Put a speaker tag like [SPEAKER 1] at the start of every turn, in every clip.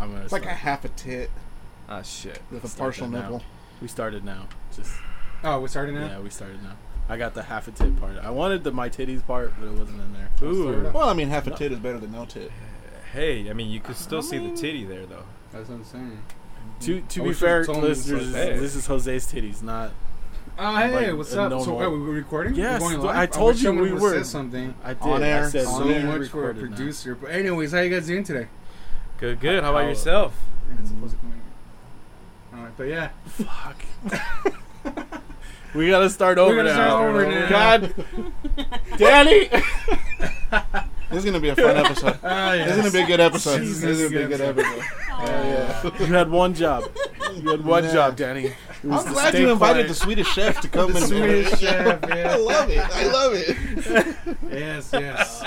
[SPEAKER 1] I'm gonna
[SPEAKER 2] It's like a
[SPEAKER 1] start.
[SPEAKER 2] half a tit
[SPEAKER 1] ah shit
[SPEAKER 2] with
[SPEAKER 1] Let's
[SPEAKER 2] a
[SPEAKER 1] start
[SPEAKER 2] partial
[SPEAKER 1] that now.
[SPEAKER 2] nipple.
[SPEAKER 1] We started now. Just
[SPEAKER 3] Oh, we started now.
[SPEAKER 1] yeah, we started now. I got the half a tit part. I wanted the my titties part, but it wasn't in there.
[SPEAKER 3] Ooh.
[SPEAKER 1] Ooh.
[SPEAKER 2] Well, I mean, half a
[SPEAKER 1] No.
[SPEAKER 2] tit is better than no tit.
[SPEAKER 4] Hey, I mean, you could still see the titty there, though.
[SPEAKER 3] That's what I'm saying.
[SPEAKER 1] To to
[SPEAKER 3] I
[SPEAKER 1] be
[SPEAKER 3] wish
[SPEAKER 1] fair,
[SPEAKER 3] you'd told me this
[SPEAKER 1] listeners,
[SPEAKER 3] was
[SPEAKER 4] bad.
[SPEAKER 1] this is Jose's titties, not.
[SPEAKER 3] Oh, hey,
[SPEAKER 1] Like,
[SPEAKER 3] what's
[SPEAKER 1] a
[SPEAKER 3] up?
[SPEAKER 1] known
[SPEAKER 3] So,
[SPEAKER 1] one.
[SPEAKER 3] wait, we were recording?
[SPEAKER 1] Yes,
[SPEAKER 3] we're going
[SPEAKER 1] th-
[SPEAKER 3] live?
[SPEAKER 1] I told
[SPEAKER 3] wish
[SPEAKER 1] you
[SPEAKER 3] someone
[SPEAKER 1] we
[SPEAKER 3] would've
[SPEAKER 1] were.
[SPEAKER 3] Said something.
[SPEAKER 1] I did.
[SPEAKER 2] On air.
[SPEAKER 1] I said
[SPEAKER 3] So
[SPEAKER 2] we
[SPEAKER 1] we
[SPEAKER 3] much for a
[SPEAKER 1] recorded now.
[SPEAKER 3] producer. But anyways, how you guys doing today?
[SPEAKER 4] Good, good. How about
[SPEAKER 1] How-
[SPEAKER 4] yourself?
[SPEAKER 3] All right, but yeah,
[SPEAKER 1] Fuck. we gotta start over
[SPEAKER 3] We're gonna
[SPEAKER 1] now.
[SPEAKER 3] start over now.
[SPEAKER 1] God, Daddy.
[SPEAKER 2] This is gonna be a fun episode.
[SPEAKER 3] Ah,
[SPEAKER 2] This is
[SPEAKER 3] yes.
[SPEAKER 2] gonna be a good episode.
[SPEAKER 3] Jesus,
[SPEAKER 2] this is gonna be a
[SPEAKER 3] this
[SPEAKER 2] good
[SPEAKER 3] is
[SPEAKER 2] episode.
[SPEAKER 1] yeah. You had one job. You had one
[SPEAKER 2] Yeah.
[SPEAKER 1] job, Danny. It was
[SPEAKER 2] I'm
[SPEAKER 1] to
[SPEAKER 2] glad
[SPEAKER 1] stay
[SPEAKER 2] you invited
[SPEAKER 1] quiet.
[SPEAKER 2] the Swedish chef to come
[SPEAKER 3] The
[SPEAKER 2] and
[SPEAKER 3] Swedish chef, yeah.
[SPEAKER 2] I love it. I love it.
[SPEAKER 3] yes, yes.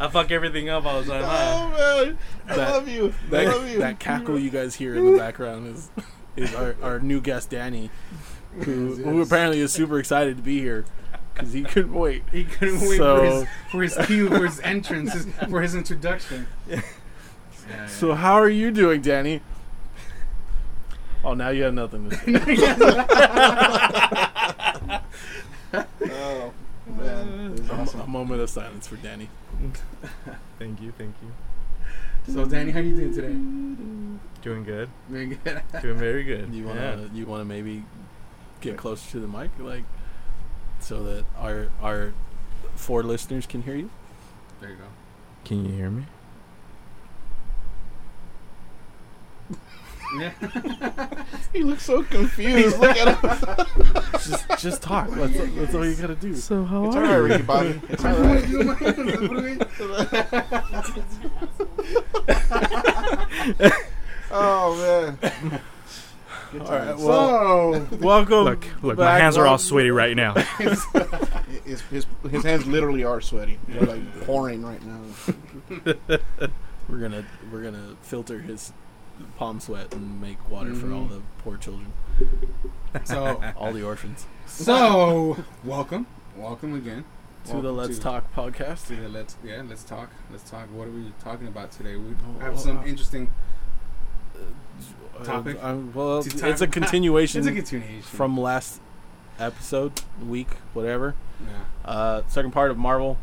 [SPEAKER 4] I fuck everything up all the time. huh?
[SPEAKER 2] Oh man, I
[SPEAKER 1] Uh, That-
[SPEAKER 2] love you. I love
[SPEAKER 1] that,
[SPEAKER 2] you.
[SPEAKER 1] that cackle you guys hear in the background is is our, our new guest Danny, who,
[SPEAKER 3] Yes,
[SPEAKER 1] who
[SPEAKER 3] yes.
[SPEAKER 1] apparently is super excited to be here because he couldn't wait.
[SPEAKER 3] He couldn't wait
[SPEAKER 1] So-
[SPEAKER 3] for his for his cue, for his entrance, his, for his introduction. Yeah,
[SPEAKER 1] So how are you doing, Danny? Oh, now you have nothing to say.
[SPEAKER 2] Oh man, this is
[SPEAKER 1] A mo- A
[SPEAKER 2] awesome.
[SPEAKER 1] moment of silence for Danny.
[SPEAKER 4] Thank you, thank you.
[SPEAKER 3] so Danny, how you doing today?
[SPEAKER 4] Doing good.
[SPEAKER 3] Doing good.
[SPEAKER 4] Doing very good.
[SPEAKER 1] You wanna you wanna maybe get closer to the mic, like so that our our four listeners can hear you.
[SPEAKER 3] There you go.
[SPEAKER 4] Can you hear me?
[SPEAKER 3] Yeah.
[SPEAKER 2] He looks so confused. Look at him.
[SPEAKER 1] Just just talk. That's, that's all you gotta do.
[SPEAKER 4] So how
[SPEAKER 2] It's alright, Ricky Bobby. It's alright. Oh man. Good
[SPEAKER 1] All right,
[SPEAKER 2] times.
[SPEAKER 1] well-
[SPEAKER 3] so
[SPEAKER 1] Welcome.
[SPEAKER 4] Look, look, my
[SPEAKER 1] back.
[SPEAKER 4] hands are all sweaty right now.
[SPEAKER 2] his, his, his hands literally are sweaty. They're like pouring right now.
[SPEAKER 1] We're gonna we're gonna filter his palm sweat and make water for all
[SPEAKER 3] Mhm.
[SPEAKER 1] the poor children,
[SPEAKER 3] so
[SPEAKER 1] all the orphans.
[SPEAKER 3] so welcome, welcome again
[SPEAKER 1] to the
[SPEAKER 3] Welcome
[SPEAKER 1] Let's
[SPEAKER 3] to-
[SPEAKER 1] Talk podcast.
[SPEAKER 3] to the let's yeah let's talk let's talk. What are we talking about today? We
[SPEAKER 1] Oh,
[SPEAKER 3] have
[SPEAKER 1] oh,
[SPEAKER 3] some
[SPEAKER 1] oh.
[SPEAKER 3] interesting.
[SPEAKER 1] Uh,
[SPEAKER 3] Topic?
[SPEAKER 1] I'm- well,
[SPEAKER 3] To
[SPEAKER 1] it's
[SPEAKER 3] time-
[SPEAKER 1] a continuation
[SPEAKER 3] It's a continuation
[SPEAKER 1] from last episode, week, whatever.
[SPEAKER 3] yeah
[SPEAKER 1] Uh, second part of Marvel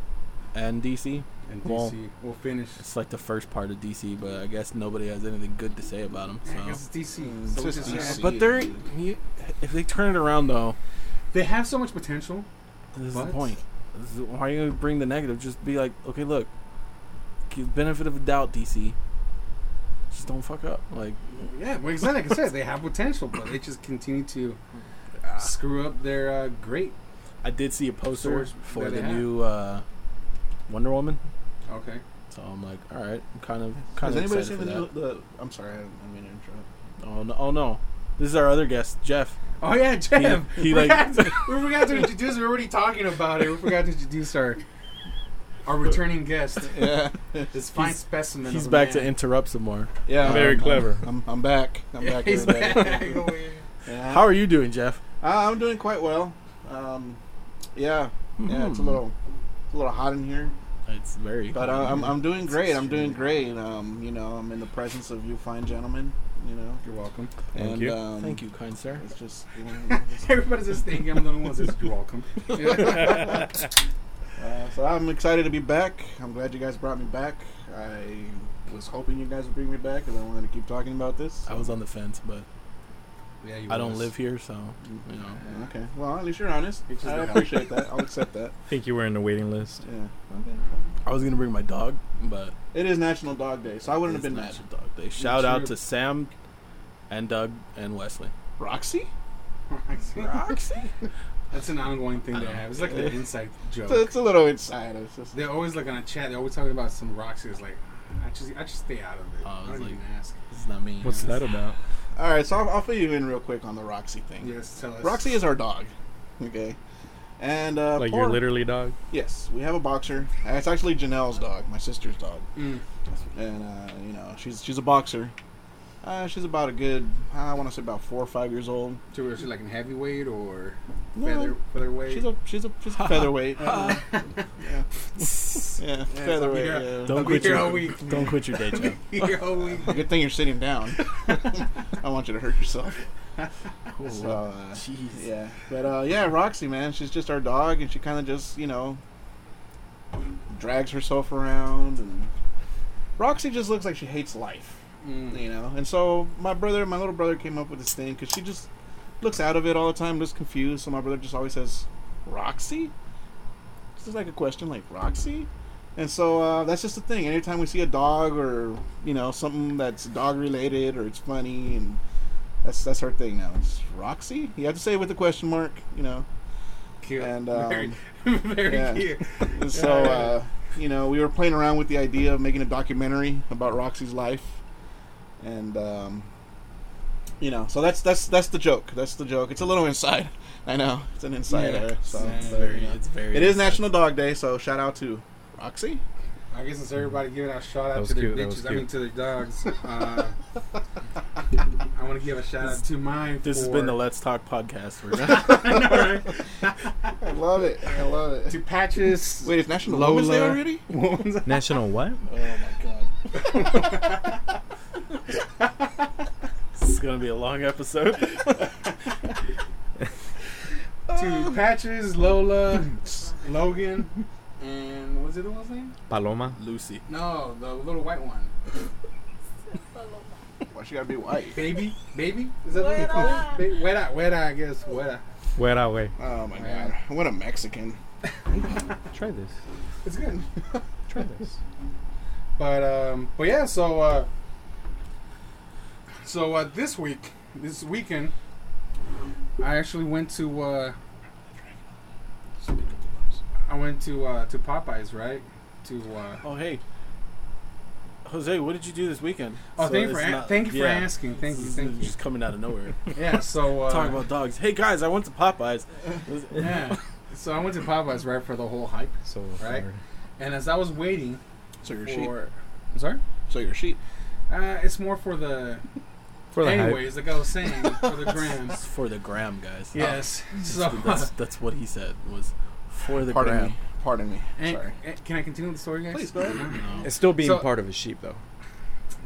[SPEAKER 1] and DC.
[SPEAKER 3] and
[SPEAKER 1] Well,
[SPEAKER 3] DC. We'll finish.
[SPEAKER 1] It's like the first part of DC, but I guess nobody has anything good to say about them.
[SPEAKER 3] Yeah, I guess
[SPEAKER 1] So.
[SPEAKER 3] it's DC.
[SPEAKER 2] It's
[SPEAKER 3] So
[SPEAKER 2] just
[SPEAKER 3] just yeah.
[SPEAKER 2] DC.
[SPEAKER 1] But they're you- if they turn it around though,
[SPEAKER 3] They have so much potential.
[SPEAKER 1] This is
[SPEAKER 3] What?
[SPEAKER 1] the point. This is- why are you gonna bring the negative? Just be like, okay, look, give benefit of a doubt, DC. Just don't fuck up. Like,
[SPEAKER 3] Yeah, well, exactly. Like I said, they have potential, but they just continue to uh, screw up their uh, great.
[SPEAKER 1] I did see a poster
[SPEAKER 3] Source
[SPEAKER 1] for
[SPEAKER 3] that
[SPEAKER 1] the
[SPEAKER 3] they have.
[SPEAKER 1] new uh, Wonder Woman,
[SPEAKER 3] Okay.
[SPEAKER 1] so I'm like, all right, I'm kind of
[SPEAKER 2] Has
[SPEAKER 1] kind of
[SPEAKER 2] anybody
[SPEAKER 1] excited
[SPEAKER 2] seen
[SPEAKER 1] for
[SPEAKER 2] the, new,
[SPEAKER 1] that.
[SPEAKER 2] the? I'm sorry, I didn't mean to interrupt.
[SPEAKER 1] Oh no, oh no, this is our other guest, Jeff.
[SPEAKER 3] Oh yeah, Jeff.
[SPEAKER 1] He- he
[SPEAKER 3] we,
[SPEAKER 1] like-
[SPEAKER 3] forgot to, we forgot to introduce. We're already talking about it. We forgot to introduce our our returning guest.
[SPEAKER 2] Yeah,
[SPEAKER 3] This fine
[SPEAKER 1] He's-
[SPEAKER 3] specimen.
[SPEAKER 1] He's
[SPEAKER 3] of a
[SPEAKER 1] back to
[SPEAKER 3] man.
[SPEAKER 1] interrupt some more.
[SPEAKER 2] yeah.
[SPEAKER 4] Very
[SPEAKER 2] I'm-
[SPEAKER 4] clever.
[SPEAKER 2] I'm, I'm back. I'm
[SPEAKER 3] Yeah,
[SPEAKER 2] back.
[SPEAKER 3] he's
[SPEAKER 2] everybody.
[SPEAKER 3] back.
[SPEAKER 2] Yeah.
[SPEAKER 1] How are you doing, Jeff?
[SPEAKER 2] Uh, I'm doing quite well. Um, yeah, yeah. It's a
[SPEAKER 1] Mhm.
[SPEAKER 2] little, it's a little hot in here,
[SPEAKER 1] It's very.
[SPEAKER 2] but um, I, I'm I'm doing great. I'm doing great. Um, you know, I'm in the presence of you fine gentlemen. You know,
[SPEAKER 3] You're welcome.
[SPEAKER 4] Thank
[SPEAKER 2] and,
[SPEAKER 4] you.
[SPEAKER 2] Um,
[SPEAKER 1] Thank you, kind sir.
[SPEAKER 2] It's just, you know, just
[SPEAKER 3] Everybody's just thinking I'm the only one that says you're welcome.
[SPEAKER 2] Uh, so I'm excited to be back. I'm glad you guys brought me back. I was hoping you guys would bring me back because I wanted to keep talking about this.
[SPEAKER 3] Oh.
[SPEAKER 1] I was on the fence, but
[SPEAKER 3] Yeah, you
[SPEAKER 1] I don't
[SPEAKER 3] was.
[SPEAKER 1] live here, so you know.
[SPEAKER 2] Okay. Well, at least you're honest.
[SPEAKER 3] It's just
[SPEAKER 2] I
[SPEAKER 3] a-
[SPEAKER 2] appreciate that. I'll accept that.
[SPEAKER 4] think you were in the waiting list.
[SPEAKER 2] Yeah. Okay.
[SPEAKER 1] I was gonna bring my dog, but
[SPEAKER 2] It is National Dog Day, so I wouldn't have been mad.
[SPEAKER 1] It's National Dog Day. Shout out
[SPEAKER 3] true.
[SPEAKER 1] to Sam and Doug and Wesley.
[SPEAKER 2] Roxy?
[SPEAKER 3] That's an ongoing thing they have. It's like an inside
[SPEAKER 2] It's,
[SPEAKER 3] joke.
[SPEAKER 2] it's a little inside. It's just,
[SPEAKER 3] They're always like on a chat. They're always talking about some rocks. It's like I just, I just stay out of it.
[SPEAKER 1] Oh, I
[SPEAKER 3] I
[SPEAKER 1] was
[SPEAKER 3] don't even
[SPEAKER 1] like-
[SPEAKER 3] ask.
[SPEAKER 1] It's not me.
[SPEAKER 4] What's that about?
[SPEAKER 2] all right. So I'll, I'll fill you in real quick on the Roxy thing.
[SPEAKER 3] Yes, tell us.
[SPEAKER 2] Roxy is our dog. Okay. And uh,
[SPEAKER 4] Like
[SPEAKER 2] poor-
[SPEAKER 4] you're literally dog?
[SPEAKER 2] Yes, we have a boxer. It's actually Janelle's dog, my sister's dog.
[SPEAKER 3] Mm.
[SPEAKER 2] and uh, you know she's she's a boxer, Uh, she's about a good, I want to say about four or five years old.
[SPEAKER 3] So was she like in heavyweight or
[SPEAKER 2] No,
[SPEAKER 3] feather featherweight?
[SPEAKER 2] she's a she's a she's a featherweight. yeah, yeah, yeah, featherweight.
[SPEAKER 3] yeah.
[SPEAKER 2] Yeah.
[SPEAKER 1] Don't
[SPEAKER 3] I'll be
[SPEAKER 1] quit
[SPEAKER 3] here
[SPEAKER 1] your
[SPEAKER 3] all week.
[SPEAKER 1] don't quit your day job.
[SPEAKER 3] Yo, we-
[SPEAKER 2] Good thing you're sitting down. I want you to hurt yourself. So, uh,
[SPEAKER 1] Jeez.
[SPEAKER 2] yeah, but uh, yeah, Roxy, man, she's just our dog, and she kind of just you know drags herself around, and Roxy just looks like she hates life,
[SPEAKER 3] Mm.
[SPEAKER 2] you know. And so my brother, my little brother, came up with this thing because she just looks out of it all the time, looks confused. So my brother just always says, "Roxy," this is like a question, like Roxy. And so uh, that's just the thing. Anytime we see a dog or you know something that's dog related or it's funny, and that's that's her thing now. It's Roxy. You have to say it with a question mark, you know.
[SPEAKER 3] Cute.
[SPEAKER 2] And,
[SPEAKER 3] very, um, very
[SPEAKER 2] yeah.
[SPEAKER 3] cute.
[SPEAKER 2] And so uh, you know we were playing around with the idea of making a documentary about Roxy's life, and um, you know so that's that's that's the joke. That's the joke. It's a little inside. I know it's an inside.
[SPEAKER 3] Yeah.
[SPEAKER 2] uh, So
[SPEAKER 1] It's
[SPEAKER 2] but, you
[SPEAKER 1] very,
[SPEAKER 2] know.
[SPEAKER 1] it's very.
[SPEAKER 2] It is National Dog Day, so shout out to Roxy.
[SPEAKER 3] I guess it's everybody giving out shout
[SPEAKER 4] That
[SPEAKER 3] out
[SPEAKER 4] was
[SPEAKER 3] to their
[SPEAKER 4] cute, that
[SPEAKER 3] bitches.
[SPEAKER 4] was
[SPEAKER 3] I mean to their dogs. Uh, I want to give a shout out to mine.
[SPEAKER 1] This has
[SPEAKER 3] for-
[SPEAKER 1] been the Let's Talk podcast. We're done.
[SPEAKER 3] I know, right?
[SPEAKER 2] I love it. I love it.
[SPEAKER 3] to patches.
[SPEAKER 2] Wait, it's National
[SPEAKER 3] Lola. Oh
[SPEAKER 2] Women's Day already?
[SPEAKER 3] What was that?
[SPEAKER 4] National what?
[SPEAKER 2] Oh my god.
[SPEAKER 1] this is gonna be a long episode.
[SPEAKER 3] to patches, Lola, Logan, and what was it the one's name?
[SPEAKER 4] Paloma.
[SPEAKER 1] Lucy.
[SPEAKER 3] No, the little white one.
[SPEAKER 2] Why she gotta be white?
[SPEAKER 3] Baby, baby. Is that
[SPEAKER 5] Wera.
[SPEAKER 3] the name? Wera, Wera, I guess. Wera.
[SPEAKER 4] Where are we?
[SPEAKER 2] Oh my god.
[SPEAKER 3] Man.
[SPEAKER 2] What a Mexican.
[SPEAKER 4] Try this.
[SPEAKER 3] It's good.
[SPEAKER 4] Try this.
[SPEAKER 3] But um, but yeah, so uh, so uh, this week, this weekend, I actually went to uh, I went to uh, to Popeyes, right? To uh,
[SPEAKER 1] Oh hey, Jose, what did you do this weekend?
[SPEAKER 3] oh,
[SPEAKER 1] So
[SPEAKER 3] thank you
[SPEAKER 1] it's
[SPEAKER 3] for a-
[SPEAKER 1] not-
[SPEAKER 3] thank you for
[SPEAKER 1] yeah.
[SPEAKER 3] asking, thank you,
[SPEAKER 1] This is
[SPEAKER 3] thank you.
[SPEAKER 1] Just coming out of nowhere.
[SPEAKER 3] Yeah, so uh,
[SPEAKER 1] Talking about dogs. Hey guys, I went to Popeyes.
[SPEAKER 3] yeah, so I went to Popeyes right for the whole hype,
[SPEAKER 4] So
[SPEAKER 3] Right.
[SPEAKER 4] far.
[SPEAKER 3] and as I was waiting
[SPEAKER 2] So your sheep.
[SPEAKER 3] for, I'm sorry,
[SPEAKER 2] So your sheep.
[SPEAKER 3] uh, it's more for the
[SPEAKER 4] For the hype.
[SPEAKER 3] anyways, like I was saying, for the gram.
[SPEAKER 1] It's for the gram, guys.
[SPEAKER 3] Yes, so
[SPEAKER 1] Oh, That's- that's that's what he said was for the
[SPEAKER 2] Pardon
[SPEAKER 1] gram.
[SPEAKER 2] me. Pardon me.
[SPEAKER 3] And,
[SPEAKER 2] Sorry.
[SPEAKER 3] and- can I continue the story, guys?
[SPEAKER 2] Please, go ahead.
[SPEAKER 1] No.
[SPEAKER 4] It's still being
[SPEAKER 3] So-
[SPEAKER 4] part of a sheep, though.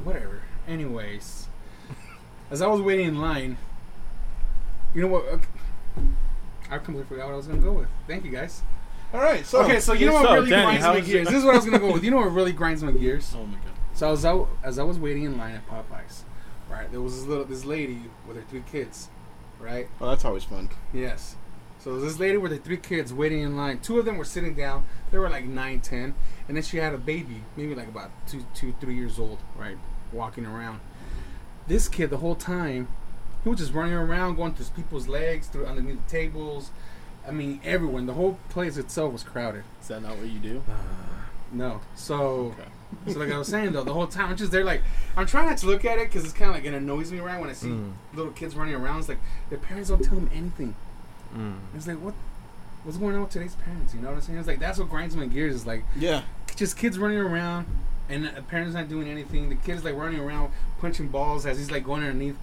[SPEAKER 3] Whatever. Anyways, as I was waiting in line, you know what? Okay. I completely forgot what I was gonna go with. Thank you, guys.
[SPEAKER 2] All right. So
[SPEAKER 3] Okay, so you know what
[SPEAKER 1] So,
[SPEAKER 3] really
[SPEAKER 1] Danny,
[SPEAKER 3] grinds
[SPEAKER 1] how
[SPEAKER 3] my
[SPEAKER 1] is
[SPEAKER 3] gears?
[SPEAKER 1] your-
[SPEAKER 3] This is what I was gonna go with. You know what really grinds my gears?
[SPEAKER 1] Oh my god.
[SPEAKER 3] So I was out as I was waiting in line at Popeyes. Right, there was this little this lady with her three kids. Right.
[SPEAKER 2] Well, Oh, that's always fun.
[SPEAKER 3] Yes. So this lady with her three kids waiting in line. Two of them were sitting down. They were like nine, ten, and then she had a baby, maybe like about two, two, three years old, right, walking around. This kid, the whole time, he was just running around, going through people's legs, through underneath the tables. I mean, everyone. The whole place itself was crowded.
[SPEAKER 1] Is that not what you do?
[SPEAKER 3] No. So, so like I was saying though, the whole time I'm just there like I'm trying not to look at it because it's kind of like it annoys me right when I see
[SPEAKER 4] Mm.
[SPEAKER 3] little kids running around. It's like their parents don't tell them anything.
[SPEAKER 4] Mm.
[SPEAKER 3] It's like what what's going on with today's parents? You know what I'm saying? It's like that's what grinds my gears. Is like
[SPEAKER 2] Yeah.
[SPEAKER 3] just kids running around and the parents not doing anything. The kids like running around punching balls as he's like going underneath,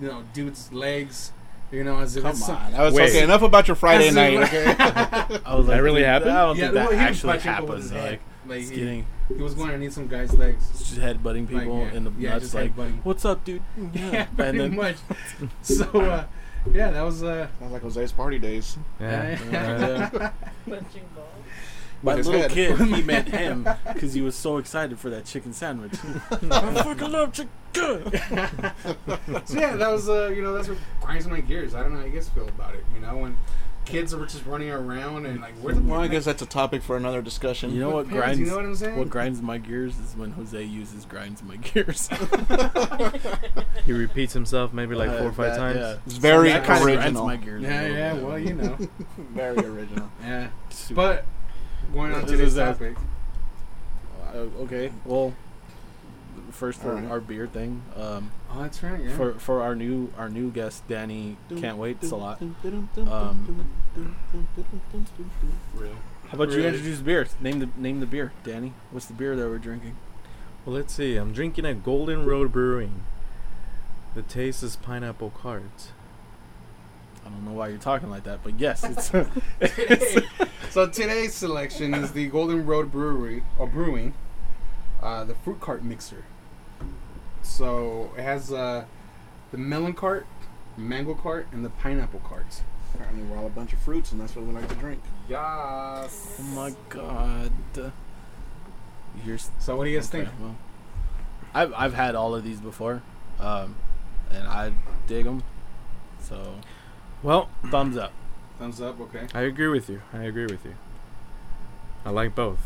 [SPEAKER 3] you know, dude's legs. You know, as if
[SPEAKER 2] Come
[SPEAKER 3] it's some-
[SPEAKER 2] on. That was
[SPEAKER 4] Wait.
[SPEAKER 2] okay. Enough about your Friday
[SPEAKER 3] That's
[SPEAKER 2] night.
[SPEAKER 3] it.
[SPEAKER 2] Okay.
[SPEAKER 1] I was like,
[SPEAKER 4] That really
[SPEAKER 1] dude,
[SPEAKER 4] happened?
[SPEAKER 1] I don't
[SPEAKER 3] Yeah,
[SPEAKER 1] think
[SPEAKER 3] well,
[SPEAKER 1] that
[SPEAKER 3] he was
[SPEAKER 1] actually
[SPEAKER 3] punching people with his
[SPEAKER 1] happens.
[SPEAKER 3] head.
[SPEAKER 1] Like,
[SPEAKER 3] Like
[SPEAKER 1] just
[SPEAKER 3] he,
[SPEAKER 1] kidding.
[SPEAKER 3] he was going underneath some guy's legs.
[SPEAKER 1] Just headbutting
[SPEAKER 3] Like,
[SPEAKER 1] people
[SPEAKER 3] yeah.
[SPEAKER 1] in the
[SPEAKER 3] yeah,
[SPEAKER 1] nuts.
[SPEAKER 3] just
[SPEAKER 1] Like,
[SPEAKER 3] headbutting.
[SPEAKER 1] what's up, dude?
[SPEAKER 3] Yeah, pretty
[SPEAKER 1] and then-
[SPEAKER 3] much. So, uh, yeah, that was uh,
[SPEAKER 2] Sounds like Jose's party days.
[SPEAKER 4] Yeah.
[SPEAKER 5] Punching balls.
[SPEAKER 1] My
[SPEAKER 2] his
[SPEAKER 1] little
[SPEAKER 2] head.
[SPEAKER 1] kid, he meant him because he was so excited for that chicken sandwich. I fucking love chicken.
[SPEAKER 3] uh, so yeah, that was uh, you know that's what grinds my gears. I don't know how you guys feel about it. You know when kids were just running around and like where the
[SPEAKER 2] Well, I guess that's a topic for another discussion.
[SPEAKER 1] You know what
[SPEAKER 3] parents,
[SPEAKER 1] grinds?
[SPEAKER 3] you know what I'm saying?
[SPEAKER 1] What grinds my gears is when Jose uses grinds my gears.
[SPEAKER 4] he repeats himself maybe like four or five
[SPEAKER 1] Uh, That-
[SPEAKER 4] times.
[SPEAKER 1] yeah.
[SPEAKER 2] It's very
[SPEAKER 1] That kinda grinds
[SPEAKER 2] original.
[SPEAKER 1] my gears. a
[SPEAKER 3] yeah,
[SPEAKER 1] little
[SPEAKER 3] yeah.
[SPEAKER 1] bit.
[SPEAKER 3] Well, you know,
[SPEAKER 2] very original.
[SPEAKER 3] yeah.
[SPEAKER 1] Super-
[SPEAKER 3] But going on
[SPEAKER 1] This
[SPEAKER 3] to this
[SPEAKER 1] is a-
[SPEAKER 3] topic,
[SPEAKER 1] Uh, okay, well, first for
[SPEAKER 2] Alright.
[SPEAKER 1] our beer thing. Um,
[SPEAKER 3] oh, that's right. Yeah.
[SPEAKER 1] For for our new our new guest Danny, can't wait. It's a lot.
[SPEAKER 2] Um,
[SPEAKER 3] real.
[SPEAKER 1] How about you
[SPEAKER 3] Really?
[SPEAKER 1] introduce beer? Name the name the beer, Danny. What's the beer that we're drinking?
[SPEAKER 4] Well, let's see. I'm drinking at Golden Road Brewing. The taste is pineapple cards.
[SPEAKER 1] I don't know why you're talking like that, but yes, it's
[SPEAKER 3] so today's selection is the Golden Road Brewery or Brewing, uh, the fruit cart mixer. So it has uh, the melon cart, mango cart, and the pineapple cart.
[SPEAKER 2] Apparently, we're all a bunch of fruits, and that's what we like to drink.
[SPEAKER 3] Yes.
[SPEAKER 1] Oh my god. Here's
[SPEAKER 3] So what do you guys think?
[SPEAKER 1] well, I've I've had all of these before, um, and I dig them. So
[SPEAKER 4] Well,
[SPEAKER 1] thumbs up.
[SPEAKER 3] Thumbs up. Okay.
[SPEAKER 4] I agree with you. I agree with you. I like both.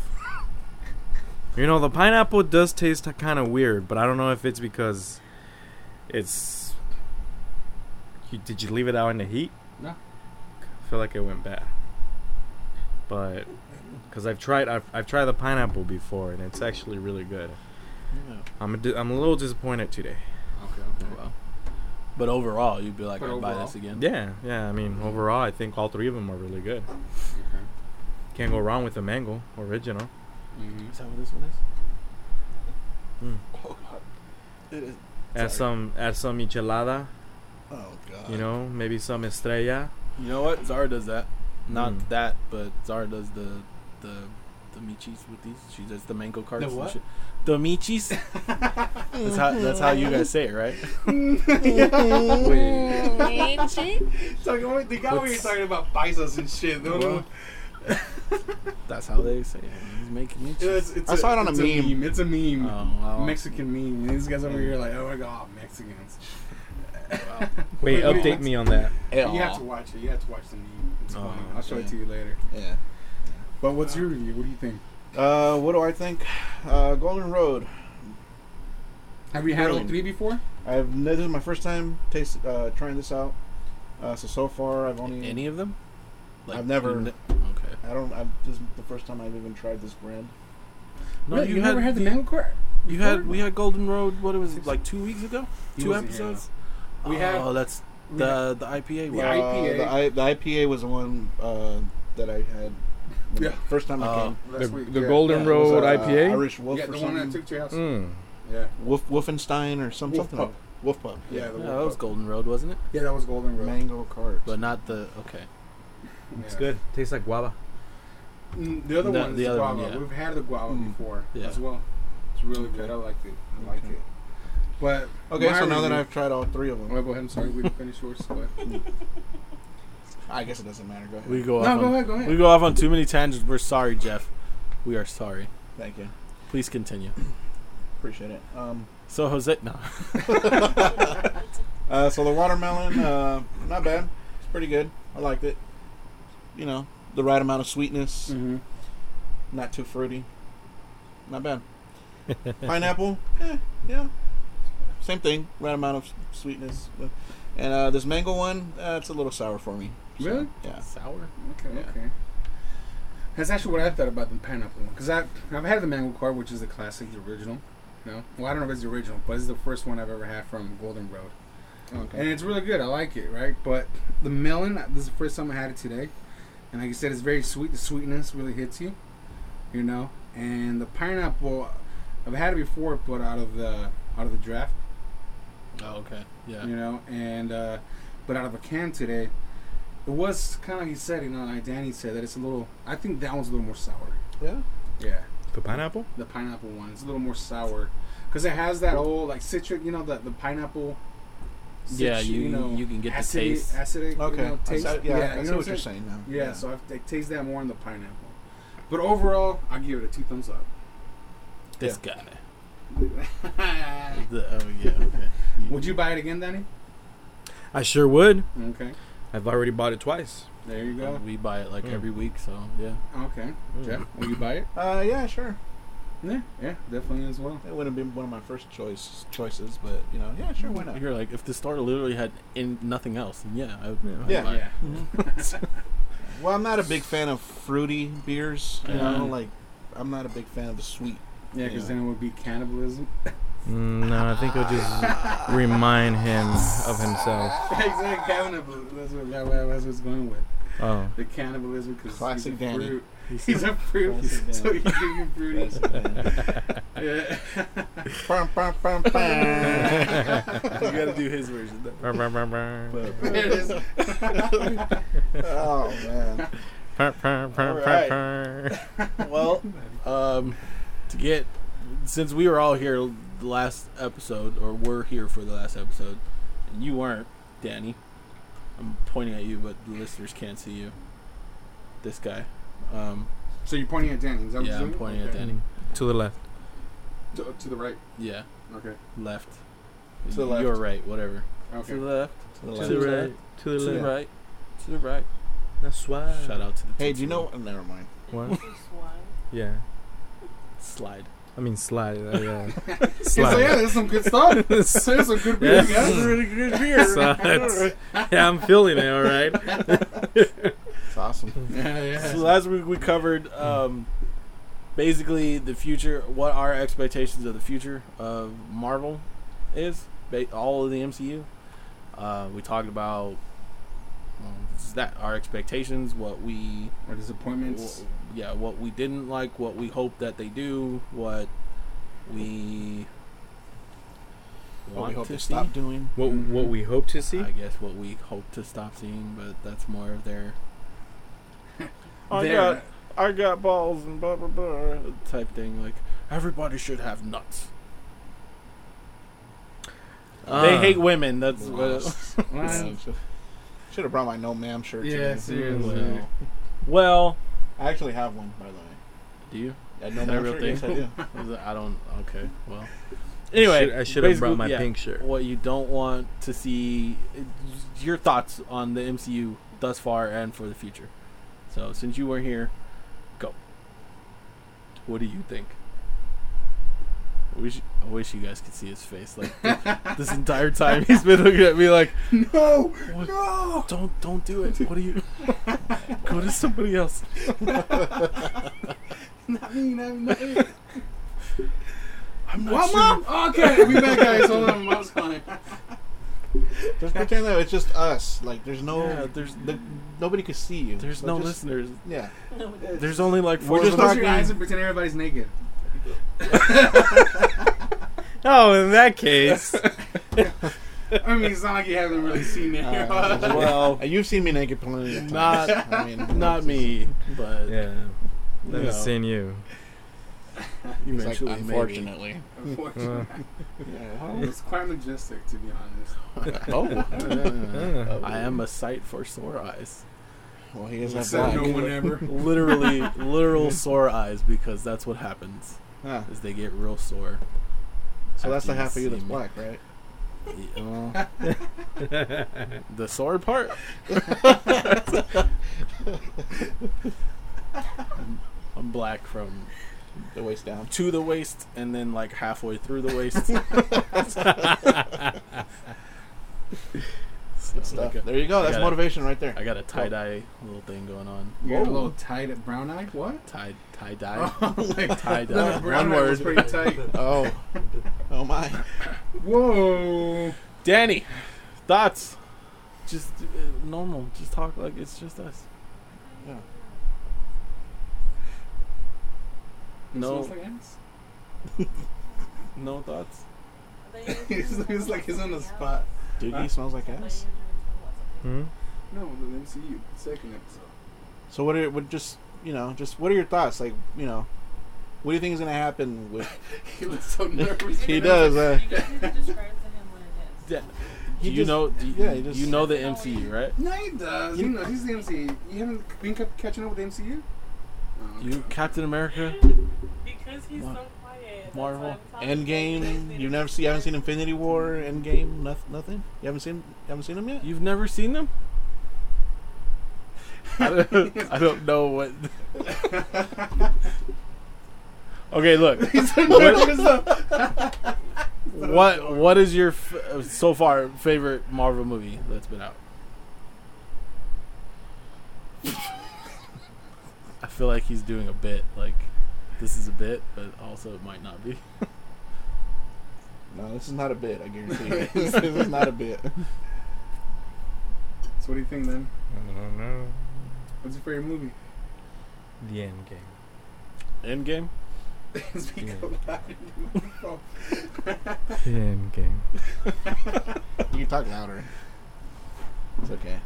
[SPEAKER 4] you know, the pineapple does taste kind of weird, but I don't know if it's because it's. You, did you leave it out in the heat?
[SPEAKER 3] No.
[SPEAKER 4] I feel like it went bad. But because I've tried, I've, I've tried the pineapple before, and it's actually really good.
[SPEAKER 1] Yeah. oh,
[SPEAKER 4] I'm a di- I'm a little disappointed today.
[SPEAKER 3] Okay.
[SPEAKER 1] Well, but overall, you'd be like,
[SPEAKER 3] But
[SPEAKER 1] I'd buy
[SPEAKER 3] overall-
[SPEAKER 1] this again.
[SPEAKER 4] Yeah, yeah. I mean, overall, I think all three of them are really good.
[SPEAKER 3] Okay.
[SPEAKER 4] Can't go wrong with the mango original.
[SPEAKER 3] hmm
[SPEAKER 2] Mm-hmm.
[SPEAKER 1] Is that what this one is?
[SPEAKER 2] Oh, God. It is. Sorry.
[SPEAKER 4] Add some add some michelada,
[SPEAKER 2] Oh, God.
[SPEAKER 4] you know, maybe some estrella.
[SPEAKER 1] You know what? Zara does that. Not
[SPEAKER 3] Hmm.
[SPEAKER 4] Mm.
[SPEAKER 1] that, but Zara does the the the michis with these. She does the mango cards.
[SPEAKER 3] what?
[SPEAKER 1] And shit. The michis. that's how that's how you guys say it, right?
[SPEAKER 3] Talking about, they got what you're
[SPEAKER 1] What's-
[SPEAKER 3] talking about paisas and shit. They don't know-
[SPEAKER 1] Well, that's how they say it. He's making michis.
[SPEAKER 3] It's- it's
[SPEAKER 2] I saw it on a
[SPEAKER 3] it's
[SPEAKER 2] meme.
[SPEAKER 3] It's a meme.
[SPEAKER 1] Oh, wow.
[SPEAKER 3] Mexican meme. These guys over here are like, oh my god, Mexicans.
[SPEAKER 1] Wow.
[SPEAKER 3] Wait,
[SPEAKER 4] Wait, update
[SPEAKER 3] wait,
[SPEAKER 4] me on that.
[SPEAKER 3] You have to watch it. You have to watch the meme. It's
[SPEAKER 4] Oh,
[SPEAKER 3] funny. I'll show it
[SPEAKER 2] yeah.
[SPEAKER 3] to you later.
[SPEAKER 2] Yeah.
[SPEAKER 3] But what's your review? What do you think?
[SPEAKER 2] Uh, what do I think? Uh, Golden Road.
[SPEAKER 3] Have you had all
[SPEAKER 2] Brilliant.
[SPEAKER 3] three before?
[SPEAKER 2] I've n- this is my first time taste uh, trying this out. Uh, so so far I've only
[SPEAKER 1] Any of them?
[SPEAKER 2] I've never-
[SPEAKER 1] you okay.
[SPEAKER 2] I don't. I've, this is the first time I've even tried this brand.
[SPEAKER 1] No,
[SPEAKER 3] Really?
[SPEAKER 1] you,
[SPEAKER 3] you,
[SPEAKER 1] had,
[SPEAKER 3] never had the mango cart?
[SPEAKER 1] you had we had Golden Road. What it was like two weeks ago?
[SPEAKER 3] He
[SPEAKER 1] Two
[SPEAKER 3] wasn't here,
[SPEAKER 1] episodes.
[SPEAKER 3] though. We
[SPEAKER 1] oh,
[SPEAKER 3] had-
[SPEAKER 1] that's
[SPEAKER 3] we
[SPEAKER 1] the the IPA
[SPEAKER 3] we
[SPEAKER 1] one.
[SPEAKER 3] The had- IPA.
[SPEAKER 2] Uh, the, I, the IPA was the one uh, that I had. when
[SPEAKER 3] Yeah.
[SPEAKER 2] the First time I
[SPEAKER 1] Uh,
[SPEAKER 2] came.
[SPEAKER 3] That's what- yeah.
[SPEAKER 2] Yeah, it was, uh, Irish Wolf
[SPEAKER 3] Yeah,
[SPEAKER 2] or
[SPEAKER 3] the one
[SPEAKER 2] something.
[SPEAKER 3] that took to your house.
[SPEAKER 4] Mm.
[SPEAKER 3] Yeah.
[SPEAKER 2] Wolf Wolfenstein or some,
[SPEAKER 3] Wolf
[SPEAKER 2] something. like-
[SPEAKER 3] Pup.
[SPEAKER 2] Wolf Pup.
[SPEAKER 3] Yeah,
[SPEAKER 1] yeah,
[SPEAKER 3] the
[SPEAKER 1] that was Golden Road, wasn't it?
[SPEAKER 3] yeah, that was Golden Road.
[SPEAKER 2] Mango cart.
[SPEAKER 1] But not the okay.
[SPEAKER 3] Yeah.
[SPEAKER 4] It's good. Tastes like guava.
[SPEAKER 3] Mm, The other
[SPEAKER 1] The-
[SPEAKER 3] one is
[SPEAKER 1] the
[SPEAKER 3] the,
[SPEAKER 1] other one,
[SPEAKER 3] guava.
[SPEAKER 1] yeah.
[SPEAKER 3] We've had the guava
[SPEAKER 2] Mm.
[SPEAKER 3] before
[SPEAKER 1] Yeah.
[SPEAKER 3] as well. It's really good. I liked it. I like
[SPEAKER 2] Okay.
[SPEAKER 3] it. But
[SPEAKER 2] okay,
[SPEAKER 3] my
[SPEAKER 2] so now that
[SPEAKER 3] review-
[SPEAKER 2] I've tried all three of
[SPEAKER 3] Oh,
[SPEAKER 2] them,
[SPEAKER 3] go ahead. I'm sorry, we didn't finish yours. But
[SPEAKER 2] I guess it doesn't matter. Go ahead.
[SPEAKER 1] We go
[SPEAKER 3] No,
[SPEAKER 1] off
[SPEAKER 3] go
[SPEAKER 1] on,
[SPEAKER 3] ahead, go ahead.
[SPEAKER 1] We go off on too many tangents. We're sorry, Jeff. We are sorry.
[SPEAKER 2] Thank you.
[SPEAKER 1] Please continue.
[SPEAKER 2] Appreciate it. Um,
[SPEAKER 1] So Jose, no,
[SPEAKER 2] Uh, so the watermelon, uh, not bad. It's pretty good. I liked it. You know, the right amount of sweetness,
[SPEAKER 3] mm-hmm.
[SPEAKER 2] not too fruity. Not bad. Pineapple, eh, yeah, same thing. Right amount of s- sweetness. And uh, this mango one, uh, it's a little sour for me. So,
[SPEAKER 3] Really?
[SPEAKER 2] Yeah.
[SPEAKER 1] sour.
[SPEAKER 3] Okay,
[SPEAKER 2] Yeah.
[SPEAKER 3] okay. That's actually what I thought about the pineapple one because I've, I've had the mango card, which is the classic, the original. No, well, I don't know if it's the original, but it's the first one I've ever had from Golden Road, and
[SPEAKER 2] Okay.
[SPEAKER 3] it's really good. I like it, right? But the melon, this is the first time I had it today, and like you said, it's very sweet. The sweetness really hits you, you know. And the pineapple, I've had it before, but out of the out of the draft,
[SPEAKER 1] Oh, okay. Yeah.
[SPEAKER 3] you know and uh but out of a can today it was kind of like he said you know like danny said that it's a little i think that one's a little more sour
[SPEAKER 2] Yeah.
[SPEAKER 3] yeah
[SPEAKER 4] The pineapple?
[SPEAKER 3] the pineapple one is a little more sour because it has that old like citric you know the, the pineapple
[SPEAKER 1] Yeah, you- you can get the
[SPEAKER 3] acidic-
[SPEAKER 1] taste.
[SPEAKER 3] acidic
[SPEAKER 2] Okay.
[SPEAKER 3] you know,
[SPEAKER 2] I see-
[SPEAKER 3] taste.
[SPEAKER 2] yeah, I
[SPEAKER 3] you
[SPEAKER 2] see
[SPEAKER 3] know
[SPEAKER 2] what
[SPEAKER 3] I'm
[SPEAKER 2] you're saying now.
[SPEAKER 3] yeah, so I've, I taste that more in the pineapple but overall i give it a two thumbs up
[SPEAKER 1] This guy. The- oh yeah. Okay.
[SPEAKER 3] would you buy it again danny
[SPEAKER 4] I sure would.
[SPEAKER 3] okay
[SPEAKER 4] I've already bought it twice.
[SPEAKER 3] there you go
[SPEAKER 1] We buy it like
[SPEAKER 4] Mm.
[SPEAKER 1] every week, so yeah.
[SPEAKER 3] okay jeff will you buy it
[SPEAKER 2] Uh, yeah, sure.
[SPEAKER 3] yeah yeah definitely as well
[SPEAKER 2] It wouldn't have been one of my first choice choices, but you know, yeah, sure, why not?
[SPEAKER 1] You're like, if the store literally had in nothing else, then yeah, I would. I'd
[SPEAKER 2] Yeah.
[SPEAKER 1] buy it.
[SPEAKER 3] yeah
[SPEAKER 2] Well, I'm not a big fan of fruity beers. You
[SPEAKER 1] Yeah.
[SPEAKER 2] know, like I'm not a big fan of the sweet.
[SPEAKER 3] Yeah, because
[SPEAKER 2] Yeah.
[SPEAKER 3] then it would be cannibalism.
[SPEAKER 4] Mm, no, I think it'll just remind him of himself.
[SPEAKER 3] exactly, cannibalism. That's what, that, that's what it's going with.
[SPEAKER 4] Oh.
[SPEAKER 3] The cannibalism because
[SPEAKER 2] Classic
[SPEAKER 3] he's a
[SPEAKER 2] Danny.
[SPEAKER 3] fruit. He's a fruit,
[SPEAKER 2] Classic
[SPEAKER 3] so
[SPEAKER 2] Danny.
[SPEAKER 3] he's drinking fruity.
[SPEAKER 2] That's-
[SPEAKER 3] yeah.
[SPEAKER 2] Bum, bum, bum, bum.
[SPEAKER 1] you gotta do his version. That
[SPEAKER 4] Brr, brr, brr, brr.
[SPEAKER 1] but-
[SPEAKER 3] There it is.
[SPEAKER 2] oh man.
[SPEAKER 4] Brr, brr, brr,
[SPEAKER 2] Alright.
[SPEAKER 4] brr.
[SPEAKER 1] well, um, to get since we were all here l- the last episode, or were here for the last episode, and you weren't, Danny. I'm pointing at you, but the listeners can't see you. This guy. Um,
[SPEAKER 3] So you're pointing at Danny. Is that what
[SPEAKER 1] yeah,
[SPEAKER 3] you're
[SPEAKER 1] I'm
[SPEAKER 3] doing?
[SPEAKER 1] pointing at
[SPEAKER 3] Okay.
[SPEAKER 1] Danny.
[SPEAKER 4] To the left.
[SPEAKER 3] To, to the right.
[SPEAKER 1] Yeah,
[SPEAKER 3] Okay.
[SPEAKER 1] left.
[SPEAKER 2] To the
[SPEAKER 1] You're
[SPEAKER 2] left.
[SPEAKER 1] right. Whatever. To the
[SPEAKER 3] Okay.
[SPEAKER 1] left.
[SPEAKER 2] To the
[SPEAKER 1] To the right. To the
[SPEAKER 2] left.
[SPEAKER 4] To
[SPEAKER 1] right. To the right.
[SPEAKER 4] That's why.
[SPEAKER 1] Shout out to the.
[SPEAKER 2] Hey,
[SPEAKER 1] Tootsie
[SPEAKER 2] do you know?
[SPEAKER 1] Roll.
[SPEAKER 2] Never mind.
[SPEAKER 4] What?
[SPEAKER 5] Swine.
[SPEAKER 4] Yeah.
[SPEAKER 1] Slide.
[SPEAKER 4] I mean, slide. uh, yeah.
[SPEAKER 3] So yeah,
[SPEAKER 4] slide.
[SPEAKER 3] there's some good stuff. There's some good beer.
[SPEAKER 4] Yeah.
[SPEAKER 3] guys.
[SPEAKER 2] really good beer.
[SPEAKER 4] Slide. yeah, I'm feeling it, all right.
[SPEAKER 2] It's awesome.
[SPEAKER 3] Yeah, yeah.
[SPEAKER 1] So last week we covered um, basically the future, what our expectations of the future of Marvel is, ba- all of the MCU. Uh, we talked about um, just that our expectations, what we,
[SPEAKER 3] Or disappointments.
[SPEAKER 1] wh- yeah, what we didn't like, what we hope that they do, what we
[SPEAKER 2] What we
[SPEAKER 1] want
[SPEAKER 2] hope
[SPEAKER 1] to
[SPEAKER 2] to
[SPEAKER 1] see.
[SPEAKER 2] stop doing.
[SPEAKER 4] What what we hope to see?
[SPEAKER 1] I guess what we hope to stop seeing, but that's more of their
[SPEAKER 3] There.
[SPEAKER 1] I got balls and blah blah blah type thing. Like everybody should have nuts. they
[SPEAKER 4] Ah.
[SPEAKER 1] hate women. That's what.
[SPEAKER 2] Lost.
[SPEAKER 3] Wow.
[SPEAKER 2] Should have brought my no ma'am shirt.
[SPEAKER 3] Yeah,
[SPEAKER 2] today.
[SPEAKER 3] seriously.
[SPEAKER 1] Well. Well,
[SPEAKER 2] I actually have one, by the way.
[SPEAKER 1] do you?
[SPEAKER 2] I no
[SPEAKER 1] Is that
[SPEAKER 2] ma'am
[SPEAKER 1] a real
[SPEAKER 2] shirt.
[SPEAKER 1] thing?
[SPEAKER 2] Yes, I do.
[SPEAKER 1] Is it- I don't. Okay. Well.
[SPEAKER 4] I
[SPEAKER 1] Anyway,
[SPEAKER 4] should- I should have
[SPEAKER 1] basically,
[SPEAKER 4] brought my
[SPEAKER 1] yeah,
[SPEAKER 4] pink shirt.
[SPEAKER 1] What you don't want to see. Your thoughts on the MCU thus far and for the future. So since you were here, go. What do you think? I wish, I wish you guys could see his face. Like this entire time, he's been looking at me like,
[SPEAKER 3] No,
[SPEAKER 1] What?
[SPEAKER 3] no.
[SPEAKER 1] Don't don't do it. What do you? Go to somebody else.
[SPEAKER 3] Not me. Not me. Not me.
[SPEAKER 1] I'm not
[SPEAKER 3] What,
[SPEAKER 1] sure.
[SPEAKER 3] mom? Oh, Okay, we back, guys. Hold on, mom's calling.
[SPEAKER 2] Just pretend that it's just us. Like there's no,
[SPEAKER 1] Yeah, there's
[SPEAKER 2] the, nobody could see you.
[SPEAKER 1] there's
[SPEAKER 2] So
[SPEAKER 1] no
[SPEAKER 2] just-
[SPEAKER 1] listeners.
[SPEAKER 2] Yeah.
[SPEAKER 5] No, it doesn't.
[SPEAKER 1] There's only like four.
[SPEAKER 2] We're
[SPEAKER 1] of
[SPEAKER 2] just
[SPEAKER 1] us.
[SPEAKER 3] Close your eyes and pretend everybody's naked.
[SPEAKER 4] Oh, in that case,
[SPEAKER 3] I mean, it's not like you haven't really seen it.
[SPEAKER 2] Uh,
[SPEAKER 1] well,
[SPEAKER 2] And you've seen me naked plenty of times.
[SPEAKER 1] Not-
[SPEAKER 2] I mean,
[SPEAKER 1] not me, but
[SPEAKER 4] yeah,
[SPEAKER 1] you
[SPEAKER 4] let
[SPEAKER 1] know,
[SPEAKER 4] me seen you.
[SPEAKER 2] It's
[SPEAKER 1] eventually, maybe.
[SPEAKER 2] like, unfortunately.
[SPEAKER 3] Unfortunately. It's quite majestic, to be honest.
[SPEAKER 2] oh.
[SPEAKER 4] Uh,
[SPEAKER 1] I am a sight for sore eyes.
[SPEAKER 2] Well, he is not
[SPEAKER 3] Except
[SPEAKER 2] black.
[SPEAKER 3] no one ever.
[SPEAKER 1] Literally, literal sore eyes because that's what happens.
[SPEAKER 2] Huh.
[SPEAKER 1] Is they get real sore.
[SPEAKER 2] So that's the
[SPEAKER 1] After you
[SPEAKER 2] half of you that's
[SPEAKER 1] see me. Uh,
[SPEAKER 2] black, right?
[SPEAKER 1] Yeah, well, the sore part. I'm- I'm black from
[SPEAKER 2] The waist down.
[SPEAKER 1] to the waist and then like halfway through the waist. So,
[SPEAKER 2] Good stuff.
[SPEAKER 1] like, a-
[SPEAKER 2] there you go. That's
[SPEAKER 1] gotta-
[SPEAKER 2] motivation right there.
[SPEAKER 1] I got a tie dye little thing going on.
[SPEAKER 3] You got a
[SPEAKER 2] Whoa.
[SPEAKER 3] little tight at brown eye? What?
[SPEAKER 1] Tie tie dye.
[SPEAKER 3] Oh, like,
[SPEAKER 1] Tied
[SPEAKER 3] that
[SPEAKER 1] up.
[SPEAKER 3] brown
[SPEAKER 1] One
[SPEAKER 3] eye was
[SPEAKER 1] word.
[SPEAKER 3] pretty tight.
[SPEAKER 2] Oh. Oh my.
[SPEAKER 3] Whoa.
[SPEAKER 1] Danny, thoughts? Just uh, normal. Just talk like it's just us.
[SPEAKER 2] Yeah.
[SPEAKER 1] No,
[SPEAKER 3] Smells like ass.
[SPEAKER 1] no thoughts.
[SPEAKER 5] I thought you were
[SPEAKER 3] He's,
[SPEAKER 5] doing
[SPEAKER 3] he's like, he's on the
[SPEAKER 5] something
[SPEAKER 3] spot.
[SPEAKER 2] Dude,
[SPEAKER 3] Huh?
[SPEAKER 2] he smells like
[SPEAKER 5] else. I thought you were doing
[SPEAKER 2] ass.
[SPEAKER 5] something
[SPEAKER 4] Hmm?
[SPEAKER 3] No, the MCU. Second episode.
[SPEAKER 2] So what are what just you know just what are your thoughts like you know what do you think is gonna happen with
[SPEAKER 3] He looks so nervous.
[SPEAKER 2] He does, uh,
[SPEAKER 5] else. You guys need to describe to him what it is.
[SPEAKER 1] Yeah.
[SPEAKER 2] He
[SPEAKER 1] you
[SPEAKER 2] just-
[SPEAKER 1] know, do you,
[SPEAKER 2] yeah, he just-
[SPEAKER 1] you know the MCU, right?
[SPEAKER 3] No, he does. You know, he's the MCU. You haven't been kept catching up with the MCU? Oh,
[SPEAKER 1] You
[SPEAKER 3] okay.
[SPEAKER 1] Captain America.
[SPEAKER 5] Because he's
[SPEAKER 1] Mar-
[SPEAKER 5] so quiet. that's
[SPEAKER 1] Marvel.
[SPEAKER 5] why I'm talking to him. You guys
[SPEAKER 2] Endgame?
[SPEAKER 5] need
[SPEAKER 2] You
[SPEAKER 5] to
[SPEAKER 2] never see you haven't seen
[SPEAKER 5] describe-
[SPEAKER 2] Infinity War, Endgame, nothing, nothing. You haven't seen you haven't seen them yet.
[SPEAKER 1] You've never seen them? I don't, I don't know what. okay, look. what, what what is your f- uh, so far favorite Marvel movie that's been out? I feel like he's doing a bit. Like this is a bit, but also it might not be.
[SPEAKER 2] No, this is not a bit. I guarantee you. this is not a bit.
[SPEAKER 3] So what do you think then?
[SPEAKER 4] I don't know.
[SPEAKER 3] What's your favorite movie?
[SPEAKER 4] The end game.
[SPEAKER 1] Endgame.
[SPEAKER 3] Speak
[SPEAKER 4] Yeah.
[SPEAKER 3] out loud. called?
[SPEAKER 4] Pin game.
[SPEAKER 2] You can talk louder. It's okay.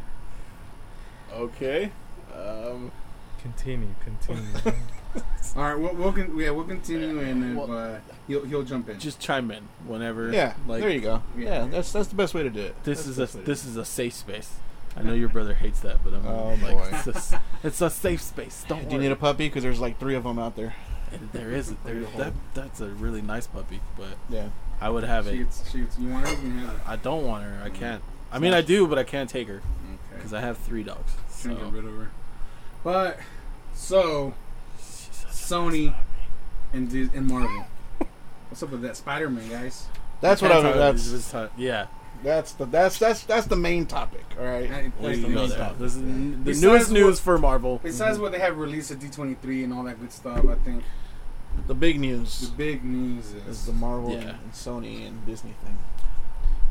[SPEAKER 1] Okay. Um,
[SPEAKER 4] Continue, continue.
[SPEAKER 3] All right, we'll, we'll con- yeah, we'll continue, and then
[SPEAKER 1] Well-
[SPEAKER 3] uh, he'll he'll jump in.
[SPEAKER 1] just chime in whenever.
[SPEAKER 2] Yeah,
[SPEAKER 1] Like
[SPEAKER 2] there you go.
[SPEAKER 3] Yeah.
[SPEAKER 2] Yeah, that's that's the best way to do it.
[SPEAKER 1] this
[SPEAKER 2] That's
[SPEAKER 1] is
[SPEAKER 2] the
[SPEAKER 1] a
[SPEAKER 2] best way to
[SPEAKER 1] this is a safe space. I know your brother hates that, but I'm
[SPEAKER 2] Oh,
[SPEAKER 1] like
[SPEAKER 2] boy.
[SPEAKER 1] It's, a, s- it's a safe space.
[SPEAKER 2] do
[SPEAKER 1] Don't
[SPEAKER 2] it.
[SPEAKER 1] worry.
[SPEAKER 2] Do you need a puppy? Because there's like three of them out there.
[SPEAKER 1] And there is there that that's a really nice puppy, but
[SPEAKER 2] Yeah.
[SPEAKER 1] I would have
[SPEAKER 3] She
[SPEAKER 1] it.
[SPEAKER 3] gets, she gets, you want her? You can have her.
[SPEAKER 1] I don't want her. I can't. I mean, I do, but I can't take her because I have three dogs.
[SPEAKER 3] Trying to get
[SPEAKER 1] So.
[SPEAKER 3] rid of her. But so Sony and Dis- and Marvel. What's up with that Spider-Man, guys?
[SPEAKER 2] That's what I was.
[SPEAKER 1] It's
[SPEAKER 2] That's
[SPEAKER 1] just how- yeah.
[SPEAKER 2] that's the that's that's that's the main topic. All right.
[SPEAKER 3] I-
[SPEAKER 1] Let's
[SPEAKER 3] I-
[SPEAKER 1] go there. This is n- the
[SPEAKER 3] Besides
[SPEAKER 1] newest
[SPEAKER 3] what-
[SPEAKER 1] news for Marvel.
[SPEAKER 3] Besides what they have released at D23 and all that good stuff, I think
[SPEAKER 2] The big
[SPEAKER 3] the
[SPEAKER 2] news
[SPEAKER 3] big news
[SPEAKER 2] is
[SPEAKER 3] is
[SPEAKER 2] the Marvel
[SPEAKER 1] Yeah.
[SPEAKER 2] and Sony and Disney thing.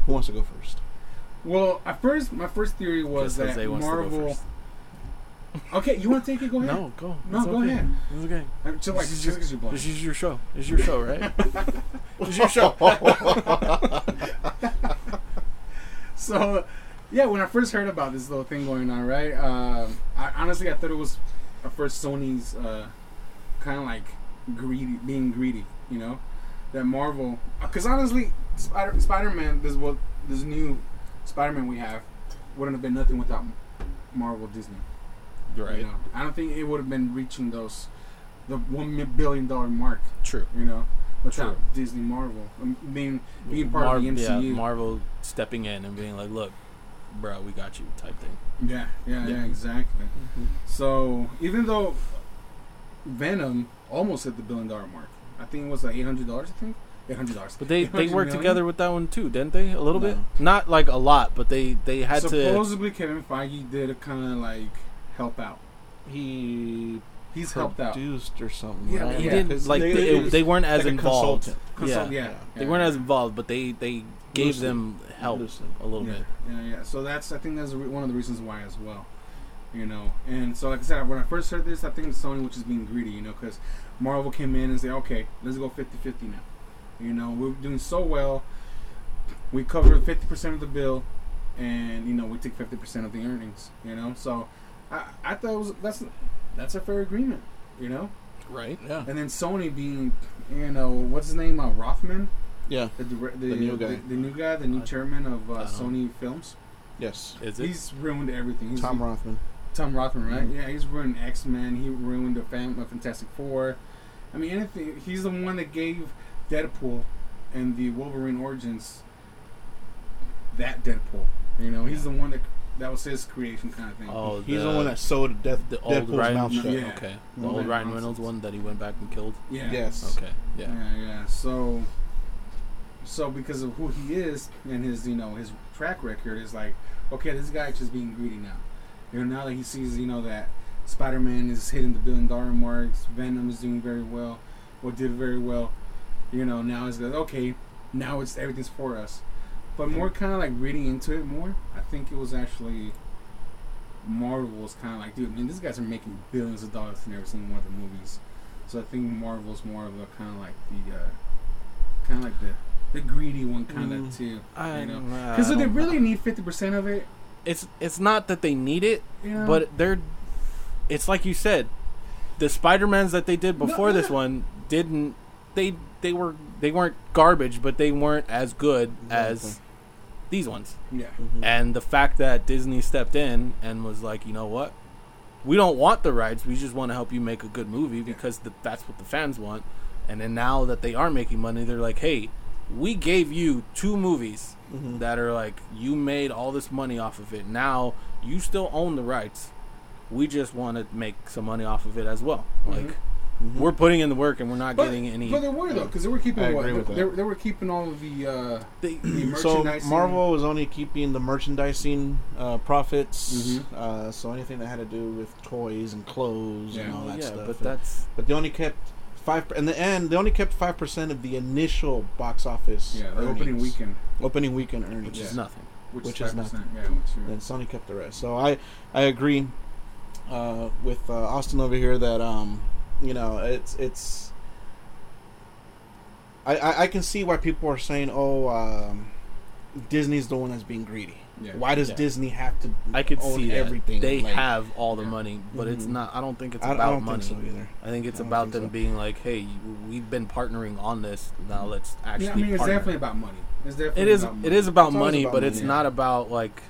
[SPEAKER 2] Who wants to go first?
[SPEAKER 3] well. At first, my first theory was
[SPEAKER 1] Because
[SPEAKER 3] that
[SPEAKER 1] Jose wants to go
[SPEAKER 3] Marvel.
[SPEAKER 1] first.
[SPEAKER 3] Okay, you want to take it? Go ahead.
[SPEAKER 1] No, go.
[SPEAKER 3] No,
[SPEAKER 1] It's
[SPEAKER 3] go
[SPEAKER 1] okay.
[SPEAKER 3] ahead.
[SPEAKER 1] It's okay.
[SPEAKER 3] I- Just like
[SPEAKER 1] This is your-
[SPEAKER 3] just 'cause you
[SPEAKER 1] This
[SPEAKER 3] blush.
[SPEAKER 1] is your show. This is your show, right? this is your show.
[SPEAKER 3] So, yeah, when I first heard about this little thing going on, right? Um, I honestly I thought it was at first Sony's uh, kind of like greedy, being greedy, you know, that Marvel. Because honestly, Spider Spider Man, this what this new Spider Man we have wouldn't have been nothing without Marvel Disney.
[SPEAKER 1] You're
[SPEAKER 3] You
[SPEAKER 1] right.
[SPEAKER 3] know? I don't think it would have been reaching those the one billion dollar mark.
[SPEAKER 1] True.
[SPEAKER 3] You know, without
[SPEAKER 1] True.
[SPEAKER 3] Disney Marvel um, being being part of the
[SPEAKER 1] Mar-
[SPEAKER 3] MCU.
[SPEAKER 1] Yeah, Marvel stepping in and being like, "Look, bro, we got you," type thing.
[SPEAKER 3] Yeah, yeah, yeah,
[SPEAKER 1] Yeah.
[SPEAKER 3] exactly. So even though Venom almost hit the billion dollar mark, I think it was like eight hundred dollars. I think eight hundred dollars.
[SPEAKER 1] But they they worked together with that one too, didn't they? A little bit, not like a lot, but they they had to.
[SPEAKER 3] Supposedly, Kevin Feige did kind of like help out.
[SPEAKER 2] He
[SPEAKER 3] He's helped out.
[SPEAKER 2] produced or something.
[SPEAKER 3] Yeah,
[SPEAKER 2] right?
[SPEAKER 1] He
[SPEAKER 3] yeah.
[SPEAKER 1] didn't
[SPEAKER 2] 'Cause
[SPEAKER 1] like they,
[SPEAKER 2] it
[SPEAKER 1] they,
[SPEAKER 2] was
[SPEAKER 1] weren't as
[SPEAKER 2] like a
[SPEAKER 1] involved.
[SPEAKER 2] consultant.
[SPEAKER 3] Consult-
[SPEAKER 1] yeah.
[SPEAKER 3] yeah,
[SPEAKER 1] they
[SPEAKER 3] yeah.
[SPEAKER 1] weren't as involved, but they they gave
[SPEAKER 2] Loosely.
[SPEAKER 1] them help
[SPEAKER 2] Loosely.
[SPEAKER 1] a little
[SPEAKER 3] yeah,
[SPEAKER 1] bit.
[SPEAKER 3] Yeah, yeah. So that's I think that's re- one of the reasons why as well. You know, and so like I said, when I first heard this, I think it's Sony which is being greedy. You know, because Marvel came in and said, okay, let's go 50-50 now. You know, we're doing so well. We cover fifty percent of the bill, and you know we take fifty percent of the earnings. You know, so I, I thought it was that's that's a fair agreement. You know,
[SPEAKER 1] Right.
[SPEAKER 2] Yeah.
[SPEAKER 3] and then Sony being, you know, what's his name, uh, Rothman,
[SPEAKER 2] Yeah.
[SPEAKER 3] the, dire- the,
[SPEAKER 2] The new guy.
[SPEAKER 3] the, the new guy, the new
[SPEAKER 1] I-
[SPEAKER 3] chairman of
[SPEAKER 1] I
[SPEAKER 3] uh,
[SPEAKER 1] don't-
[SPEAKER 3] Sony Films.
[SPEAKER 2] Yes.
[SPEAKER 1] Is it?
[SPEAKER 3] He's ruined everything. He's,
[SPEAKER 2] Tom Rothman.
[SPEAKER 3] Tom Rothman, right? Yeah, he's ruined X Men. He ruined the fam- uh, Fantastic Four. I mean, anything. He's the one that gave Deadpool and the Wolverine origins that Deadpool. You know, he's the one that that was his creation kind of thing.
[SPEAKER 1] oh,
[SPEAKER 2] He's the one that sewed Death,
[SPEAKER 1] the old
[SPEAKER 2] Deadpool's
[SPEAKER 1] Ryan-
[SPEAKER 2] mouth shut.
[SPEAKER 3] Yeah.
[SPEAKER 1] Okay, the
[SPEAKER 3] Well,
[SPEAKER 1] old
[SPEAKER 3] that
[SPEAKER 1] Ryan
[SPEAKER 3] nonsense.
[SPEAKER 1] Reynolds one that he went back and killed.
[SPEAKER 3] yeah.
[SPEAKER 2] Yes.
[SPEAKER 1] Okay, yeah.
[SPEAKER 3] Yeah, yeah. So, so because of who he is and his, you know, his track record is like, okay, this guy is just being greedy now. You know, now that he sees, you know, that Spider-Man is hitting the billion dollar marks, Venom is doing very well, or did very well. You know, now it's like, okay, now it's everything's for us. But more kind of like reading into it more, I think it was actually Marvel's kind of like, dude, man, these guys are making billions of dollars in every single one of the movies. So I think Marvel's more of a kind of like the, uh, kind of like the, the greedy one kind of
[SPEAKER 1] Mm.
[SPEAKER 3] too.
[SPEAKER 1] Uh, I
[SPEAKER 3] You know.
[SPEAKER 1] know.
[SPEAKER 3] Because they really need fifty percent of it.
[SPEAKER 1] It's it's not that they need it,
[SPEAKER 3] You know?
[SPEAKER 1] but they're. It's like you said, the Spider Mans that they did
[SPEAKER 3] No,
[SPEAKER 1] before this
[SPEAKER 3] yeah.
[SPEAKER 1] one didn't. They they were they weren't garbage, but they weren't as good as these ones.
[SPEAKER 3] yeah,
[SPEAKER 2] Mm-hmm.
[SPEAKER 1] And the fact that Disney stepped in and was like, you know what, we don't want the rights. We just want to help you make a good movie because the, that's what the fans want. And then now that they are making money, they're like, hey, we gave you two movies
[SPEAKER 2] Mhm.
[SPEAKER 1] that are like you made all this money off of it. Now you still own the rights. We just want to make some money off of it as well.
[SPEAKER 2] Mm-hmm.
[SPEAKER 1] Like we're putting in the work and we're not
[SPEAKER 3] but,
[SPEAKER 1] getting any.
[SPEAKER 3] but they were though, because they were
[SPEAKER 2] I
[SPEAKER 3] keeping what
[SPEAKER 2] agree with
[SPEAKER 3] they,
[SPEAKER 2] that.
[SPEAKER 3] they were keeping all of the uh,
[SPEAKER 1] they,
[SPEAKER 3] the
[SPEAKER 2] So
[SPEAKER 3] merchandising.
[SPEAKER 2] Marvel was only keeping the merchandising uh, profits.
[SPEAKER 3] Mhm.
[SPEAKER 2] Uh, so anything that had to do with toys and clothes and
[SPEAKER 3] Yeah.
[SPEAKER 2] all
[SPEAKER 1] Well,
[SPEAKER 2] that
[SPEAKER 1] yeah,
[SPEAKER 2] stuff.
[SPEAKER 1] but
[SPEAKER 2] And-
[SPEAKER 1] that's
[SPEAKER 2] but they only kept five. per- In the end, they only kept five percent of the initial box office.
[SPEAKER 3] yeah, the
[SPEAKER 2] earnings.
[SPEAKER 3] opening weekend,
[SPEAKER 2] Opening weekend earnings.
[SPEAKER 1] which is
[SPEAKER 3] Yeah.
[SPEAKER 1] nothing.
[SPEAKER 3] which,
[SPEAKER 2] Which
[SPEAKER 3] is
[SPEAKER 2] is
[SPEAKER 3] 5%, yeah, which,
[SPEAKER 2] and Sony kept the rest. So I I agree uh, with uh, Austin over here that um you know it's it's I, I, I can see why people are saying, "Oh, um, Disney's the one that's being greedy."
[SPEAKER 3] Yeah.
[SPEAKER 2] Why does
[SPEAKER 1] Yeah.
[SPEAKER 2] Disney have to?
[SPEAKER 1] I could
[SPEAKER 2] own
[SPEAKER 1] see that.
[SPEAKER 2] everything.
[SPEAKER 1] They
[SPEAKER 2] Like,
[SPEAKER 1] have all the money, but it's
[SPEAKER 2] Mhm.
[SPEAKER 1] not. I don't think it's
[SPEAKER 2] I, I
[SPEAKER 1] about
[SPEAKER 2] don't
[SPEAKER 1] money.
[SPEAKER 2] think so either.
[SPEAKER 1] I think it's
[SPEAKER 2] I don't
[SPEAKER 1] about
[SPEAKER 2] think
[SPEAKER 1] them
[SPEAKER 2] so.
[SPEAKER 1] being like, "Hey, we've been partnering on this. Now let's actually."
[SPEAKER 3] yeah, I mean, it's
[SPEAKER 1] partner."
[SPEAKER 3] definitely about money. It's definitely
[SPEAKER 1] It is.
[SPEAKER 3] About
[SPEAKER 1] It
[SPEAKER 3] money.
[SPEAKER 1] is about
[SPEAKER 2] It's always
[SPEAKER 1] money,
[SPEAKER 2] about
[SPEAKER 1] but
[SPEAKER 2] money,
[SPEAKER 1] it's
[SPEAKER 3] yeah.
[SPEAKER 1] not about like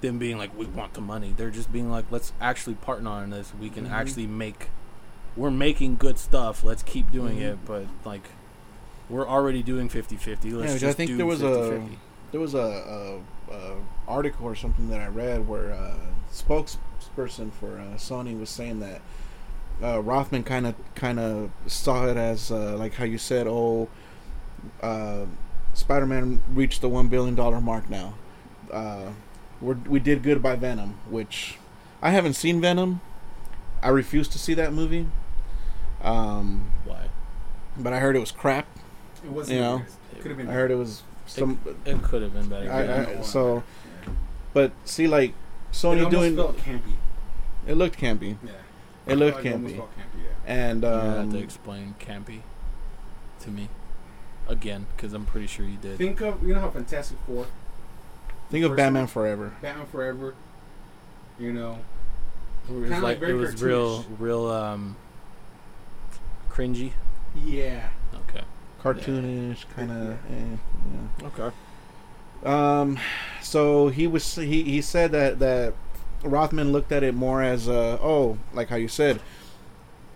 [SPEAKER 1] them being like, "We want the money." They're just being like, "Let's actually partner on this. We can
[SPEAKER 2] Mhm.
[SPEAKER 1] actually make. We're making good stuff. Let's keep doing
[SPEAKER 2] Mhm.
[SPEAKER 1] it." But like, we're already doing 50-50. Let's
[SPEAKER 2] Yeah,
[SPEAKER 1] just
[SPEAKER 2] I think
[SPEAKER 1] do
[SPEAKER 2] there was a-
[SPEAKER 1] 50-50.
[SPEAKER 2] There was a, a, a article or something that I read where uh, spokesperson for uh, Sony was saying that uh, Rothman kind of kind of saw it as uh, like how you said, oh, uh, Spider-Man reached the one billion dollar mark now. Uh, we're, we did good by Venom, which I haven't seen Venom. I refuse to see that movie. Um,
[SPEAKER 1] Why?
[SPEAKER 2] but I heard it was crap.
[SPEAKER 3] It wasn't.
[SPEAKER 2] You know,
[SPEAKER 3] could have been.
[SPEAKER 2] I heard it was some.
[SPEAKER 1] It could have been better.
[SPEAKER 2] I,
[SPEAKER 1] yeah.
[SPEAKER 2] I, so, but see, like
[SPEAKER 3] it
[SPEAKER 2] Sony
[SPEAKER 3] almost
[SPEAKER 2] doing,
[SPEAKER 3] felt campy.
[SPEAKER 2] it looked campy.
[SPEAKER 3] Yeah.
[SPEAKER 2] It looked
[SPEAKER 3] Like, almost
[SPEAKER 2] campy,
[SPEAKER 3] felt campy, yeah.
[SPEAKER 2] and
[SPEAKER 1] You don't have to
[SPEAKER 2] um,
[SPEAKER 1] explain campy to me again because I'm pretty sure you did.
[SPEAKER 3] Think of you know how Fantastic Four,
[SPEAKER 2] think of
[SPEAKER 3] First-
[SPEAKER 2] Batman Forever.
[SPEAKER 3] Batman Forever. You know,
[SPEAKER 1] it was
[SPEAKER 3] kinda like
[SPEAKER 1] like
[SPEAKER 3] very
[SPEAKER 1] it was real,
[SPEAKER 3] cartoonish.
[SPEAKER 1] real um, cringy.
[SPEAKER 3] yeah.
[SPEAKER 1] Okay.
[SPEAKER 2] cartoonish kind of. Eh, yeah.
[SPEAKER 1] Okay.
[SPEAKER 2] Um, so he was he, he said that that Rothman looked at it more as uh oh like how you said,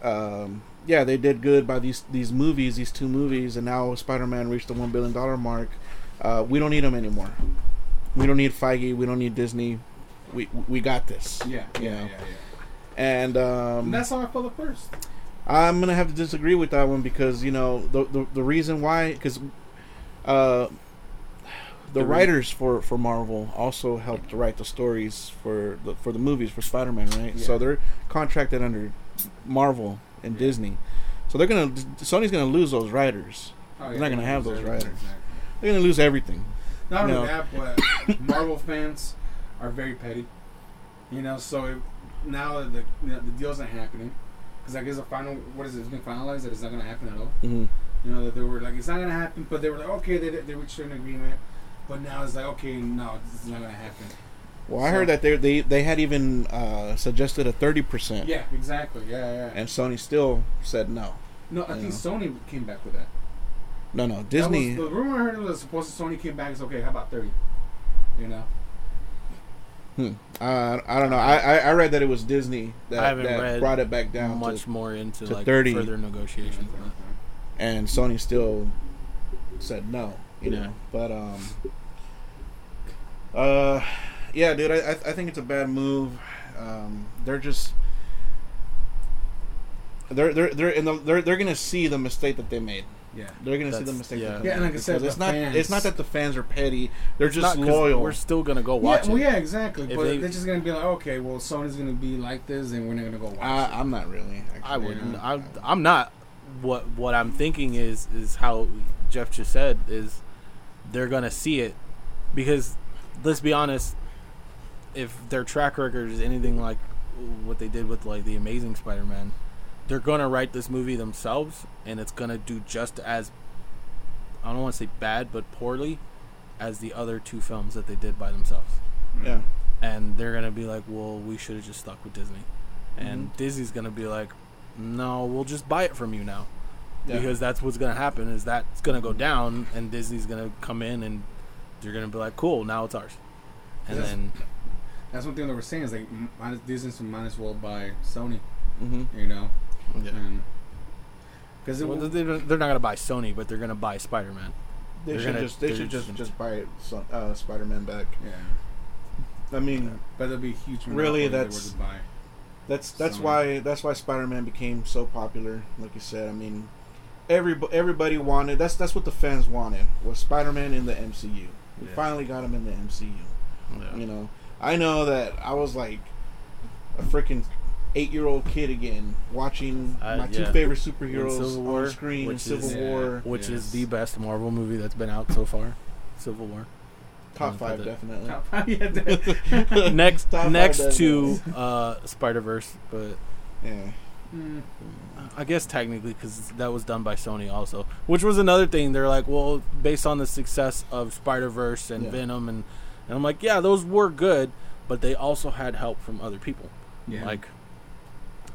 [SPEAKER 2] um yeah they did good by these these movies these two movies and now Spider Man reached the one billion dollar mark, uh we don't need them anymore, we don't need Feige we don't need Disney, we we got this
[SPEAKER 3] Yeah, yeah, yeah,
[SPEAKER 2] Yeah.
[SPEAKER 3] yeah.
[SPEAKER 2] and um
[SPEAKER 3] And that's how I felt at first.
[SPEAKER 2] I'm gonna have to disagree with that one because you know the the, the reason why because uh, the,
[SPEAKER 1] The re-
[SPEAKER 2] writers for, for Marvel also helped write the stories for the for the movies for Spider Man, right?
[SPEAKER 3] Yeah.
[SPEAKER 2] So they're contracted under Marvel and
[SPEAKER 3] Yeah.
[SPEAKER 2] Disney, so they're gonna Sony's gonna lose those writers.
[SPEAKER 3] Oh,
[SPEAKER 2] They're not gonna have those
[SPEAKER 3] exactly,
[SPEAKER 2] writers.
[SPEAKER 3] exactly.
[SPEAKER 2] They're gonna lose everything.
[SPEAKER 3] Not
[SPEAKER 2] No.
[SPEAKER 3] only that, but Marvel fans are very petty. You know, so it, now that the you know, the deal's not happening, because I guess the final what is it? It's been finalized that it's not gonna happen at all.
[SPEAKER 2] Mm-hmm.
[SPEAKER 3] You know that they were like it's not gonna happen, but they were like okay, they they reached an agreement, but now it's like okay, no, this is not gonna happen.
[SPEAKER 2] Well, I
[SPEAKER 3] So-
[SPEAKER 2] heard that they they they had even uh, suggested a thirty percent,
[SPEAKER 3] Yeah, exactly. Yeah, yeah.
[SPEAKER 2] and Sony still said no,
[SPEAKER 3] no, I
[SPEAKER 2] Yeah.
[SPEAKER 3] think Sony came back with that.
[SPEAKER 2] no, no.
[SPEAKER 3] That was-
[SPEAKER 2] Disney,
[SPEAKER 3] the rumor I heard was supposed to Sony came back. It's okay. How about thirty? You know.
[SPEAKER 2] Uh, I don't know. I, I I read that it was Disney
[SPEAKER 1] I
[SPEAKER 2] that,
[SPEAKER 1] haven't
[SPEAKER 2] that
[SPEAKER 1] read
[SPEAKER 2] brought it back down,
[SPEAKER 1] Much
[SPEAKER 2] to,
[SPEAKER 1] more into
[SPEAKER 2] to
[SPEAKER 1] like
[SPEAKER 2] 30.
[SPEAKER 1] further negotiations. on it.
[SPEAKER 2] and Sony still said no. You
[SPEAKER 1] Yeah.
[SPEAKER 2] know, but um, uh, yeah, dude, I I I think it's a bad move. Um, they're just they're they're they're in the, they're they're gonna see the mistake that they made.
[SPEAKER 3] Yeah.
[SPEAKER 2] They're gonna see the
[SPEAKER 1] That's-
[SPEAKER 2] mistake.
[SPEAKER 1] yeah.
[SPEAKER 2] That they
[SPEAKER 3] Yeah, and
[SPEAKER 2] made
[SPEAKER 3] like I said,
[SPEAKER 2] because it's
[SPEAKER 3] the
[SPEAKER 2] not
[SPEAKER 3] fans-
[SPEAKER 2] it's not that the fans are petty. They're
[SPEAKER 1] It's
[SPEAKER 2] just
[SPEAKER 1] not 'cause
[SPEAKER 2] loyal.
[SPEAKER 1] We're still gonna go watch
[SPEAKER 3] yeah, well,
[SPEAKER 1] it.
[SPEAKER 3] yeah, exactly.
[SPEAKER 1] If
[SPEAKER 3] but
[SPEAKER 1] they-
[SPEAKER 3] they're just gonna be like, okay, well, Sony's gonna be like this, and we're not gonna go watch.
[SPEAKER 1] Ah,
[SPEAKER 2] I, I'm not really. Actually.
[SPEAKER 1] I wouldn't.
[SPEAKER 2] Yeah.
[SPEAKER 1] I, I'm not. What What I'm thinking is is how Jeff just said is they're gonna see it because let's be honest, if their track record is anything like what they did with like the Amazing Spider-Man, they're gonna write this movie themselves, and it's gonna do just as I don't want to say bad, but poorly as the other two films that they did by themselves
[SPEAKER 3] it.
[SPEAKER 2] Yeah.
[SPEAKER 1] and they're gonna be like, "Well, we should have just stuck with Disney," and Disney's gonna be like, "No, we'll just buy it from you now,"
[SPEAKER 2] Yeah.
[SPEAKER 1] because that's what's gonna happen. Is that's gonna go down, and Disney's gonna come in, and they're gonna be like, "Cool, now it's ours," and
[SPEAKER 3] Yes.
[SPEAKER 1] then
[SPEAKER 3] That's one thing that we're saying is like, m- minus, Disney might as well buy Sony.
[SPEAKER 2] Mhm.
[SPEAKER 3] You know.
[SPEAKER 1] yeah.
[SPEAKER 3] Because it
[SPEAKER 1] Well,
[SPEAKER 3] was
[SPEAKER 1] they- they're they're not gonna buy Sony, but they're gonna buy Spider Man.
[SPEAKER 2] They
[SPEAKER 1] They're
[SPEAKER 2] should
[SPEAKER 1] gonna-
[SPEAKER 2] just they
[SPEAKER 1] they're
[SPEAKER 2] should
[SPEAKER 1] just gonna-
[SPEAKER 2] just just buy it, so- uh, Spider-Man back.
[SPEAKER 3] yeah,
[SPEAKER 2] I mean,
[SPEAKER 3] but that'd be a huge.
[SPEAKER 2] Really,
[SPEAKER 3] monopoly if they
[SPEAKER 2] that's-
[SPEAKER 3] were to buy.
[SPEAKER 2] that's that's
[SPEAKER 3] Sony.
[SPEAKER 2] why that's why Spider-Man became so popular. Like you said, I mean, every everybody wanted that's that's what the fans wanted was Spider-Man in the MCU. We
[SPEAKER 3] Yeah.
[SPEAKER 2] finally got him in the MCU. You know, I know that I was like a freaking eight-year-old kid again watching
[SPEAKER 1] Uh,
[SPEAKER 2] my two
[SPEAKER 1] yeah.
[SPEAKER 2] favorite
[SPEAKER 1] In
[SPEAKER 2] superheroes
[SPEAKER 1] Civil War,
[SPEAKER 2] on screen in
[SPEAKER 1] which
[SPEAKER 2] Civil
[SPEAKER 1] is-
[SPEAKER 2] War.
[SPEAKER 1] Which
[SPEAKER 3] Yes.
[SPEAKER 1] is the best Marvel movie that's been out so far, Civil War.
[SPEAKER 2] Top
[SPEAKER 1] Yeah,
[SPEAKER 2] five,
[SPEAKER 1] but-
[SPEAKER 2] definitely.
[SPEAKER 3] yeah, that-
[SPEAKER 1] Next,
[SPEAKER 2] Top five
[SPEAKER 1] next
[SPEAKER 2] definitely.
[SPEAKER 1] to uh, Spider Verse, but
[SPEAKER 2] Yeah.
[SPEAKER 3] Mm.
[SPEAKER 1] I guess technically, because that was done by Sony also, which was another thing. They're like, well, based on the success of Spider Verse and
[SPEAKER 2] Yeah.
[SPEAKER 1] Venom, and and I'm like, yeah, those were good, but they also had help from other people.
[SPEAKER 3] Yeah.
[SPEAKER 1] Like,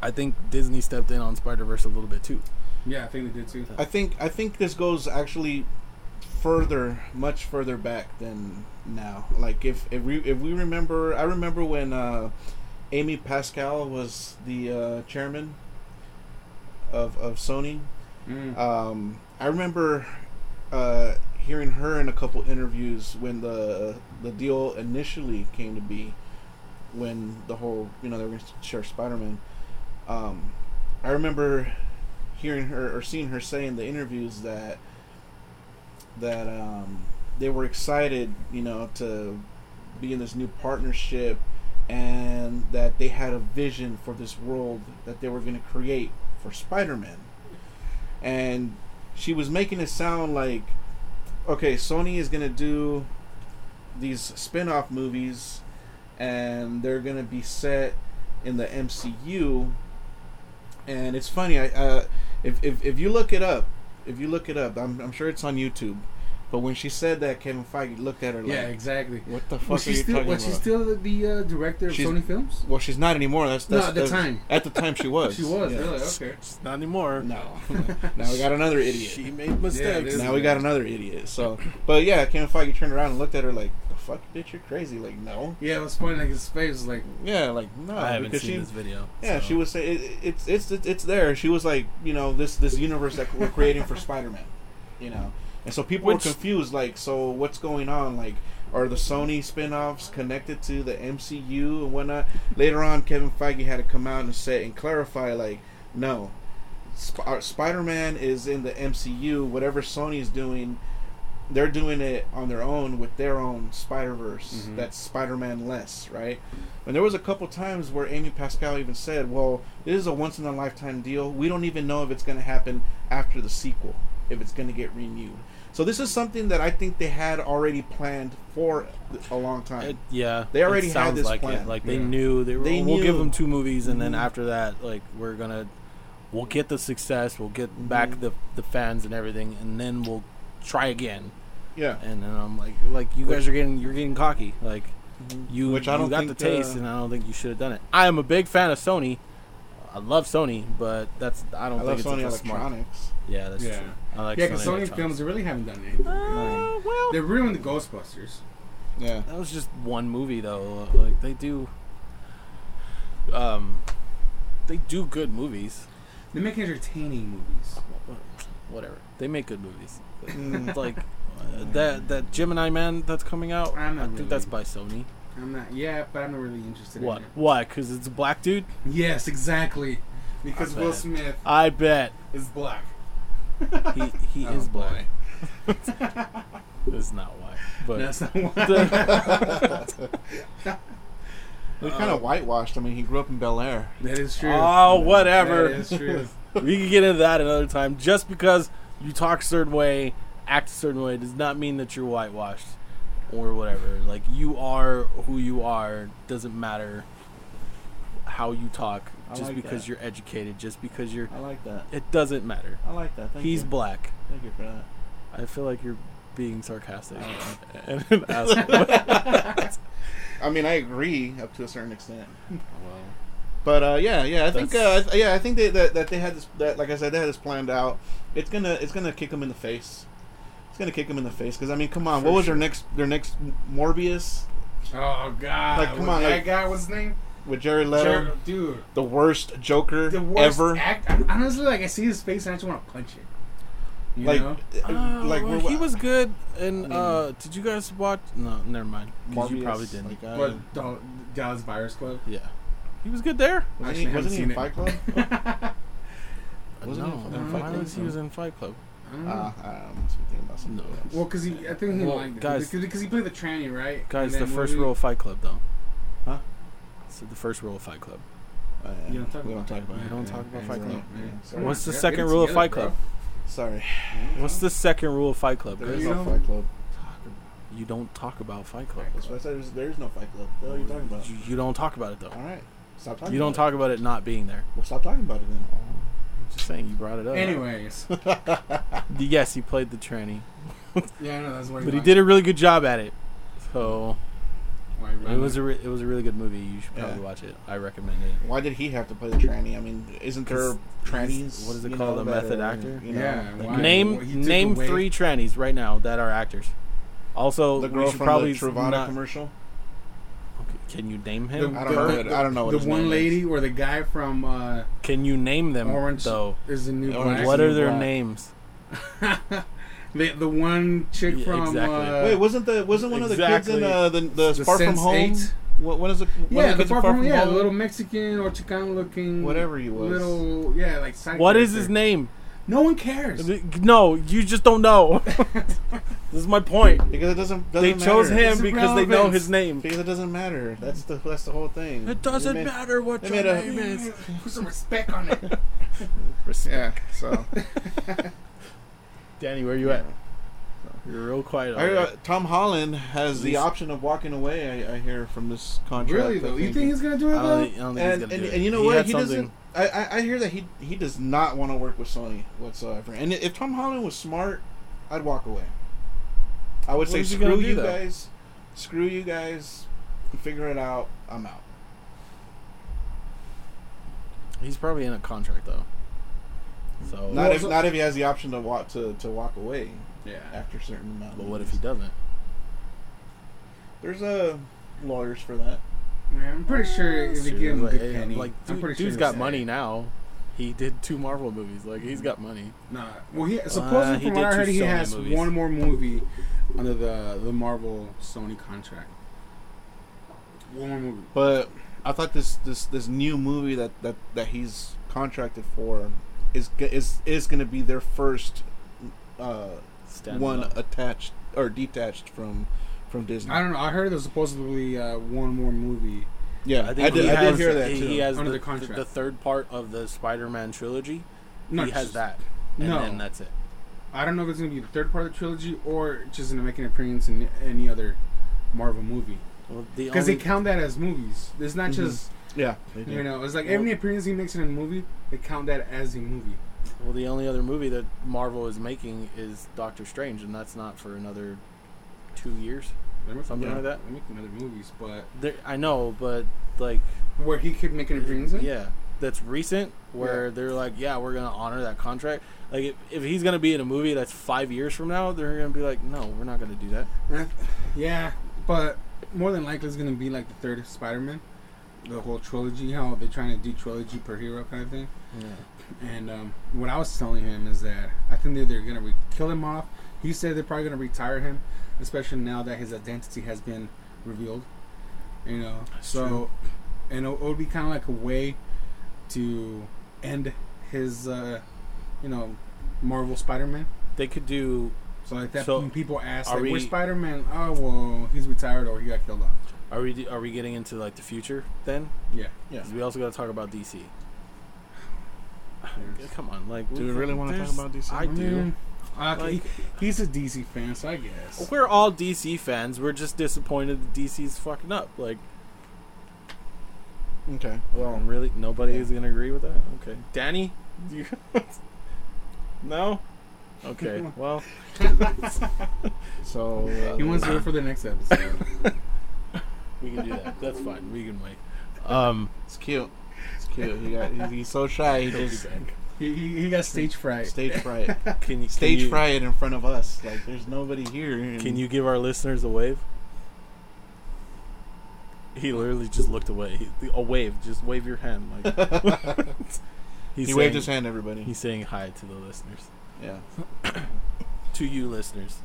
[SPEAKER 1] I think Disney stepped in on Spider Verse a little bit too.
[SPEAKER 3] yeah, I think they did too.
[SPEAKER 2] I think I think this goes actually further, much further back than now. Like if if we if we remember, I remember when uh, Amy Pascal was the uh, chairman of of Sony.
[SPEAKER 3] Mm.
[SPEAKER 2] Um, I remember uh, hearing her in a couple interviews when the the deal initially came to be, when the whole you know they were going to share Spider Man. Um, I remember hearing her or seeing her say in the interviews that that um, they were excited, you know, to be in this new partnership. And that they had a vision for this world that they were going to create for Spider-Man and she was making it sound like okay sony is going to do these spin-off movies and they're going to be set in the mcu and it's funny i uh, if, if, if you look it up if you look it up I'm, I'm sure it's on youtube but when she said that kevin feige looked at her like
[SPEAKER 3] yeah, exactly.
[SPEAKER 2] what the fuck
[SPEAKER 3] Was
[SPEAKER 2] are
[SPEAKER 3] she
[SPEAKER 2] you
[SPEAKER 3] still
[SPEAKER 2] talking about
[SPEAKER 3] was she still the, the uh, director of
[SPEAKER 2] She's-
[SPEAKER 3] Sony Films?
[SPEAKER 2] well she's not anymore that's,
[SPEAKER 3] No,
[SPEAKER 2] that's
[SPEAKER 3] at the
[SPEAKER 2] that's-
[SPEAKER 3] time.
[SPEAKER 2] at the time she was
[SPEAKER 3] She was
[SPEAKER 2] Yeah.
[SPEAKER 3] really okay.
[SPEAKER 1] It's not anymore.
[SPEAKER 2] no now we got another idiot
[SPEAKER 1] She made mistakes.
[SPEAKER 3] dude.
[SPEAKER 2] Now we got another idiot. So, but yeah, Kevin Feige turned around and looked at her like, "The fuck, bitch, you're crazy." Like, no.
[SPEAKER 3] Yeah, it was funny. Like his face was like,
[SPEAKER 2] Yeah, like no.
[SPEAKER 1] I haven't
[SPEAKER 2] because
[SPEAKER 1] seen
[SPEAKER 2] she,
[SPEAKER 1] this video.
[SPEAKER 2] Yeah,
[SPEAKER 1] so-
[SPEAKER 2] she was saying it, it's it's it's there. She was like, you know, this this universe that we're creating for Spider-Man, you know, and so people
[SPEAKER 1] Which-
[SPEAKER 2] were confused. Like, so what's going on? Like, are the Sony spin-offs connected to the MCU and whatnot? Later on, Kevin Feige had to come out and say and clarify, like, no, Sp- uh, Spider-Man is in the MCU. Whatever Sony's doing. They're doing it on their own with their own Spider Verse.
[SPEAKER 1] Mm-hmm.
[SPEAKER 4] Mhm.
[SPEAKER 2] That's Spider-Man less, right? And there was a couple times where Amy Pascal even said, "Well, this is a once in a lifetime deal. We don't even know if it's going to happen after the sequel, if it's going to get renewed." So this is something that I think they had already planned for a long time.
[SPEAKER 1] It- yeah,
[SPEAKER 2] They
[SPEAKER 1] it
[SPEAKER 2] already had
[SPEAKER 1] sounds
[SPEAKER 2] this
[SPEAKER 1] like
[SPEAKER 2] plan.
[SPEAKER 1] It. Like they
[SPEAKER 3] Yeah.
[SPEAKER 1] knew they, were,
[SPEAKER 2] They
[SPEAKER 1] we'll give
[SPEAKER 2] knew.
[SPEAKER 1] them two movies, and then
[SPEAKER 2] Mhm.
[SPEAKER 1] after that, like we're gonna, we'll get the success, we'll get back
[SPEAKER 2] Mhm.
[SPEAKER 1] the the fans and everything, and then we'll try again.
[SPEAKER 2] yeah,
[SPEAKER 1] And then I'm like, like you guys are getting you're getting cocky, like you
[SPEAKER 2] Which I
[SPEAKER 1] you
[SPEAKER 2] don't
[SPEAKER 1] got the
[SPEAKER 2] think,
[SPEAKER 1] taste,
[SPEAKER 2] uh,
[SPEAKER 1] and I don't think you should have done it. I am a big fan of Sony. I love Sony, but that's I don't
[SPEAKER 2] I
[SPEAKER 1] think
[SPEAKER 2] love
[SPEAKER 1] it's
[SPEAKER 2] Sony
[SPEAKER 1] a smart.
[SPEAKER 2] Electronics.
[SPEAKER 1] Yeah, that's
[SPEAKER 3] Yeah.
[SPEAKER 1] true. I like
[SPEAKER 3] yeah, because Sony
[SPEAKER 1] Electronics.
[SPEAKER 3] Films they really haven't done anything.
[SPEAKER 1] Uh, well,
[SPEAKER 3] They ruined the Ghostbusters.
[SPEAKER 2] Yeah,
[SPEAKER 1] That was just one movie though. Like they do um they do good movies.
[SPEAKER 3] They make entertaining movies.
[SPEAKER 1] Whatever. They make good movies.
[SPEAKER 2] Mm.
[SPEAKER 1] It's like uh, that that Gemini Man that's coming out.
[SPEAKER 3] I'm
[SPEAKER 1] I
[SPEAKER 3] not
[SPEAKER 1] think
[SPEAKER 3] really-
[SPEAKER 1] that's by Sony.
[SPEAKER 3] I'm not. Yeah, but I'm not really interested.
[SPEAKER 1] What?
[SPEAKER 3] in it.
[SPEAKER 1] Why? Cuz it's a black dude?
[SPEAKER 3] Yes, exactly. Because
[SPEAKER 1] I
[SPEAKER 3] Will
[SPEAKER 1] bet.
[SPEAKER 3] Smith
[SPEAKER 1] I bet
[SPEAKER 3] is black.
[SPEAKER 1] he he
[SPEAKER 3] Oh,
[SPEAKER 1] is
[SPEAKER 3] boy.
[SPEAKER 1] black. That's not why. But
[SPEAKER 3] That's not why.
[SPEAKER 2] they're kind of whitewashed. I mean, he grew up in Bel Air.
[SPEAKER 3] that is true.
[SPEAKER 2] Ah,
[SPEAKER 1] Oh, whatever.
[SPEAKER 3] That is true.
[SPEAKER 1] we can get into that another time. Just because you talk a certain way, act a certain way, does not mean that you're whitewashed or whatever. Like you are who you are. Doesn't matter how you talk.
[SPEAKER 2] I
[SPEAKER 1] Just
[SPEAKER 2] like
[SPEAKER 1] because
[SPEAKER 2] that.
[SPEAKER 1] you're educated. Just because you're.
[SPEAKER 2] I like that.
[SPEAKER 1] It doesn't matter.
[SPEAKER 2] I like that. Thank
[SPEAKER 1] He's
[SPEAKER 2] you.
[SPEAKER 1] black.
[SPEAKER 2] Thank you for that. Oh.
[SPEAKER 1] I feel like you're being sarcastic and an asshole.
[SPEAKER 2] I mean, I agree up to a certain extent.
[SPEAKER 3] Oh,
[SPEAKER 2] But uh, yeah, yeah, I think uh, I- yeah, I think they, that that they had this that like I said they had this planned out. It's gonna it's gonna kick them in the face. It's gonna kick them in the face because I mean, come on,
[SPEAKER 3] For
[SPEAKER 2] what was
[SPEAKER 3] sure.
[SPEAKER 2] their next their next Morbius
[SPEAKER 3] Oh God!
[SPEAKER 2] Like, come
[SPEAKER 3] Was
[SPEAKER 2] on,
[SPEAKER 3] that
[SPEAKER 2] like-
[SPEAKER 3] guy. What's his name?
[SPEAKER 2] with Jared Leto,
[SPEAKER 3] Jared- dude,
[SPEAKER 2] the worst Joker
[SPEAKER 3] the worst
[SPEAKER 2] ever.
[SPEAKER 3] act. I- honestly, like I see his face and I just want to punch it. You
[SPEAKER 2] like,
[SPEAKER 3] know?
[SPEAKER 2] uh, like
[SPEAKER 1] Oh, well,
[SPEAKER 2] we're-
[SPEAKER 1] he was good. And
[SPEAKER 2] mean-
[SPEAKER 1] uh, did you guys watch? No, never mind. 'cause you
[SPEAKER 2] Morbius,
[SPEAKER 1] probably didn't.
[SPEAKER 2] like, uh, I-
[SPEAKER 3] but Dal- Dallas Buyers Club.
[SPEAKER 1] yeah, he was good there.
[SPEAKER 2] wasn't
[SPEAKER 3] actually
[SPEAKER 2] he,
[SPEAKER 3] haven't
[SPEAKER 2] wasn't he in
[SPEAKER 3] seen it.
[SPEAKER 2] Fight Club? Wasn't
[SPEAKER 1] no,
[SPEAKER 2] he in fucking
[SPEAKER 1] why
[SPEAKER 2] Fight Club?
[SPEAKER 1] was he was in Fight Club?
[SPEAKER 3] I don't know.
[SPEAKER 2] Ah, I don't know, I must be thinking about something
[SPEAKER 1] No.
[SPEAKER 2] else.
[SPEAKER 3] well, because he, I think he
[SPEAKER 1] Well,
[SPEAKER 3] liked it.
[SPEAKER 1] guys-
[SPEAKER 3] because, because he played the tranny, right?
[SPEAKER 1] Guys,
[SPEAKER 3] And
[SPEAKER 1] the
[SPEAKER 3] then
[SPEAKER 1] first
[SPEAKER 3] we-
[SPEAKER 1] rule of Fight Club, though.
[SPEAKER 2] Huh?
[SPEAKER 1] So the first rule of Fight Club.
[SPEAKER 2] Oh, yeah.
[SPEAKER 3] You don't talk
[SPEAKER 2] we don't
[SPEAKER 3] about
[SPEAKER 2] talk
[SPEAKER 3] it.
[SPEAKER 2] about
[SPEAKER 1] We
[SPEAKER 2] it.
[SPEAKER 1] don't
[SPEAKER 2] Yeah,
[SPEAKER 1] talk about
[SPEAKER 2] yeah,
[SPEAKER 1] Fight
[SPEAKER 2] yeah,
[SPEAKER 1] Club.
[SPEAKER 2] yeah,
[SPEAKER 3] Yeah.
[SPEAKER 2] sorry.
[SPEAKER 1] What's the
[SPEAKER 3] Get it
[SPEAKER 1] second rule of
[SPEAKER 3] together,
[SPEAKER 1] Fight Club?
[SPEAKER 2] Sorry,
[SPEAKER 1] What's the second rule of Fight Club?
[SPEAKER 2] there
[SPEAKER 1] guys?
[SPEAKER 2] is
[SPEAKER 3] You
[SPEAKER 2] no
[SPEAKER 3] know-
[SPEAKER 2] Fight Club.
[SPEAKER 1] You don't talk about Fight Club.
[SPEAKER 3] Fight
[SPEAKER 2] That's why I said there's, there is no Fight Club. What are you talking about?
[SPEAKER 1] You, you don't talk about it though.
[SPEAKER 2] All right. Stop talking.
[SPEAKER 1] You don't
[SPEAKER 2] about
[SPEAKER 1] talk about it not being there.
[SPEAKER 2] It. Well, stop talking about it then.
[SPEAKER 1] I'm just saying you brought it up.
[SPEAKER 3] Anyways,
[SPEAKER 1] Yes, he played the tranny,
[SPEAKER 3] yeah, I know that's why.
[SPEAKER 1] but he did a really good job at it. So
[SPEAKER 3] Why he
[SPEAKER 1] it
[SPEAKER 3] brought
[SPEAKER 1] was a re- it was a really good movie. You should probably
[SPEAKER 2] Yeah.
[SPEAKER 1] watch it. I recommend it.
[SPEAKER 2] Why did he have to play the tranny? I mean, isn't there
[SPEAKER 1] 'Cause
[SPEAKER 2] trannies?
[SPEAKER 1] what is it
[SPEAKER 2] you
[SPEAKER 1] called,
[SPEAKER 2] know,
[SPEAKER 1] a
[SPEAKER 2] that
[SPEAKER 1] method
[SPEAKER 2] are,
[SPEAKER 1] actor?
[SPEAKER 2] You know,
[SPEAKER 3] Yeah,
[SPEAKER 2] like
[SPEAKER 3] why-
[SPEAKER 2] the-
[SPEAKER 3] well, he
[SPEAKER 1] Name
[SPEAKER 3] took
[SPEAKER 1] name
[SPEAKER 3] away-
[SPEAKER 1] three trannies right now that are actors. Also,
[SPEAKER 2] the
[SPEAKER 1] we
[SPEAKER 2] girl
[SPEAKER 1] should
[SPEAKER 2] from
[SPEAKER 1] probably
[SPEAKER 2] the Travada
[SPEAKER 1] not-
[SPEAKER 2] commercial.
[SPEAKER 1] Okay, Can you name
[SPEAKER 3] The-
[SPEAKER 1] him?
[SPEAKER 2] I don't know.
[SPEAKER 3] the-
[SPEAKER 2] what- I don't know. What
[SPEAKER 3] the
[SPEAKER 2] his
[SPEAKER 3] one
[SPEAKER 2] name
[SPEAKER 3] lady
[SPEAKER 2] Is.
[SPEAKER 3] or the guy from uh,
[SPEAKER 1] Can you name them
[SPEAKER 3] Orange
[SPEAKER 1] though?
[SPEAKER 3] is the new
[SPEAKER 2] Orange
[SPEAKER 3] black.
[SPEAKER 1] What are
[SPEAKER 2] New
[SPEAKER 1] their
[SPEAKER 2] Black.
[SPEAKER 1] names?
[SPEAKER 3] the the one chick
[SPEAKER 1] Yeah,
[SPEAKER 3] from
[SPEAKER 1] exactly.
[SPEAKER 3] uh,
[SPEAKER 2] Wait, wasn't the wasn't one of the kids in
[SPEAKER 1] Exactly.
[SPEAKER 2] uh, the the,
[SPEAKER 3] The
[SPEAKER 2] Far From
[SPEAKER 3] Sense
[SPEAKER 2] Home?
[SPEAKER 3] Eight?
[SPEAKER 2] What, what is the one
[SPEAKER 3] yeah,
[SPEAKER 2] of the
[SPEAKER 3] the
[SPEAKER 2] kids in
[SPEAKER 3] far from, yeah,
[SPEAKER 2] Home?
[SPEAKER 3] the little Mexican or Chicano looking
[SPEAKER 2] Whatever he was.
[SPEAKER 3] little yeah like side
[SPEAKER 1] What is his
[SPEAKER 3] character.
[SPEAKER 1] name?
[SPEAKER 3] No one cares.
[SPEAKER 1] No, you just don't know. this is my point.
[SPEAKER 2] because it doesn't, doesn't
[SPEAKER 1] They chose
[SPEAKER 2] matter.
[SPEAKER 1] him
[SPEAKER 3] It's
[SPEAKER 1] because they know
[SPEAKER 3] irrelevant.
[SPEAKER 1] his name.
[SPEAKER 2] because it doesn't matter. That's the that's the whole thing.
[SPEAKER 1] It doesn't
[SPEAKER 2] They made-
[SPEAKER 1] matter what
[SPEAKER 2] they
[SPEAKER 1] your
[SPEAKER 2] made a-
[SPEAKER 1] name is.
[SPEAKER 3] Put some respect on it.
[SPEAKER 2] Yeah, so
[SPEAKER 1] Danny, where you at? You're real quiet.
[SPEAKER 2] I
[SPEAKER 1] over
[SPEAKER 2] heard,
[SPEAKER 1] there.
[SPEAKER 2] uh, Tom Holland has the
[SPEAKER 1] He's-
[SPEAKER 2] option of walking away. I, I hear from this contract.
[SPEAKER 3] really
[SPEAKER 2] I
[SPEAKER 3] though, you think he's gonna do it
[SPEAKER 1] I don't
[SPEAKER 3] though?
[SPEAKER 1] think, I don't think he's
[SPEAKER 2] and,
[SPEAKER 1] gonna
[SPEAKER 2] and,
[SPEAKER 1] do it.
[SPEAKER 2] and you know
[SPEAKER 1] He
[SPEAKER 2] what?
[SPEAKER 1] had
[SPEAKER 2] He
[SPEAKER 1] something-
[SPEAKER 2] doesn't. I, I, I hear that he he does not want to work with Sony whatsoever. And if Tom Holland was smart, I'd walk away. I would
[SPEAKER 1] What
[SPEAKER 2] say
[SPEAKER 1] is he gonna
[SPEAKER 2] screw
[SPEAKER 1] do,
[SPEAKER 2] you
[SPEAKER 1] though?"
[SPEAKER 2] guys, screw you guys, figure it out. I'm out.
[SPEAKER 1] He's probably in a contract though. So,
[SPEAKER 2] Not
[SPEAKER 3] Well,
[SPEAKER 2] if
[SPEAKER 3] so-
[SPEAKER 2] not if he has the option to walk to, to walk away
[SPEAKER 3] Yeah.
[SPEAKER 2] after a certain amount. of
[SPEAKER 1] but what if
[SPEAKER 2] movies.
[SPEAKER 1] he doesn't?
[SPEAKER 2] There's uh, lawyers for that.
[SPEAKER 3] Yeah, I'm pretty sure if they give him a
[SPEAKER 1] like,
[SPEAKER 3] good penny,
[SPEAKER 1] like
[SPEAKER 3] I'm
[SPEAKER 1] dude,
[SPEAKER 3] pretty
[SPEAKER 1] dude's
[SPEAKER 3] sure
[SPEAKER 1] got
[SPEAKER 3] he'll
[SPEAKER 1] money
[SPEAKER 3] stay.
[SPEAKER 1] now. He did two Marvel movies. Like he's got money.
[SPEAKER 3] Nah. Well, he supposedly
[SPEAKER 1] Uh, he
[SPEAKER 3] from what
[SPEAKER 1] did
[SPEAKER 3] I
[SPEAKER 1] two
[SPEAKER 3] heard, he
[SPEAKER 1] Sony
[SPEAKER 3] has
[SPEAKER 1] movies.
[SPEAKER 3] one more movie under the the Marvel Sony contract. One more movie.
[SPEAKER 2] But I thought this this this new movie that that that he's contracted for is g- is is going to be their first uh,
[SPEAKER 1] Stand
[SPEAKER 2] one
[SPEAKER 1] up.
[SPEAKER 2] attached or detached from from Disney.
[SPEAKER 3] I don't know. I heard there's supposedly uh, one more movie.
[SPEAKER 2] yeah, I,
[SPEAKER 1] I think
[SPEAKER 2] did,
[SPEAKER 1] he
[SPEAKER 2] I
[SPEAKER 1] has,
[SPEAKER 2] did hear that
[SPEAKER 1] he,
[SPEAKER 2] too.
[SPEAKER 1] he has
[SPEAKER 3] Under
[SPEAKER 1] the,
[SPEAKER 3] the contract.
[SPEAKER 1] the third part of the Spider-Man trilogy.
[SPEAKER 3] No,
[SPEAKER 1] he has
[SPEAKER 3] just-
[SPEAKER 1] that, and
[SPEAKER 3] no.
[SPEAKER 1] then that's it.
[SPEAKER 3] I don't know if it's gonna be the third part of the trilogy or just gonna make an appearance in any other Marvel movie
[SPEAKER 1] Well, the
[SPEAKER 3] because
[SPEAKER 1] only- Mm-hmm.
[SPEAKER 3] they count that as movies. It's not
[SPEAKER 2] Mhm.
[SPEAKER 3] just
[SPEAKER 2] yeah, they do.
[SPEAKER 3] you know. It's like every appearance he makes in a movie, they count that as a movie.
[SPEAKER 1] Well, the only other movie that Marvel is making is Doctor Strange, and that's not for another two years.
[SPEAKER 3] They make-
[SPEAKER 1] Something
[SPEAKER 3] yeah,
[SPEAKER 1] like that.
[SPEAKER 3] They make other movies, but
[SPEAKER 1] There, I know, but like,
[SPEAKER 3] where he could make an appearance. In?
[SPEAKER 1] yeah, that's recent. Where
[SPEAKER 3] Yeah.
[SPEAKER 1] they're like, yeah, we're gonna honor that contract. Like, if, if he's gonna be in a movie that's five years from now, they're gonna be like, no, we're not gonna do that.
[SPEAKER 3] Eh, Yeah, but more than likely it's gonna be like the third Spider-Man, the whole trilogy. How they're trying to do trilogy per hero kind of thing. And um, what I was telling him is that I think that they're gonna re- kill him off. He said they're probably gonna retire him, especially now that his identity has been revealed. You know, so
[SPEAKER 1] true.
[SPEAKER 3] and it, it would be kind of like a way to end his, uh, you know, Marvel Spider-Man.
[SPEAKER 1] They could do.
[SPEAKER 3] So like that,
[SPEAKER 1] So,
[SPEAKER 3] when people ask,
[SPEAKER 1] are
[SPEAKER 3] like,
[SPEAKER 1] we-
[SPEAKER 3] "Where's Spider-Man?" Oh, well, he's retired or he got killed off.
[SPEAKER 1] Are we are we getting into like the future then?
[SPEAKER 3] Yeah.
[SPEAKER 1] 'Cause we also gotta talk about DC. Come on, like,
[SPEAKER 2] Do we really wanna talk
[SPEAKER 1] there's-
[SPEAKER 2] about DC?
[SPEAKER 1] I do.
[SPEAKER 3] mean, okay,
[SPEAKER 1] Like-
[SPEAKER 3] Mm, he's a DC fan, so I guess.
[SPEAKER 1] We're all DC fans. We're just disappointed that DC's fucking up. Like,
[SPEAKER 2] Okay,
[SPEAKER 1] well, really, nobody
[SPEAKER 2] Yeah.
[SPEAKER 1] is gonna agree with that. Okay, Danny, you no? Okay, well,
[SPEAKER 2] so uh,
[SPEAKER 3] He wants to wait for the next episode.
[SPEAKER 1] we can do that. That's fine. We can wait. Um,
[SPEAKER 2] it's cute. It's cute. He got, he's, he's so shy. He just
[SPEAKER 3] he, he, he got stage fright.
[SPEAKER 2] stage fright.
[SPEAKER 1] can you can
[SPEAKER 2] Stage
[SPEAKER 1] you,
[SPEAKER 2] fright in front of us. Like there's nobody here. and-
[SPEAKER 1] Can you give our listeners a wave? He literally just looked away. He, a wave. Just wave your hand. Like
[SPEAKER 2] he
[SPEAKER 1] he's saying-
[SPEAKER 2] waved his hand. Everybody.
[SPEAKER 1] He's saying hi to the listeners.
[SPEAKER 2] yeah.
[SPEAKER 1] to you listeners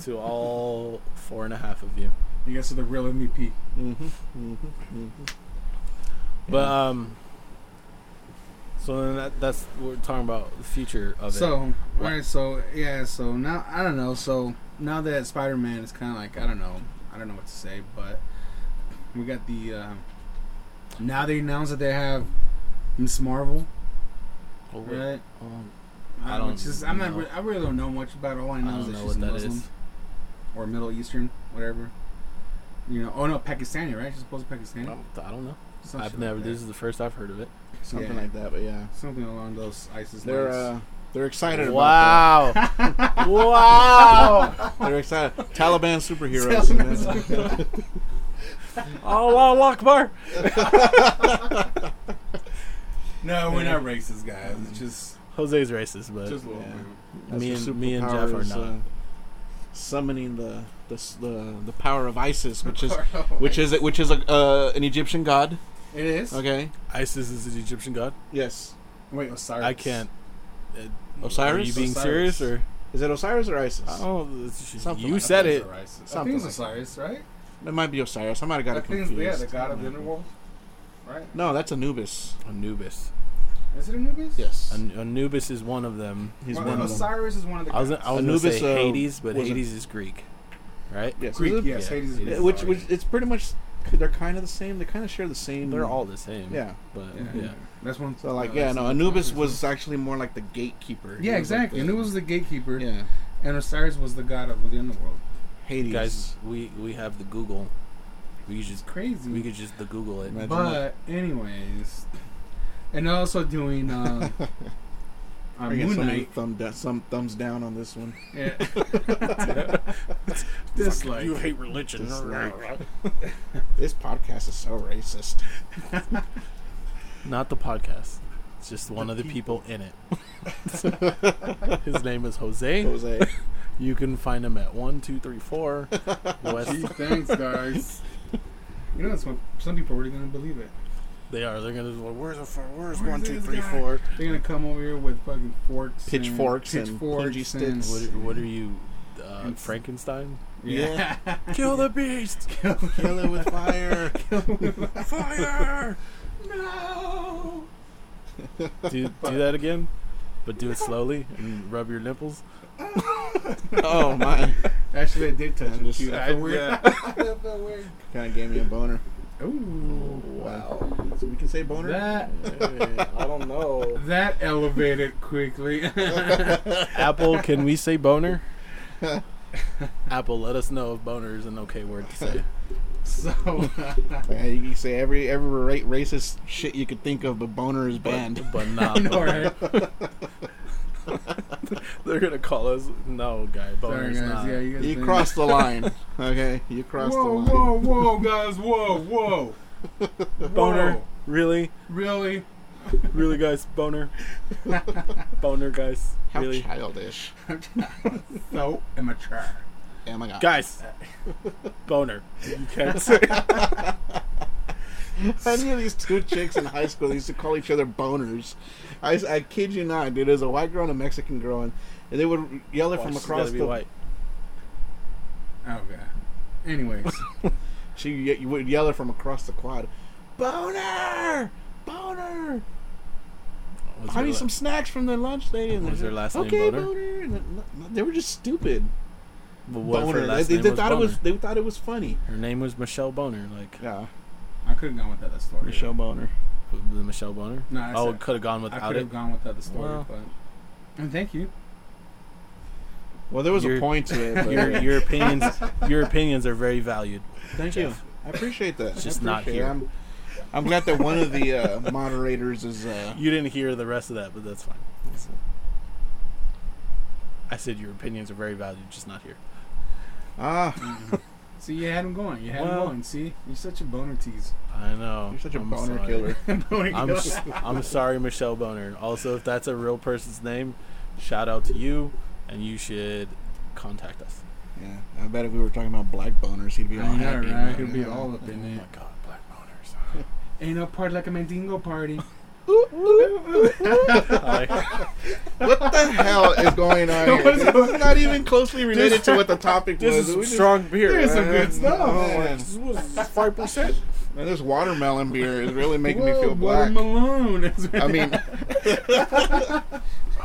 [SPEAKER 1] to all four and a half of you
[SPEAKER 3] You guys are the real MVP.
[SPEAKER 2] Mm-hmm. Mm-hmm.
[SPEAKER 1] but um so then that, that's we're talking about the future of
[SPEAKER 3] So,
[SPEAKER 1] it
[SPEAKER 3] all
[SPEAKER 1] What?
[SPEAKER 3] right, so yeah, so now I don't know. So now that Spider Man is kind of like I don't know, I don't know what to say, but we got the uh, now they announced that they have Miss Marvel,
[SPEAKER 1] Oh, wait.
[SPEAKER 3] right?
[SPEAKER 1] Um,
[SPEAKER 3] I
[SPEAKER 1] I
[SPEAKER 3] don't.
[SPEAKER 1] don't
[SPEAKER 3] Which is, I'm not.
[SPEAKER 1] know.
[SPEAKER 3] Re- I really don't know much about. it. All I
[SPEAKER 1] i
[SPEAKER 3] know
[SPEAKER 1] don't
[SPEAKER 3] is that
[SPEAKER 1] know
[SPEAKER 3] she's
[SPEAKER 1] what that is.
[SPEAKER 3] Muslim or Middle Eastern, whatever. You know. Oh no, Pakistani, right? She's supposed to be
[SPEAKER 1] I
[SPEAKER 3] Pakistani.
[SPEAKER 1] don't- i don't know
[SPEAKER 3] Some
[SPEAKER 1] I've
[SPEAKER 3] shit
[SPEAKER 1] never.
[SPEAKER 3] like that.
[SPEAKER 1] This is the first I've heard of it.
[SPEAKER 2] something
[SPEAKER 3] Yeah.
[SPEAKER 2] like that. But yeah,
[SPEAKER 3] something along those ISIS
[SPEAKER 2] they're
[SPEAKER 3] lines.
[SPEAKER 2] uh, they're excited. About
[SPEAKER 1] Wow! wow!
[SPEAKER 2] that. They're excited. Taliban superheroes.
[SPEAKER 3] Taliban
[SPEAKER 2] man.
[SPEAKER 1] Allah Akbar!
[SPEAKER 3] no, we're not racist, guys. It's just
[SPEAKER 1] Jose's racist, but
[SPEAKER 3] just a little
[SPEAKER 2] yeah.
[SPEAKER 3] bit.
[SPEAKER 2] That's
[SPEAKER 1] me
[SPEAKER 2] your
[SPEAKER 1] and me and Jeff
[SPEAKER 2] superpower
[SPEAKER 1] are
[SPEAKER 2] is,
[SPEAKER 1] not.
[SPEAKER 2] uh, summoning the the, s- the the power of Isis, which is which is which is a uh, an Egyptian god.
[SPEAKER 3] it is
[SPEAKER 2] Okay.
[SPEAKER 1] ISIS is an Egyptian god.
[SPEAKER 2] Yes.
[SPEAKER 3] Wait, Osiris. Mm,
[SPEAKER 1] I can't. uh, Are
[SPEAKER 2] Osiris?
[SPEAKER 1] you being
[SPEAKER 3] Osiris.
[SPEAKER 1] serious or?
[SPEAKER 2] Is it Osiris or Isis?
[SPEAKER 1] I don't. know, it's-
[SPEAKER 2] Something
[SPEAKER 1] you
[SPEAKER 2] like
[SPEAKER 1] said it.
[SPEAKER 3] Osiris. I
[SPEAKER 2] Something
[SPEAKER 3] think it's
[SPEAKER 2] like that.
[SPEAKER 3] Osiris, right?
[SPEAKER 2] It might be Osiris. I might have got
[SPEAKER 3] I
[SPEAKER 2] it
[SPEAKER 3] think,
[SPEAKER 2] confused.
[SPEAKER 3] yeah, the god of
[SPEAKER 2] I
[SPEAKER 3] the
[SPEAKER 2] don't know.
[SPEAKER 3] underworld, right?
[SPEAKER 2] No, that's Anubis.
[SPEAKER 1] Anubis.
[SPEAKER 3] Is it Anubis?
[SPEAKER 2] Yes.
[SPEAKER 1] An- Anubis is one of them.
[SPEAKER 2] He's
[SPEAKER 3] Well,
[SPEAKER 2] one of them.
[SPEAKER 3] Osiris is one of the
[SPEAKER 1] I was,
[SPEAKER 3] gods.
[SPEAKER 1] I was
[SPEAKER 2] Anubis,
[SPEAKER 1] gonna
[SPEAKER 2] uh,
[SPEAKER 1] say Hades, but
[SPEAKER 2] was a-
[SPEAKER 1] Hades is Greek, right?
[SPEAKER 2] Yes.
[SPEAKER 3] Greek,
[SPEAKER 2] is it-
[SPEAKER 3] yes.
[SPEAKER 1] yeah,
[SPEAKER 3] Hades is
[SPEAKER 1] it
[SPEAKER 3] Greek.
[SPEAKER 1] is.
[SPEAKER 2] Which, which it's pretty much they're kind of the same. They kind of share the same.
[SPEAKER 1] They're all the same.
[SPEAKER 2] Yeah.
[SPEAKER 1] But
[SPEAKER 3] Yeah.
[SPEAKER 1] yeah.
[SPEAKER 3] That's one.
[SPEAKER 2] So like
[SPEAKER 3] uh,
[SPEAKER 2] yeah,
[SPEAKER 3] that's
[SPEAKER 2] no.
[SPEAKER 3] the-
[SPEAKER 2] Anubis was actually more like the gatekeeper. He
[SPEAKER 3] Yeah,
[SPEAKER 2] was like
[SPEAKER 3] exactly.
[SPEAKER 2] the-
[SPEAKER 3] Anubis was the gatekeeper,
[SPEAKER 2] Yeah.
[SPEAKER 3] and Osiris was the god of the underworld.
[SPEAKER 2] Hades.
[SPEAKER 1] Guys, we we have the Google. We could just
[SPEAKER 3] Crazy.
[SPEAKER 1] we could just the Google it.
[SPEAKER 2] Imagine
[SPEAKER 3] But anyways, and also doing um, uh,
[SPEAKER 2] I guess
[SPEAKER 3] Moon
[SPEAKER 2] somebody
[SPEAKER 3] Knight.
[SPEAKER 2] thumb da- some thumbs down on this one.
[SPEAKER 3] Yeah. Dislike.
[SPEAKER 1] you hate religion.
[SPEAKER 2] Dislike. This podcast is so racist.
[SPEAKER 1] Not the podcast. It's just one of the people in it. His name is Jose.
[SPEAKER 2] Jose.
[SPEAKER 1] You can find him at one two three four West.
[SPEAKER 3] Gee, thanks, guys. You know, that's what some people are really gonna believe it.
[SPEAKER 1] They are. They're gonna. Where's the f- Where's
[SPEAKER 3] Where's
[SPEAKER 1] one two
[SPEAKER 3] this
[SPEAKER 1] three
[SPEAKER 3] guy?
[SPEAKER 1] four?
[SPEAKER 3] They're gonna come over here with fucking forks, and-
[SPEAKER 2] Pitchforks and
[SPEAKER 3] pitchforks,
[SPEAKER 2] bungee
[SPEAKER 3] and,
[SPEAKER 2] sticks.
[SPEAKER 1] What, are- what are you, uh,
[SPEAKER 3] It's-
[SPEAKER 1] Frankenstein?
[SPEAKER 3] Yeah.
[SPEAKER 1] Kill the beast!
[SPEAKER 2] Kill it with fire.
[SPEAKER 1] Fire!
[SPEAKER 3] no.
[SPEAKER 1] do do that again, but do it slowly and rub your nipples.
[SPEAKER 2] oh my!
[SPEAKER 3] Actually, I did touch
[SPEAKER 2] I'm
[SPEAKER 3] it.
[SPEAKER 2] just-
[SPEAKER 3] too. I felt weird. I felt weird.
[SPEAKER 2] Kind of gave me a boner.
[SPEAKER 3] Ooh.
[SPEAKER 2] Wow. So we can say boner.
[SPEAKER 3] That
[SPEAKER 2] I don't know.
[SPEAKER 3] that elevated quickly.
[SPEAKER 1] Apple, can we say boner? Apple, let us know if boner is an okay word to say.
[SPEAKER 3] so uh,
[SPEAKER 2] Yeah, you can say every every ra- racist shit you could think of, but boner is banned.
[SPEAKER 1] But, but not.
[SPEAKER 3] I know, right?
[SPEAKER 1] They're gonna call us. No, guy,
[SPEAKER 3] Sorry,
[SPEAKER 1] boner
[SPEAKER 3] guys.
[SPEAKER 1] is not.
[SPEAKER 3] Yeah, you guys.
[SPEAKER 2] You
[SPEAKER 3] been-
[SPEAKER 2] crossed the line. Okay, you crossed
[SPEAKER 3] whoa,
[SPEAKER 2] the line.
[SPEAKER 3] whoa, whoa, guys! Whoa, whoa.
[SPEAKER 1] Boner.
[SPEAKER 3] Whoa.
[SPEAKER 1] Really,
[SPEAKER 3] Really?
[SPEAKER 1] really, guys, boner, boner, guys,
[SPEAKER 2] How
[SPEAKER 1] really,
[SPEAKER 2] childish!
[SPEAKER 3] So immature.
[SPEAKER 2] Oh my god!
[SPEAKER 1] guys, boner. You can't say.
[SPEAKER 2] Any of these two chicks in high school used to call each other boners. I, s- I kid you not, dude. There's a white girl and a Mexican girl, and, and they would yell it
[SPEAKER 1] Why
[SPEAKER 2] from
[SPEAKER 1] she's
[SPEAKER 2] across
[SPEAKER 1] gotta be
[SPEAKER 2] the.
[SPEAKER 1] white.
[SPEAKER 3] Oh god. Anyways,
[SPEAKER 2] She ye- you would yell it from across the quad. Boner, boner.
[SPEAKER 1] Was
[SPEAKER 2] Buy
[SPEAKER 1] her
[SPEAKER 2] me
[SPEAKER 1] la-
[SPEAKER 2] some snacks from the lunch lady. And
[SPEAKER 1] Was
[SPEAKER 2] they're
[SPEAKER 1] her last
[SPEAKER 2] like,
[SPEAKER 1] name
[SPEAKER 2] okay,
[SPEAKER 1] Boner?
[SPEAKER 2] boner. And then- no, They were just stupid.
[SPEAKER 1] But what if her
[SPEAKER 2] boner. They,
[SPEAKER 1] last
[SPEAKER 2] they,
[SPEAKER 1] name was
[SPEAKER 2] thought it was.
[SPEAKER 1] Boner?
[SPEAKER 2] They thought it was funny.
[SPEAKER 1] Her name was Michelle Boner, like
[SPEAKER 2] Yeah,
[SPEAKER 3] I could have gone with that other story.
[SPEAKER 2] Boner.
[SPEAKER 1] the Michelle Boner.
[SPEAKER 3] No, I
[SPEAKER 1] oh,
[SPEAKER 3] said-
[SPEAKER 1] could have gone
[SPEAKER 3] I
[SPEAKER 1] without
[SPEAKER 3] could
[SPEAKER 1] it.
[SPEAKER 3] have gone with that other story,
[SPEAKER 1] Well.
[SPEAKER 3] but. And thank you.
[SPEAKER 2] Well, there was a
[SPEAKER 1] Your-
[SPEAKER 2] point to it. But,
[SPEAKER 1] Your,
[SPEAKER 2] yeah.
[SPEAKER 1] your opinions, your opinions are very valued.
[SPEAKER 2] Thank you.
[SPEAKER 1] Jeff.
[SPEAKER 2] I appreciate that.
[SPEAKER 1] It's
[SPEAKER 2] I
[SPEAKER 1] just not
[SPEAKER 2] appreciate it.
[SPEAKER 1] here.
[SPEAKER 2] I'm, I'm glad that one of the uh, moderators is. Uh,
[SPEAKER 1] You didn't hear the rest of that, but that's fine. I said your opinions are very valued, just not here.
[SPEAKER 2] ah,
[SPEAKER 3] See, you had him going. You had
[SPEAKER 1] Well.
[SPEAKER 3] him going. See, you're such a boner tease.
[SPEAKER 1] I know.
[SPEAKER 2] you're such a
[SPEAKER 1] I'm
[SPEAKER 2] boner
[SPEAKER 1] sorry.
[SPEAKER 2] killer.
[SPEAKER 3] boner
[SPEAKER 1] I'm
[SPEAKER 3] killer.
[SPEAKER 1] s- I'm sorry, Michelle Boner. Also, if that's a real person's name, shout out to you, and you should contact us.
[SPEAKER 2] Yeah, I bet if we were talking about black boners, he'd be all
[SPEAKER 3] I know,
[SPEAKER 2] happy.
[SPEAKER 3] right?
[SPEAKER 2] about
[SPEAKER 3] He'd
[SPEAKER 2] it.
[SPEAKER 3] be all up
[SPEAKER 1] Oh
[SPEAKER 3] in
[SPEAKER 1] my
[SPEAKER 3] it.
[SPEAKER 1] God, black boners.
[SPEAKER 3] Ain't no party like a mandingo party.
[SPEAKER 1] I-
[SPEAKER 2] What the hell is going on here?
[SPEAKER 3] What is
[SPEAKER 2] This is not even closely related
[SPEAKER 1] This-
[SPEAKER 2] to what the topic
[SPEAKER 1] this is
[SPEAKER 2] was. We
[SPEAKER 1] some
[SPEAKER 2] just-
[SPEAKER 1] strong beer.
[SPEAKER 3] There's some
[SPEAKER 1] man.
[SPEAKER 3] good stuff.
[SPEAKER 2] Oh, man.
[SPEAKER 1] This was five percent.
[SPEAKER 2] Man, this watermelon beer is really making me
[SPEAKER 3] Whoa,
[SPEAKER 2] feel black.
[SPEAKER 3] Watermelon. It's
[SPEAKER 2] I
[SPEAKER 3] really-
[SPEAKER 2] mean,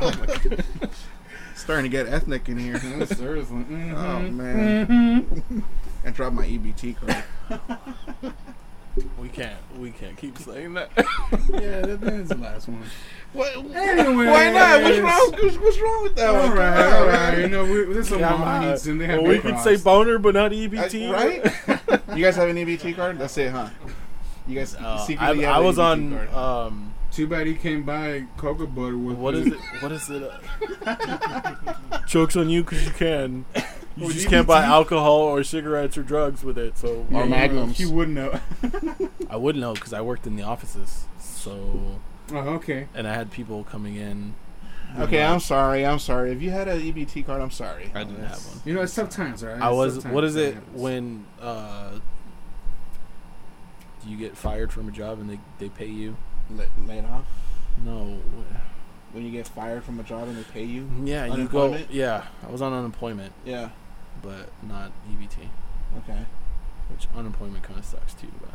[SPEAKER 2] oh, starting to get ethnic in here.
[SPEAKER 3] No, seriously. Mm-hmm.
[SPEAKER 2] Oh man,
[SPEAKER 3] Mhm.
[SPEAKER 2] I dropped my EBT card.
[SPEAKER 1] We can't. We can't keep saying that.
[SPEAKER 3] Yeah, that, that's the last one.
[SPEAKER 2] What?
[SPEAKER 3] Anyways.
[SPEAKER 2] Why not? What's wrong? What's, what's wrong with that
[SPEAKER 3] All
[SPEAKER 2] one? Come
[SPEAKER 3] right,
[SPEAKER 2] on,
[SPEAKER 3] all
[SPEAKER 2] man.
[SPEAKER 3] right. You know, we, there's some
[SPEAKER 1] Yeah,
[SPEAKER 3] mom
[SPEAKER 1] uh,
[SPEAKER 3] needs and they have
[SPEAKER 1] well, we
[SPEAKER 3] been
[SPEAKER 1] could say
[SPEAKER 3] crossed.
[SPEAKER 2] E Uh,
[SPEAKER 1] boner, but not E
[SPEAKER 2] I-
[SPEAKER 1] EBT,
[SPEAKER 2] E right? you guys have an EBT card? That's it, huh? You guys
[SPEAKER 1] Uh,
[SPEAKER 2] secretly
[SPEAKER 1] I,
[SPEAKER 2] have
[SPEAKER 1] I
[SPEAKER 2] a
[SPEAKER 1] was
[SPEAKER 2] YouTube
[SPEAKER 1] on.
[SPEAKER 2] card.
[SPEAKER 1] Um,
[SPEAKER 3] Too bad he came by cocoa butter with
[SPEAKER 1] what is it? What is it? uh, Chokes on you because you can. You
[SPEAKER 2] Oh,
[SPEAKER 3] Or
[SPEAKER 1] just can't buy
[SPEAKER 3] DDT.
[SPEAKER 1] alcohol or cigarettes or drugs with it. So
[SPEAKER 2] Yeah,
[SPEAKER 3] Or
[SPEAKER 2] you
[SPEAKER 1] um,
[SPEAKER 2] know, Magnums.
[SPEAKER 3] He wouldn't know.
[SPEAKER 1] I would know because I worked in the offices. So
[SPEAKER 3] oh, okay.
[SPEAKER 1] and I had people coming in. with
[SPEAKER 2] Okay,
[SPEAKER 1] like-
[SPEAKER 2] I'm sorry. I'm sorry. If you had an EBT card, I'm sorry.
[SPEAKER 1] I didn't have
[SPEAKER 2] That's-
[SPEAKER 1] one.
[SPEAKER 3] You know, it's tough times, right?
[SPEAKER 1] I was. What is it when uh, you get fired from a job and they they pay you?
[SPEAKER 2] Let, laid off
[SPEAKER 1] No.
[SPEAKER 2] when you get fired from a job and they pay you.
[SPEAKER 1] Yeah, you go.
[SPEAKER 2] Unemployment?
[SPEAKER 1] Yeah, I was on unemployment,
[SPEAKER 2] Yeah.
[SPEAKER 1] but not E EBT,
[SPEAKER 2] Okay.
[SPEAKER 1] which unemployment kind of sucks too. But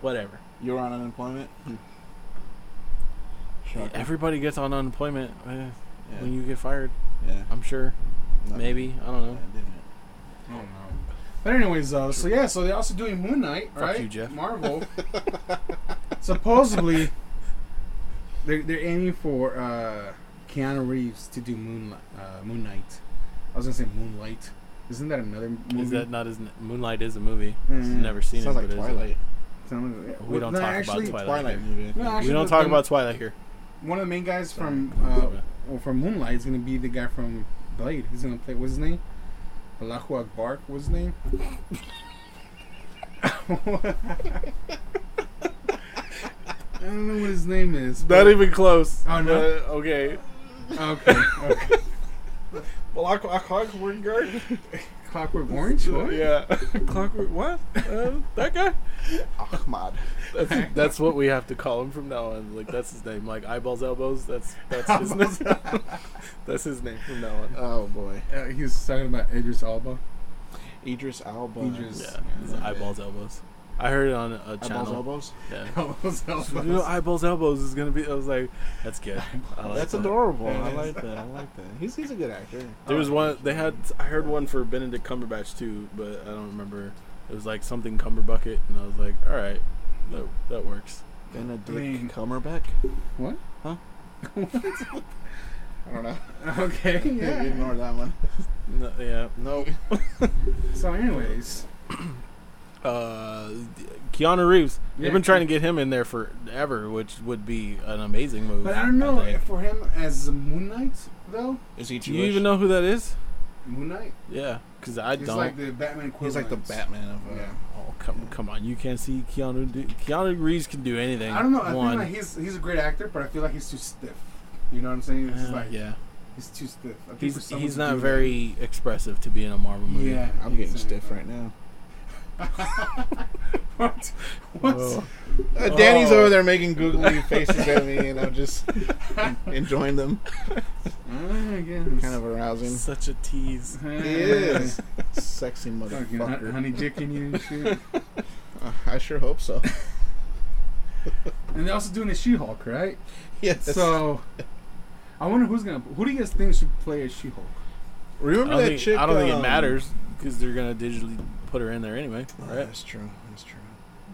[SPEAKER 1] whatever.
[SPEAKER 2] You were on unemployment. Hmm. Shocker.
[SPEAKER 1] Everybody gets on unemployment eh,
[SPEAKER 2] yeah.
[SPEAKER 1] when you get fired.
[SPEAKER 2] yeah.
[SPEAKER 1] I'm sure.
[SPEAKER 2] Nothing.
[SPEAKER 1] Maybe I don't
[SPEAKER 2] Yeah,
[SPEAKER 1] know.
[SPEAKER 2] didn't it?
[SPEAKER 3] I don't know. Oh, But anyways, though, so yeah, so they're also doing Moon Knight,
[SPEAKER 1] Fuck
[SPEAKER 3] right?
[SPEAKER 1] you, Jeff.
[SPEAKER 3] Marvel. Supposedly, they're, they're aiming for uh, Keanu Reeves to do Moon uh, Moon Knight. I was gonna say Moonlight. Isn't that another movie?
[SPEAKER 1] Is that not as Moonlight is a movie?
[SPEAKER 3] Mm.
[SPEAKER 1] Never seen
[SPEAKER 2] Sounds
[SPEAKER 1] it.
[SPEAKER 2] like
[SPEAKER 1] but it is a-
[SPEAKER 2] Twilight.
[SPEAKER 3] Someone- yeah.
[SPEAKER 1] We don't
[SPEAKER 3] No,
[SPEAKER 1] talk
[SPEAKER 3] actually,
[SPEAKER 1] about Twilight.
[SPEAKER 2] Twilight
[SPEAKER 1] here.
[SPEAKER 2] movie.
[SPEAKER 3] No, actually,
[SPEAKER 1] We don't
[SPEAKER 3] the-
[SPEAKER 1] talk
[SPEAKER 3] the-
[SPEAKER 1] about Twilight here.
[SPEAKER 3] One of the main guys
[SPEAKER 1] Sorry.
[SPEAKER 3] from
[SPEAKER 1] That's
[SPEAKER 3] uh,
[SPEAKER 1] okay.
[SPEAKER 3] well, from Moonlight is gonna be the guy from Blade. He's gonna play what's his name? Allahu Akbar. What's his name? I don't know what his name is.
[SPEAKER 1] Not
[SPEAKER 3] but-
[SPEAKER 1] even close.
[SPEAKER 3] Oh, no?
[SPEAKER 1] Uh, okay.
[SPEAKER 3] Okay. okay.
[SPEAKER 1] Well, I, I clockwork guard.
[SPEAKER 3] Clockwork Orange. What?
[SPEAKER 1] Yeah. clockwork. What? Uh, that guy.
[SPEAKER 2] Ahmad.
[SPEAKER 1] That's, that's what we have to call him from now on. Like that's his name. Like eyeballs, elbows. That's that's his name. that's his name from now on.
[SPEAKER 2] Oh boy.
[SPEAKER 3] Uh, he was talking about Idris Elba.
[SPEAKER 2] Idris Alba.
[SPEAKER 3] Idris.
[SPEAKER 1] Yeah. it's eyeballs, elbows. I heard it on a channel.
[SPEAKER 2] Eyeballs, elbows.
[SPEAKER 1] Yeah.
[SPEAKER 3] Elba's
[SPEAKER 1] You know,
[SPEAKER 3] Elba.
[SPEAKER 1] eyeballs, elbows is gonna be. I was like, that's good. I like
[SPEAKER 2] That's
[SPEAKER 1] that.
[SPEAKER 2] adorable.
[SPEAKER 3] There it
[SPEAKER 2] I
[SPEAKER 3] is.
[SPEAKER 2] like that. I like that. He's he's a good actor.
[SPEAKER 1] There was one. They had. I heard one for Benedict Cumberbatch too, but I don't remember. It was like something Cumberbucket, and I was like, all right, that that works.
[SPEAKER 2] Benedict
[SPEAKER 3] I mean-
[SPEAKER 2] Cumberbatch.
[SPEAKER 3] What?
[SPEAKER 2] Huh? I don't know.
[SPEAKER 3] Okay. Yeah.
[SPEAKER 2] Ignore that one.
[SPEAKER 1] No, yeah.
[SPEAKER 2] No.
[SPEAKER 3] So, anyways,
[SPEAKER 1] Uh, Keanu Reeves.
[SPEAKER 3] Yeah.
[SPEAKER 1] They've been trying to get him in there forever, which would be an amazing move.
[SPEAKER 3] but I don't know
[SPEAKER 1] think.
[SPEAKER 3] for him as Moon Knight though.
[SPEAKER 2] Is he
[SPEAKER 1] Do you even know who that is?
[SPEAKER 3] Moon Knight.
[SPEAKER 1] Yeah, because I
[SPEAKER 3] He's
[SPEAKER 1] don't.
[SPEAKER 3] like the Batman.
[SPEAKER 2] He's like the
[SPEAKER 3] equivalent.
[SPEAKER 2] Batman of. Uh,
[SPEAKER 3] Yeah.
[SPEAKER 1] oh come come on! You can't see Keanu. Do- Keanu Reeves can do anything.
[SPEAKER 3] I don't know. I
[SPEAKER 1] One.
[SPEAKER 3] feel like he's he's a great actor, but I feel like he's too stiff. You know what I'm saying? It's
[SPEAKER 1] Uh,
[SPEAKER 3] like
[SPEAKER 1] yeah,
[SPEAKER 3] he's too stiff. I think for
[SPEAKER 1] he's
[SPEAKER 3] someone
[SPEAKER 1] he's
[SPEAKER 3] to
[SPEAKER 1] not
[SPEAKER 3] do
[SPEAKER 1] very expressive to be in a Marvel
[SPEAKER 3] that-
[SPEAKER 1] movie.
[SPEAKER 3] Yeah,
[SPEAKER 2] I'm getting stiff right now.
[SPEAKER 3] what? What?
[SPEAKER 1] Whoa.
[SPEAKER 2] Uh, Danny's
[SPEAKER 1] Oh.
[SPEAKER 2] over there making googly faces at me, and I'm just enjoying them.
[SPEAKER 3] I guess.
[SPEAKER 2] Kind of arousing.
[SPEAKER 1] Such a tease.
[SPEAKER 3] He
[SPEAKER 2] He is sexy
[SPEAKER 3] Fucking hon-
[SPEAKER 2] motherfucker.
[SPEAKER 3] honey dicking you and shit.
[SPEAKER 2] Uh, I sure hope so.
[SPEAKER 3] and they're also doing a She-Hulk, right?
[SPEAKER 2] Yes.
[SPEAKER 3] So, I wonder who's gonna. Who do you guys think should play as She-Hulk?
[SPEAKER 1] I
[SPEAKER 2] remember
[SPEAKER 1] don't,
[SPEAKER 2] that
[SPEAKER 1] think,
[SPEAKER 2] chick?
[SPEAKER 1] I don't think it
[SPEAKER 2] um,
[SPEAKER 1] matters because they're gonna digitally put her in there anyway,
[SPEAKER 2] Oh,
[SPEAKER 1] right?
[SPEAKER 2] That's true. That's true.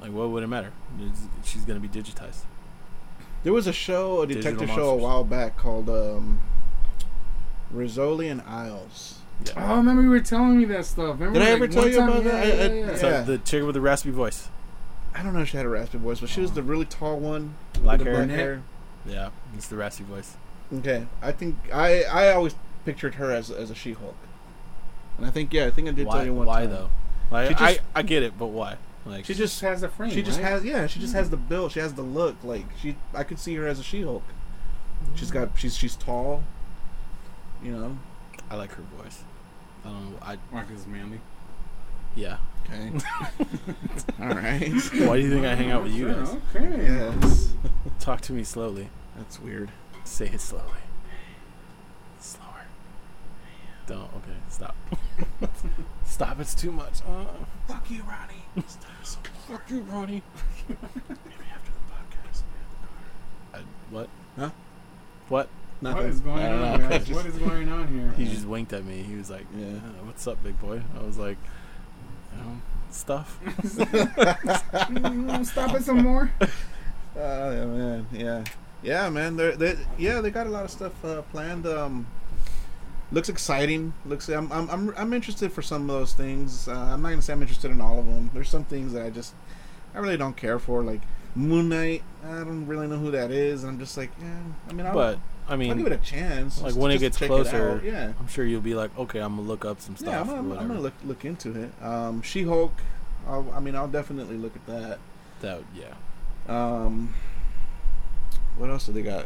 [SPEAKER 1] Like, what would it matter? It's- She's gonna be digitized.
[SPEAKER 2] There was a show, a
[SPEAKER 1] Digital
[SPEAKER 2] detective show, a
[SPEAKER 1] monsters.
[SPEAKER 2] while back called um, Rizzoli and Isles.
[SPEAKER 1] Yeah.
[SPEAKER 3] Oh, remember you were telling me that stuff. Remember
[SPEAKER 2] Did I
[SPEAKER 3] like,
[SPEAKER 2] ever tell
[SPEAKER 3] one
[SPEAKER 2] you
[SPEAKER 3] time-
[SPEAKER 2] about
[SPEAKER 3] yeah,
[SPEAKER 2] that?
[SPEAKER 3] Yeah,
[SPEAKER 2] I- I-
[SPEAKER 3] yeah.
[SPEAKER 1] So
[SPEAKER 2] yeah.
[SPEAKER 1] the chick with the raspy voice,
[SPEAKER 2] I don't know if she had a raspy voice, but she was the really tall one.
[SPEAKER 1] black
[SPEAKER 2] with the
[SPEAKER 1] hair.
[SPEAKER 3] brunette.
[SPEAKER 1] Yeah, it's the raspy voice.
[SPEAKER 2] Okay, I think I I always pictured her as as a She-Hulk, and I think yeah, I think I did
[SPEAKER 1] Why?
[SPEAKER 2] tell you one
[SPEAKER 1] Why
[SPEAKER 2] time.
[SPEAKER 1] though? Like,
[SPEAKER 2] She
[SPEAKER 1] I
[SPEAKER 2] just-
[SPEAKER 1] I get it, but why? Like,
[SPEAKER 2] She
[SPEAKER 3] She just
[SPEAKER 2] just
[SPEAKER 3] has the frame.
[SPEAKER 2] she just
[SPEAKER 3] right?
[SPEAKER 2] has yeah, she just has the build, she has the look. Like she, I could see her as a She-Hulk. She's got she's she's tall, you know.
[SPEAKER 1] I like her voice. I don't know. I
[SPEAKER 3] Mark is manly.
[SPEAKER 1] yeah.
[SPEAKER 2] Okay. All right.
[SPEAKER 1] Why do you think I hang out with you guys?
[SPEAKER 3] Oh, Okay.
[SPEAKER 2] Yes.
[SPEAKER 1] Talk to me slowly.
[SPEAKER 2] That's weird.
[SPEAKER 1] Say it slowly. Slower. Don't. Okay. Stop. Stop. It's too much. Uh,
[SPEAKER 2] Fuck you, Ronnie.
[SPEAKER 1] fuck you, Ronnie.
[SPEAKER 2] Maybe after the podcast.
[SPEAKER 1] I, what?
[SPEAKER 2] Huh?
[SPEAKER 1] What?
[SPEAKER 3] What is going
[SPEAKER 2] I don't
[SPEAKER 3] on,
[SPEAKER 2] know.
[SPEAKER 3] guys? What is going on here?
[SPEAKER 1] He just winked at me. He was like,
[SPEAKER 2] Yeah.
[SPEAKER 1] "Uh, "What's up, big boy?" I was like, um, "Stuff."
[SPEAKER 3] Mm, Stop it some more.
[SPEAKER 2] Oh yeah, man, yeah, yeah, man. They're, they yeah, they got a lot of stuff uh, planned. Um, looks exciting. Looks, I'm, I'm, I'm, I'm interested for some of those things. Uh, I'm not gonna say I'm interested in all of them. There's some things that I just I really don't care for. Like Moon Knight, I don't really know who that is, and I'm just like, yeah. I mean, I'll,
[SPEAKER 1] But I
[SPEAKER 2] I'll
[SPEAKER 1] mean,
[SPEAKER 2] give it a chance.
[SPEAKER 1] like,
[SPEAKER 2] just-
[SPEAKER 1] when it
[SPEAKER 2] just to
[SPEAKER 1] gets
[SPEAKER 2] check
[SPEAKER 1] closer,
[SPEAKER 2] out. yeah,
[SPEAKER 1] I'm sure you'll be like, okay, I'm gonna look up some stuff.
[SPEAKER 2] yeah. I'm,
[SPEAKER 1] or
[SPEAKER 2] I'm, I'm
[SPEAKER 1] whatever.
[SPEAKER 2] gonna look look into it. Um, She Hulk. I mean, I'll definitely look at that.
[SPEAKER 1] That yeah.
[SPEAKER 2] Um, what else do they got?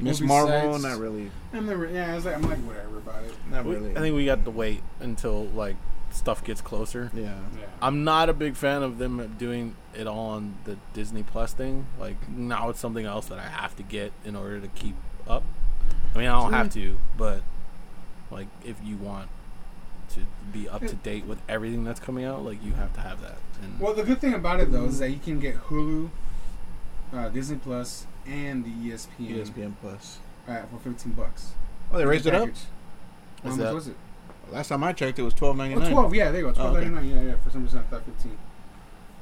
[SPEAKER 2] Miss
[SPEAKER 3] Movie
[SPEAKER 2] Marvel,
[SPEAKER 3] sites.
[SPEAKER 2] not really,
[SPEAKER 3] I'm never, yeah, I was like, I'm like whatever about it.
[SPEAKER 2] not
[SPEAKER 1] We-
[SPEAKER 2] really.
[SPEAKER 1] I think we got to wait until like stuff gets closer.
[SPEAKER 2] yeah.
[SPEAKER 3] Yeah.
[SPEAKER 1] I'm not a big fan of them doing it all on the Disney Plus thing. Like now it's something else that I have to get in order to keep up. I mean, I don't have to, but like if you want to be up to date with everything that's coming out, like you have to have that. And
[SPEAKER 3] Well, the good thing about it though is that you can get Hulu, uh, Disney Plus, and the E ESPN,
[SPEAKER 2] ESPN Plus.
[SPEAKER 3] uh, for 15 bucks.
[SPEAKER 2] Oh, they raised it up.
[SPEAKER 3] Package. How
[SPEAKER 1] Is
[SPEAKER 3] much
[SPEAKER 1] that-
[SPEAKER 3] was it?
[SPEAKER 2] Last time I checked, it was twelve ninety
[SPEAKER 3] Oh,
[SPEAKER 2] nine.
[SPEAKER 3] 12. Yeah, there you go.
[SPEAKER 2] Oh, okay.
[SPEAKER 3] 12.99. Yeah, yeah. For some reason, I thought 15.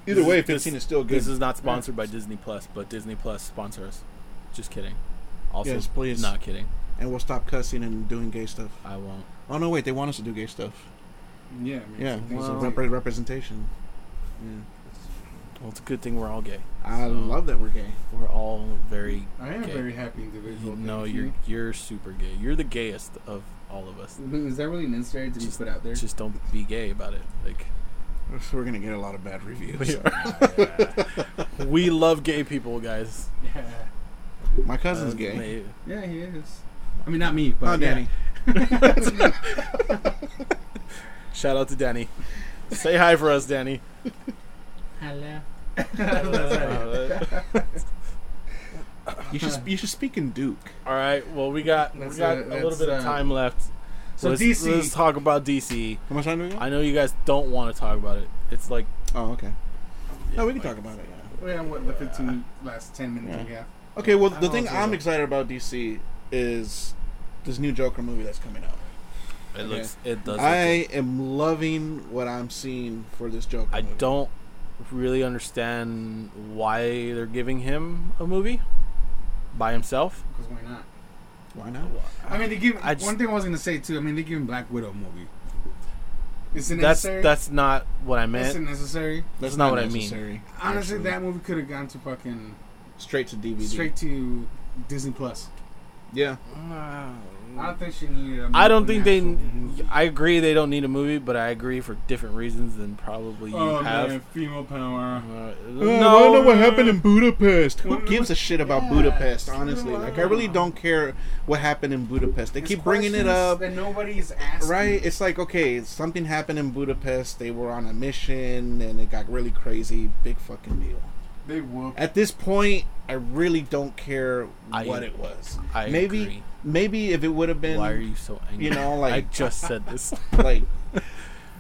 [SPEAKER 2] Either way,
[SPEAKER 1] This-
[SPEAKER 2] fifteen is still good.
[SPEAKER 1] this is not sponsored by Disney Plus, but Disney Plus sponsor us. Just kidding. Also,
[SPEAKER 2] Yes, please.
[SPEAKER 1] not kidding.
[SPEAKER 2] and we'll stop cussing and doing gay stuff.
[SPEAKER 1] I won't.
[SPEAKER 2] Oh no, wait, they want us to do gay stuff.
[SPEAKER 3] Yeah. I mean,
[SPEAKER 2] Yeah,
[SPEAKER 3] some things
[SPEAKER 2] it's a
[SPEAKER 1] Well-
[SPEAKER 3] are-
[SPEAKER 2] rep- representation. Yeah.
[SPEAKER 1] Well, it's a good thing we're all gay.
[SPEAKER 2] I
[SPEAKER 1] So-
[SPEAKER 2] love that we're gay.
[SPEAKER 1] We're all very.
[SPEAKER 3] I am
[SPEAKER 1] gay.
[SPEAKER 3] a very happy individual.
[SPEAKER 1] You know,
[SPEAKER 3] thank
[SPEAKER 1] you're you're super gay. You're the gayest of all of us.
[SPEAKER 3] you. Is that really an insert to be
[SPEAKER 1] Just-
[SPEAKER 3] put out there?
[SPEAKER 1] Just don't be gay about it. Like
[SPEAKER 2] So we're gonna get a lot of bad
[SPEAKER 1] we
[SPEAKER 2] reviews.
[SPEAKER 1] are. we love gay people, guys.
[SPEAKER 3] yeah.
[SPEAKER 2] My cousin's
[SPEAKER 1] Uh,
[SPEAKER 2] gay.
[SPEAKER 1] may-
[SPEAKER 3] Yeah, he is. I mean, not me, but
[SPEAKER 2] Oh, Danny.
[SPEAKER 3] yeah.
[SPEAKER 1] Shout out to Danny. Say hi for us, Danny.
[SPEAKER 5] Hello.
[SPEAKER 2] You should sp- you should speak in Duke.
[SPEAKER 1] all right. Well, we got we
[SPEAKER 3] That's,
[SPEAKER 1] got
[SPEAKER 3] uh,
[SPEAKER 1] a little
[SPEAKER 3] that's,
[SPEAKER 1] bit of
[SPEAKER 3] uh,
[SPEAKER 1] time left.
[SPEAKER 3] so
[SPEAKER 1] let's,
[SPEAKER 3] DC.
[SPEAKER 1] Let's talk about DC.
[SPEAKER 2] How much time do we got?
[SPEAKER 1] I know you guys don't want to talk about it. It's like
[SPEAKER 2] Oh, okay. No, we can
[SPEAKER 1] like,
[SPEAKER 2] talk about it. Yeah.
[SPEAKER 3] yeah, what the 15 last 10 minutes
[SPEAKER 2] Yeah.
[SPEAKER 3] we have.
[SPEAKER 2] Okay, well,
[SPEAKER 3] I
[SPEAKER 2] the
[SPEAKER 3] don't
[SPEAKER 2] thing
[SPEAKER 3] know.
[SPEAKER 2] I'm excited about DC is this new Joker movie that's coming out.
[SPEAKER 1] It looks. It does.
[SPEAKER 2] I
[SPEAKER 1] look-
[SPEAKER 2] am loving what I'm seeing for this Joker.
[SPEAKER 1] I
[SPEAKER 2] movie.
[SPEAKER 1] don't really understand why they're giving him a movie by himself.
[SPEAKER 3] Because why not?
[SPEAKER 2] Why not?
[SPEAKER 3] I mean, they give
[SPEAKER 1] I just-
[SPEAKER 3] one thing I was gonna say too. I mean, they give him Black Widow movie. Is it
[SPEAKER 1] That's
[SPEAKER 3] necessary?
[SPEAKER 1] that's not what I
[SPEAKER 3] Is it
[SPEAKER 1] meant.
[SPEAKER 3] necessary?
[SPEAKER 1] That's not what I mean.
[SPEAKER 2] necessary,
[SPEAKER 3] Honestly,
[SPEAKER 2] actually.
[SPEAKER 3] that movie could have gone to fucking
[SPEAKER 2] straight to DVD.
[SPEAKER 3] straight to Disney Plus.
[SPEAKER 2] Yeah.
[SPEAKER 3] I don't think she needed. A
[SPEAKER 1] Mm. I don't think they.
[SPEAKER 3] natural movie.
[SPEAKER 1] I agree they don't need a movie, but I agree for different reasons than probably you
[SPEAKER 3] oh
[SPEAKER 1] have.
[SPEAKER 3] man, Oh, female power.
[SPEAKER 1] Uh,
[SPEAKER 2] Uh, I
[SPEAKER 1] no,
[SPEAKER 2] don't know what happened in Budapest. Who
[SPEAKER 3] Well,
[SPEAKER 2] gives a shit about
[SPEAKER 3] yeah,
[SPEAKER 2] Budapest?
[SPEAKER 3] screw
[SPEAKER 2] Honestly,
[SPEAKER 3] it.
[SPEAKER 2] like I really don't care what happened in Budapest. They
[SPEAKER 3] It's
[SPEAKER 2] keep bringing it
[SPEAKER 3] questions
[SPEAKER 2] up,
[SPEAKER 3] that nobody's asking.
[SPEAKER 2] right? It's like okay, something happened in Budapest. They were on a mission, and it got really crazy. Big fucking deal.
[SPEAKER 3] They whoop.
[SPEAKER 2] At this point, I really don't care
[SPEAKER 1] I-
[SPEAKER 2] what it was.
[SPEAKER 1] I
[SPEAKER 2] maybe,
[SPEAKER 1] agree.
[SPEAKER 2] maybe if it would have been
[SPEAKER 1] Why are you so angry?
[SPEAKER 2] you know,
[SPEAKER 1] I
[SPEAKER 2] like-
[SPEAKER 1] just said this.
[SPEAKER 2] like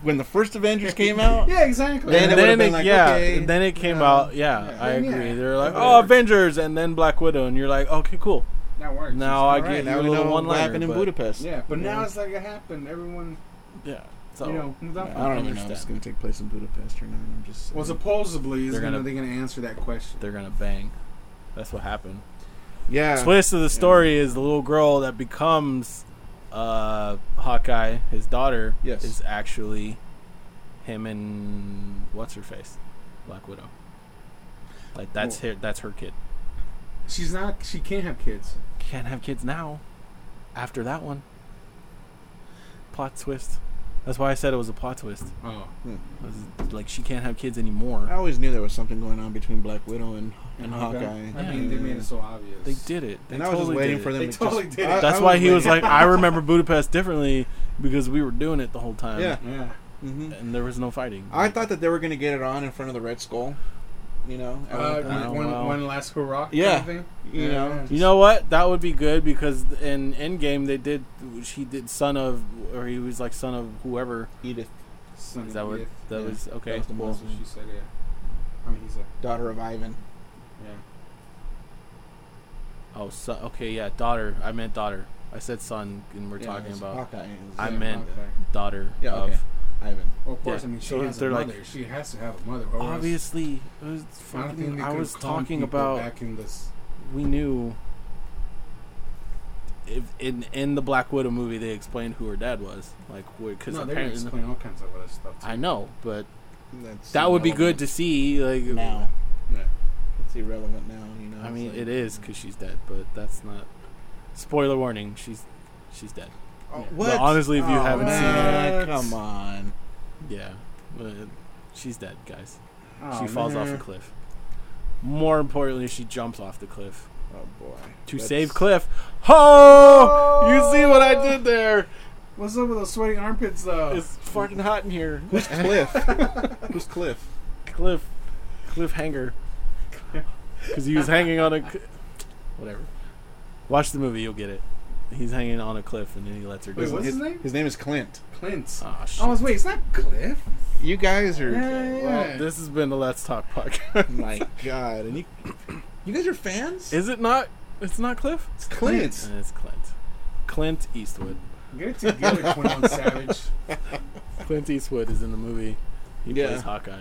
[SPEAKER 2] when the first Avengers came out.
[SPEAKER 3] Yeah, exactly.
[SPEAKER 2] Then
[SPEAKER 1] And
[SPEAKER 2] it
[SPEAKER 1] then
[SPEAKER 2] would've
[SPEAKER 1] it,
[SPEAKER 2] been like,
[SPEAKER 1] yeah,
[SPEAKER 2] okay,
[SPEAKER 1] and then it came
[SPEAKER 2] no.
[SPEAKER 1] out. Yeah,
[SPEAKER 3] Yeah.
[SPEAKER 1] I
[SPEAKER 3] Then,
[SPEAKER 1] agree.
[SPEAKER 3] yeah.
[SPEAKER 1] They're like,
[SPEAKER 3] Whatever.
[SPEAKER 1] oh, Avengers, and then Black Widow, and you're like, okay, cool.
[SPEAKER 3] that works.
[SPEAKER 1] Now I
[SPEAKER 2] All
[SPEAKER 1] get
[SPEAKER 2] right, now
[SPEAKER 1] your
[SPEAKER 2] we
[SPEAKER 1] little
[SPEAKER 2] know
[SPEAKER 1] one
[SPEAKER 2] what
[SPEAKER 1] liner.
[SPEAKER 2] happened in
[SPEAKER 1] but-
[SPEAKER 2] Budapest.
[SPEAKER 3] yeah, but now
[SPEAKER 2] Yeah.
[SPEAKER 3] it's like it happened. Everyone,
[SPEAKER 1] Yeah. So
[SPEAKER 3] you know, moved on
[SPEAKER 2] I
[SPEAKER 3] from it.
[SPEAKER 2] don't even know if it's going to take place in Budapest or not. I'm just
[SPEAKER 3] Well, supposedly, is
[SPEAKER 1] They're
[SPEAKER 3] they're gonna,
[SPEAKER 1] gonna-
[SPEAKER 3] they're gonna answer that question.
[SPEAKER 1] they're gonna bang. That's what happened.
[SPEAKER 2] yeah.
[SPEAKER 1] Twist of the story is the little girl that becomes uh, Hawkeye, his daughter,
[SPEAKER 2] Yes.
[SPEAKER 1] is actually him and what's her face, Black Widow. Like that's her. That's her kid.
[SPEAKER 3] She's not. She can't have kids.
[SPEAKER 1] Can't have kids now. After that one, plot twist. That's why I said it was a plot twist.
[SPEAKER 3] Oh,
[SPEAKER 1] It was like she can't have kids
[SPEAKER 2] I
[SPEAKER 1] anymore.
[SPEAKER 2] always knew there was something going on between Black Widow and, and Hawkeye.
[SPEAKER 3] I mean, they made it so obvious.
[SPEAKER 1] They did it. They
[SPEAKER 2] and I was
[SPEAKER 1] totally
[SPEAKER 2] just waiting
[SPEAKER 1] did it.
[SPEAKER 2] for them.
[SPEAKER 3] They
[SPEAKER 2] to
[SPEAKER 3] totally
[SPEAKER 2] just,
[SPEAKER 3] did it.
[SPEAKER 2] I-
[SPEAKER 1] That's
[SPEAKER 2] I
[SPEAKER 1] why he was
[SPEAKER 2] waiting.
[SPEAKER 1] like, I remember Budapest differently because we were doing it the whole time.
[SPEAKER 2] Yeah.
[SPEAKER 3] Yeah.
[SPEAKER 2] Mhm.
[SPEAKER 1] And there was no fighting.
[SPEAKER 2] I thought that they were going to get it on in front of the Red Skull. You know, at
[SPEAKER 3] Uh,
[SPEAKER 2] one
[SPEAKER 1] I
[SPEAKER 2] point.
[SPEAKER 1] don't
[SPEAKER 3] one,
[SPEAKER 1] know.
[SPEAKER 3] one last hurrah. kind
[SPEAKER 2] Yeah.
[SPEAKER 3] of thing?
[SPEAKER 2] You
[SPEAKER 3] Yeah.
[SPEAKER 2] know.
[SPEAKER 1] you know what? That would be good because in Endgame they did she did son of or he was like son of whoever.
[SPEAKER 2] Edith,
[SPEAKER 3] Son
[SPEAKER 1] Is that what
[SPEAKER 3] of
[SPEAKER 1] that
[SPEAKER 2] Yeah.
[SPEAKER 1] was okay.
[SPEAKER 2] That was the
[SPEAKER 1] cool.
[SPEAKER 3] That's what she said. Yeah. I mean, he's a
[SPEAKER 2] daughter of Ivan.
[SPEAKER 3] yeah.
[SPEAKER 1] oh son okay, yeah, daughter. I meant daughter. I said son and we're
[SPEAKER 2] Yeah,
[SPEAKER 1] talking
[SPEAKER 2] it's
[SPEAKER 1] about
[SPEAKER 2] Hawkeye.
[SPEAKER 1] I
[SPEAKER 3] Yeah,
[SPEAKER 1] meant-
[SPEAKER 3] okay.
[SPEAKER 1] daughter
[SPEAKER 2] Yeah, okay.
[SPEAKER 1] of
[SPEAKER 2] Ivan.
[SPEAKER 3] Well, of course.
[SPEAKER 1] Yeah.
[SPEAKER 3] I mean, she
[SPEAKER 1] So
[SPEAKER 3] has
[SPEAKER 1] they're
[SPEAKER 3] a
[SPEAKER 1] like-
[SPEAKER 3] mother. she has to have a mother. Or else,
[SPEAKER 1] Obviously it was
[SPEAKER 3] I don't
[SPEAKER 1] fucking-
[SPEAKER 3] think they
[SPEAKER 1] I
[SPEAKER 3] could've
[SPEAKER 1] was
[SPEAKER 3] calmed
[SPEAKER 1] talking
[SPEAKER 3] people
[SPEAKER 1] about
[SPEAKER 3] back in this.
[SPEAKER 1] we knew if in in the Black Widow movie they explained who her dad was, like because
[SPEAKER 3] No, they're
[SPEAKER 1] apparently
[SPEAKER 3] explaining all kinds of other stuff. too.
[SPEAKER 1] I know, but
[SPEAKER 2] That's
[SPEAKER 1] That would be
[SPEAKER 2] irrelevant
[SPEAKER 1] good to see. Like
[SPEAKER 2] now. It's irrelevant now. You know.
[SPEAKER 1] I
[SPEAKER 2] it's
[SPEAKER 1] mean,
[SPEAKER 2] like-
[SPEAKER 1] it is because she's dead, but that's not. Spoiler warning: she's she's dead.
[SPEAKER 2] Oh,
[SPEAKER 1] Yeah.
[SPEAKER 2] what?
[SPEAKER 1] But honestly, if you
[SPEAKER 2] Oh,
[SPEAKER 1] haven't seen it-
[SPEAKER 2] man, come on.
[SPEAKER 1] Yeah, but she's dead, guys.
[SPEAKER 2] Oh,
[SPEAKER 1] she falls off
[SPEAKER 2] man.
[SPEAKER 1] a cliff. More importantly, she jumps off the cliff
[SPEAKER 2] Oh boy.
[SPEAKER 1] to
[SPEAKER 2] That's-
[SPEAKER 1] save Cliff. Ho! You see what I did there?
[SPEAKER 3] What's up with those sweaty armpits,
[SPEAKER 2] Oh.
[SPEAKER 3] though?
[SPEAKER 1] It's fucking hot in here.
[SPEAKER 2] Who's Cliff? Who's Cliff?
[SPEAKER 1] Cliff, cliffhanger, because he was hanging on a, cl- whatever. Watch the movie, you'll get it. He's hanging on a cliff, and then he lets her
[SPEAKER 3] Wait,
[SPEAKER 1] go.
[SPEAKER 3] what's his name?
[SPEAKER 2] His name is Clint.
[SPEAKER 3] Clint.
[SPEAKER 1] Ah, shit.
[SPEAKER 3] Oh, it's- wait, it's not Cliff.
[SPEAKER 2] You guys are.
[SPEAKER 3] Yeah, yeah,
[SPEAKER 2] well,
[SPEAKER 3] yeah.
[SPEAKER 1] This has been the Let's Talk podcast.
[SPEAKER 2] my God! And you, you guys are fans?
[SPEAKER 1] Is it not? It's not Cliff.
[SPEAKER 2] It's Clint.
[SPEAKER 1] And it's Clint. Clint Eastwood.
[SPEAKER 3] Get it together, 21 Savage.
[SPEAKER 1] Clint Eastwood is in the movie. He
[SPEAKER 2] Yeah.
[SPEAKER 1] plays Hawkeye.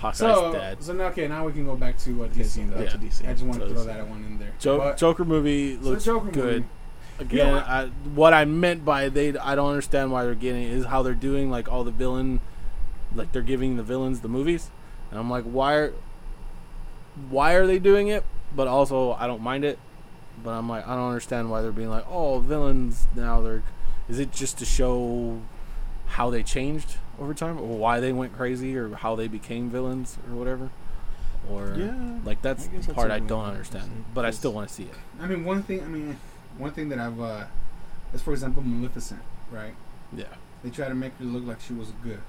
[SPEAKER 1] Hawkeye's
[SPEAKER 3] So,
[SPEAKER 1] dad.
[SPEAKER 3] so now, okay, now we can go back to what
[SPEAKER 2] Okay,
[SPEAKER 3] DC.
[SPEAKER 2] so
[SPEAKER 3] though.
[SPEAKER 2] back to
[SPEAKER 1] Yeah.
[SPEAKER 2] DC.
[SPEAKER 3] I just want to
[SPEAKER 1] So
[SPEAKER 3] throw
[SPEAKER 1] it's-
[SPEAKER 3] that one in there.
[SPEAKER 1] Jo-
[SPEAKER 3] But-
[SPEAKER 1] Joker movie
[SPEAKER 3] so the
[SPEAKER 1] looks
[SPEAKER 3] Joker
[SPEAKER 1] good.
[SPEAKER 3] movie.
[SPEAKER 1] Again,
[SPEAKER 3] You know,
[SPEAKER 1] I, what I meant by they, I don't understand why they're getting is how they're doing like all the villain, like they're giving the villains the movies, and I'm like, why are, why are they doing it? But also, I don't mind it, but I'm like, I don't understand why they're being like, oh, villains now they're, is it just to show how they changed over time, or why they went crazy, or how they became villains, or whatever, or
[SPEAKER 2] Yeah.
[SPEAKER 1] like that's
[SPEAKER 2] I guess
[SPEAKER 1] the
[SPEAKER 2] that's
[SPEAKER 1] part
[SPEAKER 2] a
[SPEAKER 1] I
[SPEAKER 2] way
[SPEAKER 1] don't
[SPEAKER 2] to
[SPEAKER 1] understand,
[SPEAKER 2] see,
[SPEAKER 1] but I
[SPEAKER 2] 'cause-
[SPEAKER 1] still want to see it.
[SPEAKER 3] I mean, one thing. I mean, one thing that I've uh, is for example, Maleficent. Right?
[SPEAKER 1] Yeah,
[SPEAKER 3] They try to make her look like she was good.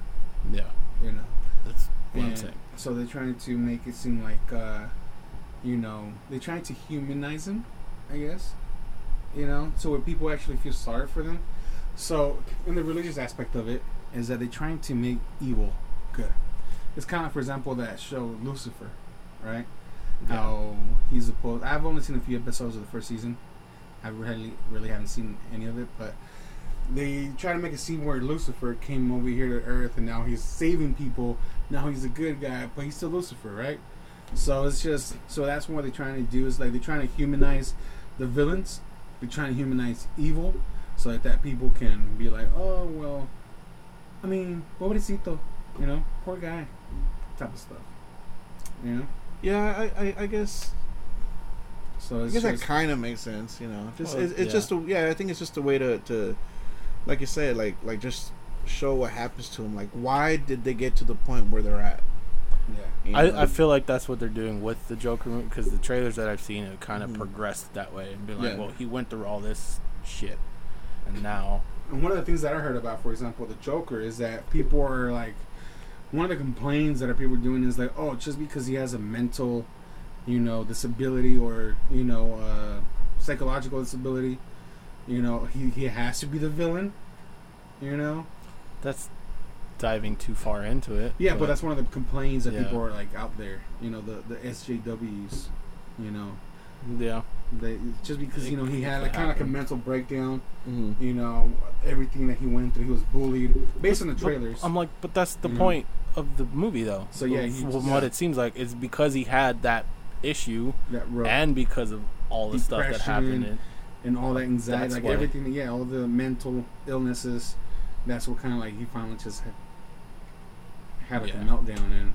[SPEAKER 1] yeah,
[SPEAKER 3] You know.
[SPEAKER 1] that's what I'm
[SPEAKER 3] And
[SPEAKER 1] saying.
[SPEAKER 3] So they're trying to make it seem like, uh, you know, they're trying to humanize him, I guess. You know, so where people actually feel sorry for them. So, in the religious aspect of it, is that they're trying to make evil good. It's kind of, for example, that show Lucifer, right? How he's opposed. I've only seen a few episodes of the first season. I really, really haven't seen any of it, but they try to make it seem where Lucifer came over here to Earth and now he's saving people now he's a good guy, but he's still Lucifer, right? So it's just so that's what they're trying to do is like they're trying to humanize the villains. They're trying to humanize evil, so that that people can be like, oh well, I mean, pobrecito, you know, poor guy, type of stuff, you know.
[SPEAKER 2] Yeah, I, I, I guess.
[SPEAKER 3] So
[SPEAKER 2] I
[SPEAKER 3] it's
[SPEAKER 2] guess that
[SPEAKER 3] just
[SPEAKER 2] kind of makes sense. You know, just
[SPEAKER 1] Well,
[SPEAKER 2] it's, it's
[SPEAKER 1] yeah.
[SPEAKER 2] just a, yeah. I think it's just a way to, to, like you said, like like just show what happens to him. Like, why did they get to the point where they're at?
[SPEAKER 3] yeah.
[SPEAKER 2] You know,
[SPEAKER 1] I, I
[SPEAKER 2] like-
[SPEAKER 1] feel like that's what they're doing with the Joker because the trailers that I've seen it kind of
[SPEAKER 3] Mm-hmm.
[SPEAKER 2] Mhm.
[SPEAKER 1] progressed that way and been like,
[SPEAKER 2] Yeah.
[SPEAKER 1] well, he went through all this shit, and now
[SPEAKER 3] And one of the things that I heard about, for example, the Joker, is that people are like, one of the complaints that are people doing is like, oh, just because he has a mental, you know, disability or you know, uh, psychological disability, you know, he he has to be the villain, you know.
[SPEAKER 1] that's diving too far into it.
[SPEAKER 3] Yeah, but, that's one of the complaints that
[SPEAKER 1] Yeah.
[SPEAKER 3] people are like out there, you know, the the SJWs, you know,
[SPEAKER 1] yeah,
[SPEAKER 3] they just because you know he had
[SPEAKER 1] It
[SPEAKER 3] like, kind of like a
[SPEAKER 1] happened.
[SPEAKER 3] mental breakdown,
[SPEAKER 2] Mhm.
[SPEAKER 3] you know, everything that he went through, he was bullied based on the trailers.
[SPEAKER 1] I'm like, but that's the
[SPEAKER 3] Mhm.
[SPEAKER 1] point of the movie though.
[SPEAKER 3] So, yeah,
[SPEAKER 1] F-
[SPEAKER 3] he-
[SPEAKER 1] from what
[SPEAKER 3] yeah.
[SPEAKER 1] it seems like is because he had that issue
[SPEAKER 3] that road.
[SPEAKER 1] and because of all the stuff that happened.
[SPEAKER 3] Depression. and all that anxiety,
[SPEAKER 1] That's
[SPEAKER 3] like
[SPEAKER 1] why.
[SPEAKER 3] everything. Yeah, all the mental illnesses. That's what kind of like he finally just had, had like
[SPEAKER 1] Yeah.
[SPEAKER 3] a meltdown and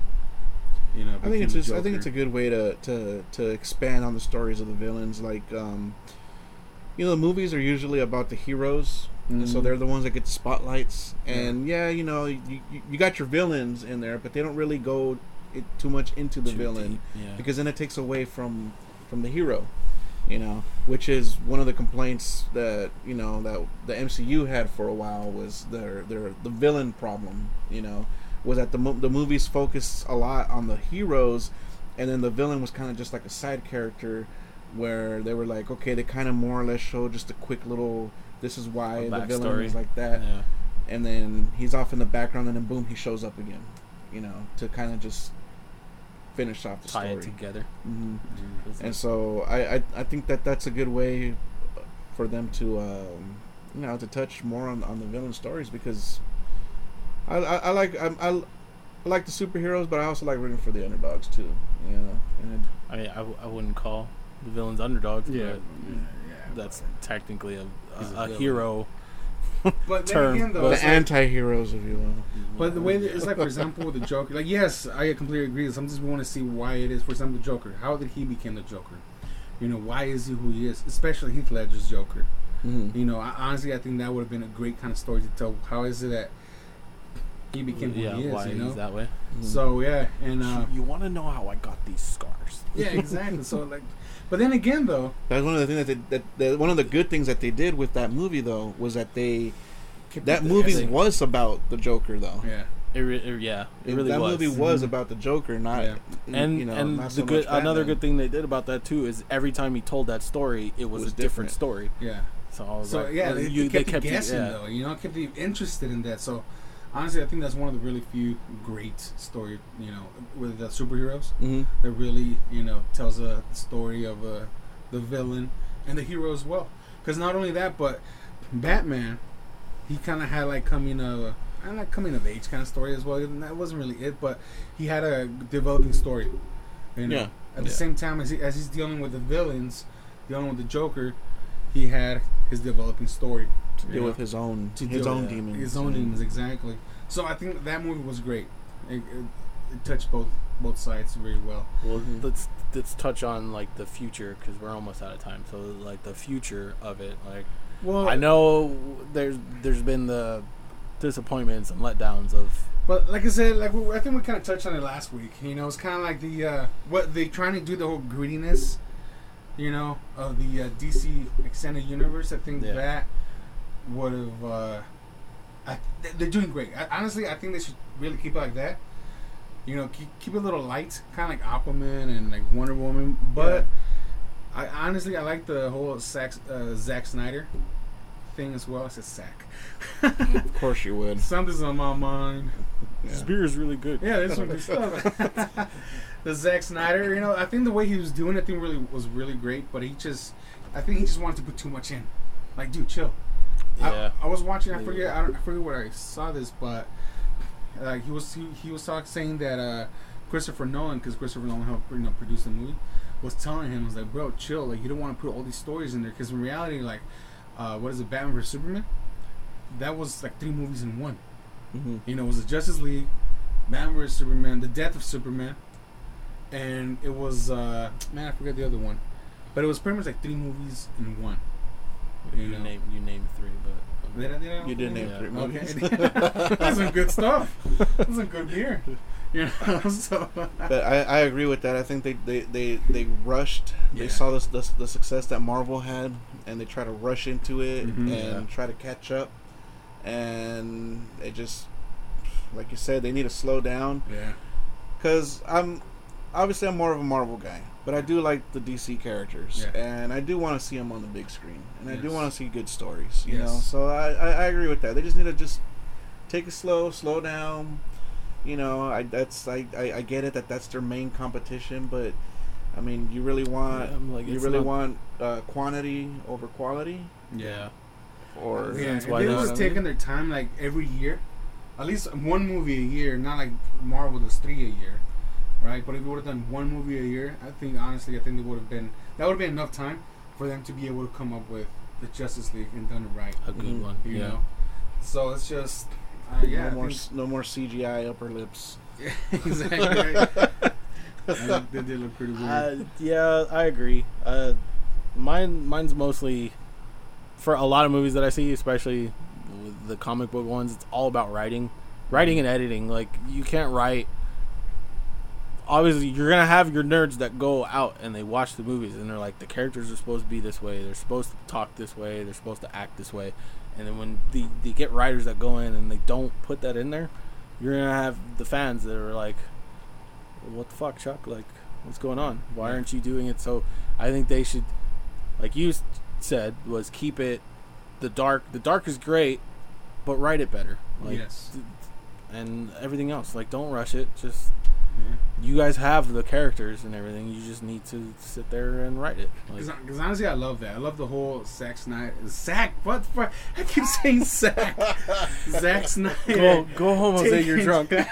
[SPEAKER 3] you know.
[SPEAKER 2] I think it's just, I think it's a good way to, to to expand on the stories of the villains. Like, um, you know, the movies are usually about the heroes, and so they're the ones that get the spotlights. And yeah, you know, you, you you got your villains in there, but they don't really go it, too much into the
[SPEAKER 1] Too
[SPEAKER 2] villain
[SPEAKER 1] deep, yeah.
[SPEAKER 2] because then it takes away from from the hero, you know, which is one of the complaints that you know that the MCU had for a while was their their the villain problem, you know, was that the mo- the movies focused a lot on the heroes, and then the villain was kind of just like a side character, where they were like, okay, they kind of more or less show just a quick little. This is why
[SPEAKER 1] A
[SPEAKER 2] the villain
[SPEAKER 1] backstory.
[SPEAKER 2] is like that,
[SPEAKER 1] Yeah.
[SPEAKER 2] and then he's off in the background, and then boom, he shows up again, you know, to kind of just finish off the
[SPEAKER 1] tie it
[SPEAKER 2] story.
[SPEAKER 1] together.
[SPEAKER 2] hmm
[SPEAKER 3] Mm-hmm.
[SPEAKER 1] It's
[SPEAKER 2] and so I, I I think that that's a good way for them to um, you know to touch more on, on the villain stories because I I, I like I'm, I, I like the superheroes but I also like rooting for the underdogs too you know and
[SPEAKER 1] I mean, I, w- I wouldn't call the villains underdogs.
[SPEAKER 3] yeah,
[SPEAKER 1] but
[SPEAKER 3] yeah,
[SPEAKER 1] that's technically a,
[SPEAKER 3] He's a
[SPEAKER 1] a, a
[SPEAKER 3] villain.
[SPEAKER 1] hero
[SPEAKER 3] But then
[SPEAKER 1] term,
[SPEAKER 3] again, though,
[SPEAKER 1] but-
[SPEAKER 3] it's
[SPEAKER 2] the
[SPEAKER 3] like-
[SPEAKER 2] anti heroes, if you will.
[SPEAKER 3] But the way that it's like, for example, with the Joker, like yes, I completely agree. Sometimes we want to see why it is. For example, the Joker, how did he become the Joker? You know, why is he who he is? Especially Heath Ledger's Joker.
[SPEAKER 2] Mhm.
[SPEAKER 3] You know, I, honestly, I think that would have been a great kind of story to tell. How is it that he became who
[SPEAKER 1] yeah,
[SPEAKER 3] he is?
[SPEAKER 1] why
[SPEAKER 3] You
[SPEAKER 1] he's
[SPEAKER 3] know,
[SPEAKER 1] that way?
[SPEAKER 2] Mm-hmm.
[SPEAKER 3] so yeah, and uh,
[SPEAKER 1] you want to know how I got these scars?
[SPEAKER 3] yeah, exactly. so like, but then again, though,
[SPEAKER 2] That's one of the things that, they, that that one of the good things that they did with that movie though was that they that movie
[SPEAKER 1] essence.
[SPEAKER 2] was about the Joker though.
[SPEAKER 3] yeah,
[SPEAKER 1] It re- it- yeah, it really
[SPEAKER 2] that
[SPEAKER 1] was.
[SPEAKER 2] movie was
[SPEAKER 3] Mhm.
[SPEAKER 2] about the Joker, not
[SPEAKER 3] Yeah.
[SPEAKER 1] and
[SPEAKER 2] you know,
[SPEAKER 1] and
[SPEAKER 2] not
[SPEAKER 1] the
[SPEAKER 2] so much
[SPEAKER 1] good another
[SPEAKER 2] Batman.
[SPEAKER 1] good thing they did about that too is every time he told that story, it was,
[SPEAKER 2] was
[SPEAKER 1] a different,
[SPEAKER 2] different.
[SPEAKER 1] story.
[SPEAKER 3] yeah.
[SPEAKER 1] So I was
[SPEAKER 3] So
[SPEAKER 1] Oh, like,
[SPEAKER 3] yeah,
[SPEAKER 1] well,
[SPEAKER 3] they,
[SPEAKER 1] you-
[SPEAKER 3] they kept, you
[SPEAKER 1] you-
[SPEAKER 3] guessing
[SPEAKER 1] yeah.
[SPEAKER 3] though. You know, kept you interested in that. So honestly, I think that's one of the really few great story. You know, with the superheroes
[SPEAKER 2] Mhm.
[SPEAKER 3] that really you know tells a story of uh, the villain and the hero as well. Because not only that, but Batman, he kind of had like coming of I like coming of age kind of story as well. And that wasn't really it, but he had a developing story. You know?
[SPEAKER 2] Yeah.
[SPEAKER 3] At the
[SPEAKER 1] Yeah.
[SPEAKER 3] same time as, he, as he's dealing with the villains, dealing with the Joker, he had his developing story
[SPEAKER 2] to
[SPEAKER 3] you
[SPEAKER 2] deal
[SPEAKER 3] know,
[SPEAKER 2] with his own
[SPEAKER 3] to
[SPEAKER 2] his
[SPEAKER 3] deal uh,
[SPEAKER 2] own
[SPEAKER 1] with that.
[SPEAKER 2] demons.
[SPEAKER 3] his own
[SPEAKER 2] Yeah.
[SPEAKER 3] demons exactly. So I think that movie was great. It, it, it touched both both sides very well.
[SPEAKER 1] Well,
[SPEAKER 2] Mhm.
[SPEAKER 1] let's let's touch on like the future because we're almost out of time. So like the future of it, like
[SPEAKER 3] Well,
[SPEAKER 1] I know there's there's been the disappointments and letdowns of
[SPEAKER 3] But like I said, like we, I think we kind of touched on it last week. You know, it's kind of like the uh, what they trying to do the whole greediness, you know, of the uh, DC extended universe. I think
[SPEAKER 1] Yeah.
[SPEAKER 3] that would have. Uh, I, th- they're doing great. I, honestly, I think they should really keep it like that. You know, keep, keep it a little light, kind of like Aquaman and like Wonder Woman. But I honestly, I like the whole Zack, uh, Zack Snyder thing as well. I said Sack.
[SPEAKER 2] Of course you would.
[SPEAKER 3] Something's on my mind.
[SPEAKER 1] this beer is really good.
[SPEAKER 3] Yeah, this one good stuff. the Zack Snyder, you know, I think the way he was doing it, thing really was really great, but he just, I think he just wanted to put too much in. Like, dude, chill.
[SPEAKER 1] Yeah.
[SPEAKER 3] I, I was watching. I
[SPEAKER 1] Yeah.
[SPEAKER 3] forget. I, don't, I forget where I saw this, but like he was he, he was talking saying that uh, Christopher Nolan, because Christopher Nolan helped you know produce the movie, was telling him was like, bro, chill. Like you don't want to put all these stories in there because in reality, like, uh, what is it, Batman vs Superman? That was like three movies in one.
[SPEAKER 2] Mhm.
[SPEAKER 3] You know, it was the Justice League, Man vs Superman, the death of Superman, and it was uh man, I forget the other one, but it was pretty much like three movies in one.
[SPEAKER 1] You
[SPEAKER 3] Yeah.
[SPEAKER 1] name you name three, but
[SPEAKER 3] Did I- did I-
[SPEAKER 2] You did name
[SPEAKER 1] Yeah.
[SPEAKER 2] three
[SPEAKER 3] Okay,
[SPEAKER 2] movies.
[SPEAKER 3] that's some good stuff. That's some good beer. You know, so
[SPEAKER 2] But I, I agree with that. I think they they, they, they rushed. They
[SPEAKER 3] Yeah.
[SPEAKER 2] saw this, this the success that Marvel had, and they try to rush into it
[SPEAKER 3] Mhm.
[SPEAKER 2] and try to catch up. And it just, like you said, they need to slow down.
[SPEAKER 3] yeah,
[SPEAKER 2] Cause I'm obviously I'm more of a Marvel guy, but I do like the DC characters,
[SPEAKER 3] Yeah.
[SPEAKER 2] and I do want to see them on the big screen, and I do
[SPEAKER 3] Yes.
[SPEAKER 2] want to see good stories. You
[SPEAKER 3] Yes.
[SPEAKER 2] know, so I, I I agree with that. They just need to just take it slow, slow down. You know, I that's I, I, I get it that that's their main competition, but I mean, you really want
[SPEAKER 1] I'm like,
[SPEAKER 2] you
[SPEAKER 1] it's
[SPEAKER 2] really
[SPEAKER 1] not-
[SPEAKER 2] want uh, quantity over quality,
[SPEAKER 1] yeah.
[SPEAKER 2] or
[SPEAKER 3] yeah. If
[SPEAKER 1] why
[SPEAKER 3] they
[SPEAKER 1] not.
[SPEAKER 3] was taking their time like every year, at least one movie a year, not like Marvel does three a year, right? But if we would have done one movie a year, I think honestly, I think it would have been that would have been enough time for them to be able to come up with the Justice League and done it right.
[SPEAKER 1] a good
[SPEAKER 2] Mhm.
[SPEAKER 1] one.
[SPEAKER 3] You
[SPEAKER 1] Uh, yeah.
[SPEAKER 3] know, so it's just uh, yeah,
[SPEAKER 2] no
[SPEAKER 3] I
[SPEAKER 2] more
[SPEAKER 3] think-
[SPEAKER 2] s no more CGI upper lips.
[SPEAKER 3] exactly. Right. I think they did look pretty weird.
[SPEAKER 1] Uh, yeah, I agree. Uh, mine, mine's mostly for a lot of movies that I see, especially with the comic book ones. It's all about writing, writing and editing. Like you can't write. Obviously, you're gonna have your nerds that go out and they watch the movies and they're like, the characters are supposed to be this way, they're supposed to talk this way, they're supposed to act this way, and then when the they get writers that go in and they don't put that in there, you're gonna have the fans that are like, what the fuck, Chuck? Like, what's going on? Why aren't you doing it? So I think they should, like you s- said, was keep it the dark. The dark is great, but write it better. Like,
[SPEAKER 3] Yes.
[SPEAKER 1] th- and everything else. Like, don't rush it. Just
[SPEAKER 3] Yeah.
[SPEAKER 1] you guys have the characters and everything. You just need to sit there and write it. Like,
[SPEAKER 3] Because honestly, I love that. I love the whole Zack Snyder. Zack, what the fuck? I keep saying Zack. Zack Snyder.
[SPEAKER 1] go go home, Jose.
[SPEAKER 3] Take
[SPEAKER 1] You're
[SPEAKER 3] it.
[SPEAKER 1] drunk.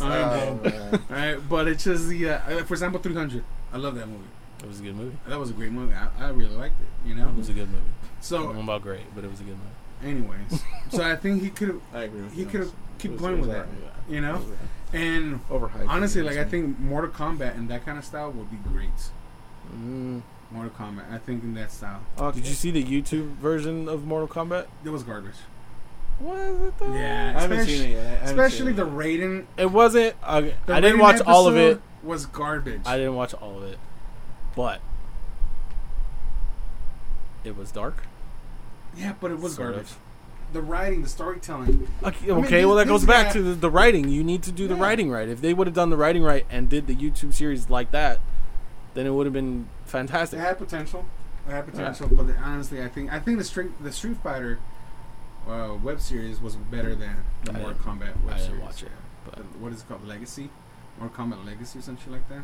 [SPEAKER 1] Um,
[SPEAKER 3] I
[SPEAKER 2] Oh,
[SPEAKER 3] know.
[SPEAKER 2] man.
[SPEAKER 3] Alright, but it's just the. Uh, for example, 300. I love that movie.
[SPEAKER 1] It was a good movie.
[SPEAKER 3] That was a great movie. I, I really liked it, you know?
[SPEAKER 1] It was a good movie. I don't
[SPEAKER 3] So,
[SPEAKER 1] know about great, but it was a good movie.
[SPEAKER 3] Anyways, so I think he could
[SPEAKER 2] I agree with
[SPEAKER 3] he
[SPEAKER 2] you.
[SPEAKER 3] could have
[SPEAKER 2] It
[SPEAKER 3] keep
[SPEAKER 2] was-
[SPEAKER 3] going
[SPEAKER 2] it was
[SPEAKER 3] with that,
[SPEAKER 2] alright,
[SPEAKER 3] you
[SPEAKER 2] yeah.
[SPEAKER 3] know. And
[SPEAKER 2] Overhyped.
[SPEAKER 3] honestly, like I
[SPEAKER 2] It's-
[SPEAKER 3] think Mortal Kombat and that kind of style would be great.
[SPEAKER 1] Mm.
[SPEAKER 3] Mortal Kombat, I think in that style,
[SPEAKER 2] Okay.
[SPEAKER 1] Did you see the YouTube version of Mortal Kombat?
[SPEAKER 3] that was garbage.
[SPEAKER 1] What is it though?
[SPEAKER 3] Yeah,
[SPEAKER 2] I haven't
[SPEAKER 3] especially,
[SPEAKER 2] seen it yet. I haven't seen
[SPEAKER 3] especially
[SPEAKER 2] it
[SPEAKER 3] the
[SPEAKER 2] yet.
[SPEAKER 3] Raiden.
[SPEAKER 1] It wasn't. I,
[SPEAKER 3] The
[SPEAKER 1] I didn't
[SPEAKER 3] Raiden
[SPEAKER 1] watch all of it.
[SPEAKER 3] episode Was garbage.
[SPEAKER 1] I didn't watch all of it, but it was dark.
[SPEAKER 3] yeah, but it was
[SPEAKER 1] sort
[SPEAKER 3] garbage.
[SPEAKER 1] of.
[SPEAKER 3] The writing, the storytelling.
[SPEAKER 1] Okay,
[SPEAKER 3] I mean,
[SPEAKER 1] okay,
[SPEAKER 3] these-
[SPEAKER 1] well that
[SPEAKER 3] these
[SPEAKER 1] goes back
[SPEAKER 3] guys-
[SPEAKER 1] to the, the writing. You need to do the
[SPEAKER 3] Yeah.
[SPEAKER 1] writing right. If they would have done the writing right and did the YouTube series like that, then it would have been
[SPEAKER 3] They
[SPEAKER 1] fantastic.
[SPEAKER 3] had potential. They had potential, but they- honestly, I think I think the Street the Street Fighter uh, web series was better than the
[SPEAKER 1] I
[SPEAKER 3] Mortal
[SPEAKER 1] didn't-
[SPEAKER 3] Kombat web
[SPEAKER 1] I didn't
[SPEAKER 3] series.
[SPEAKER 1] watch it, but-
[SPEAKER 3] The- what is it called? Legacy, Mortal Kombat Legacy, or something like that.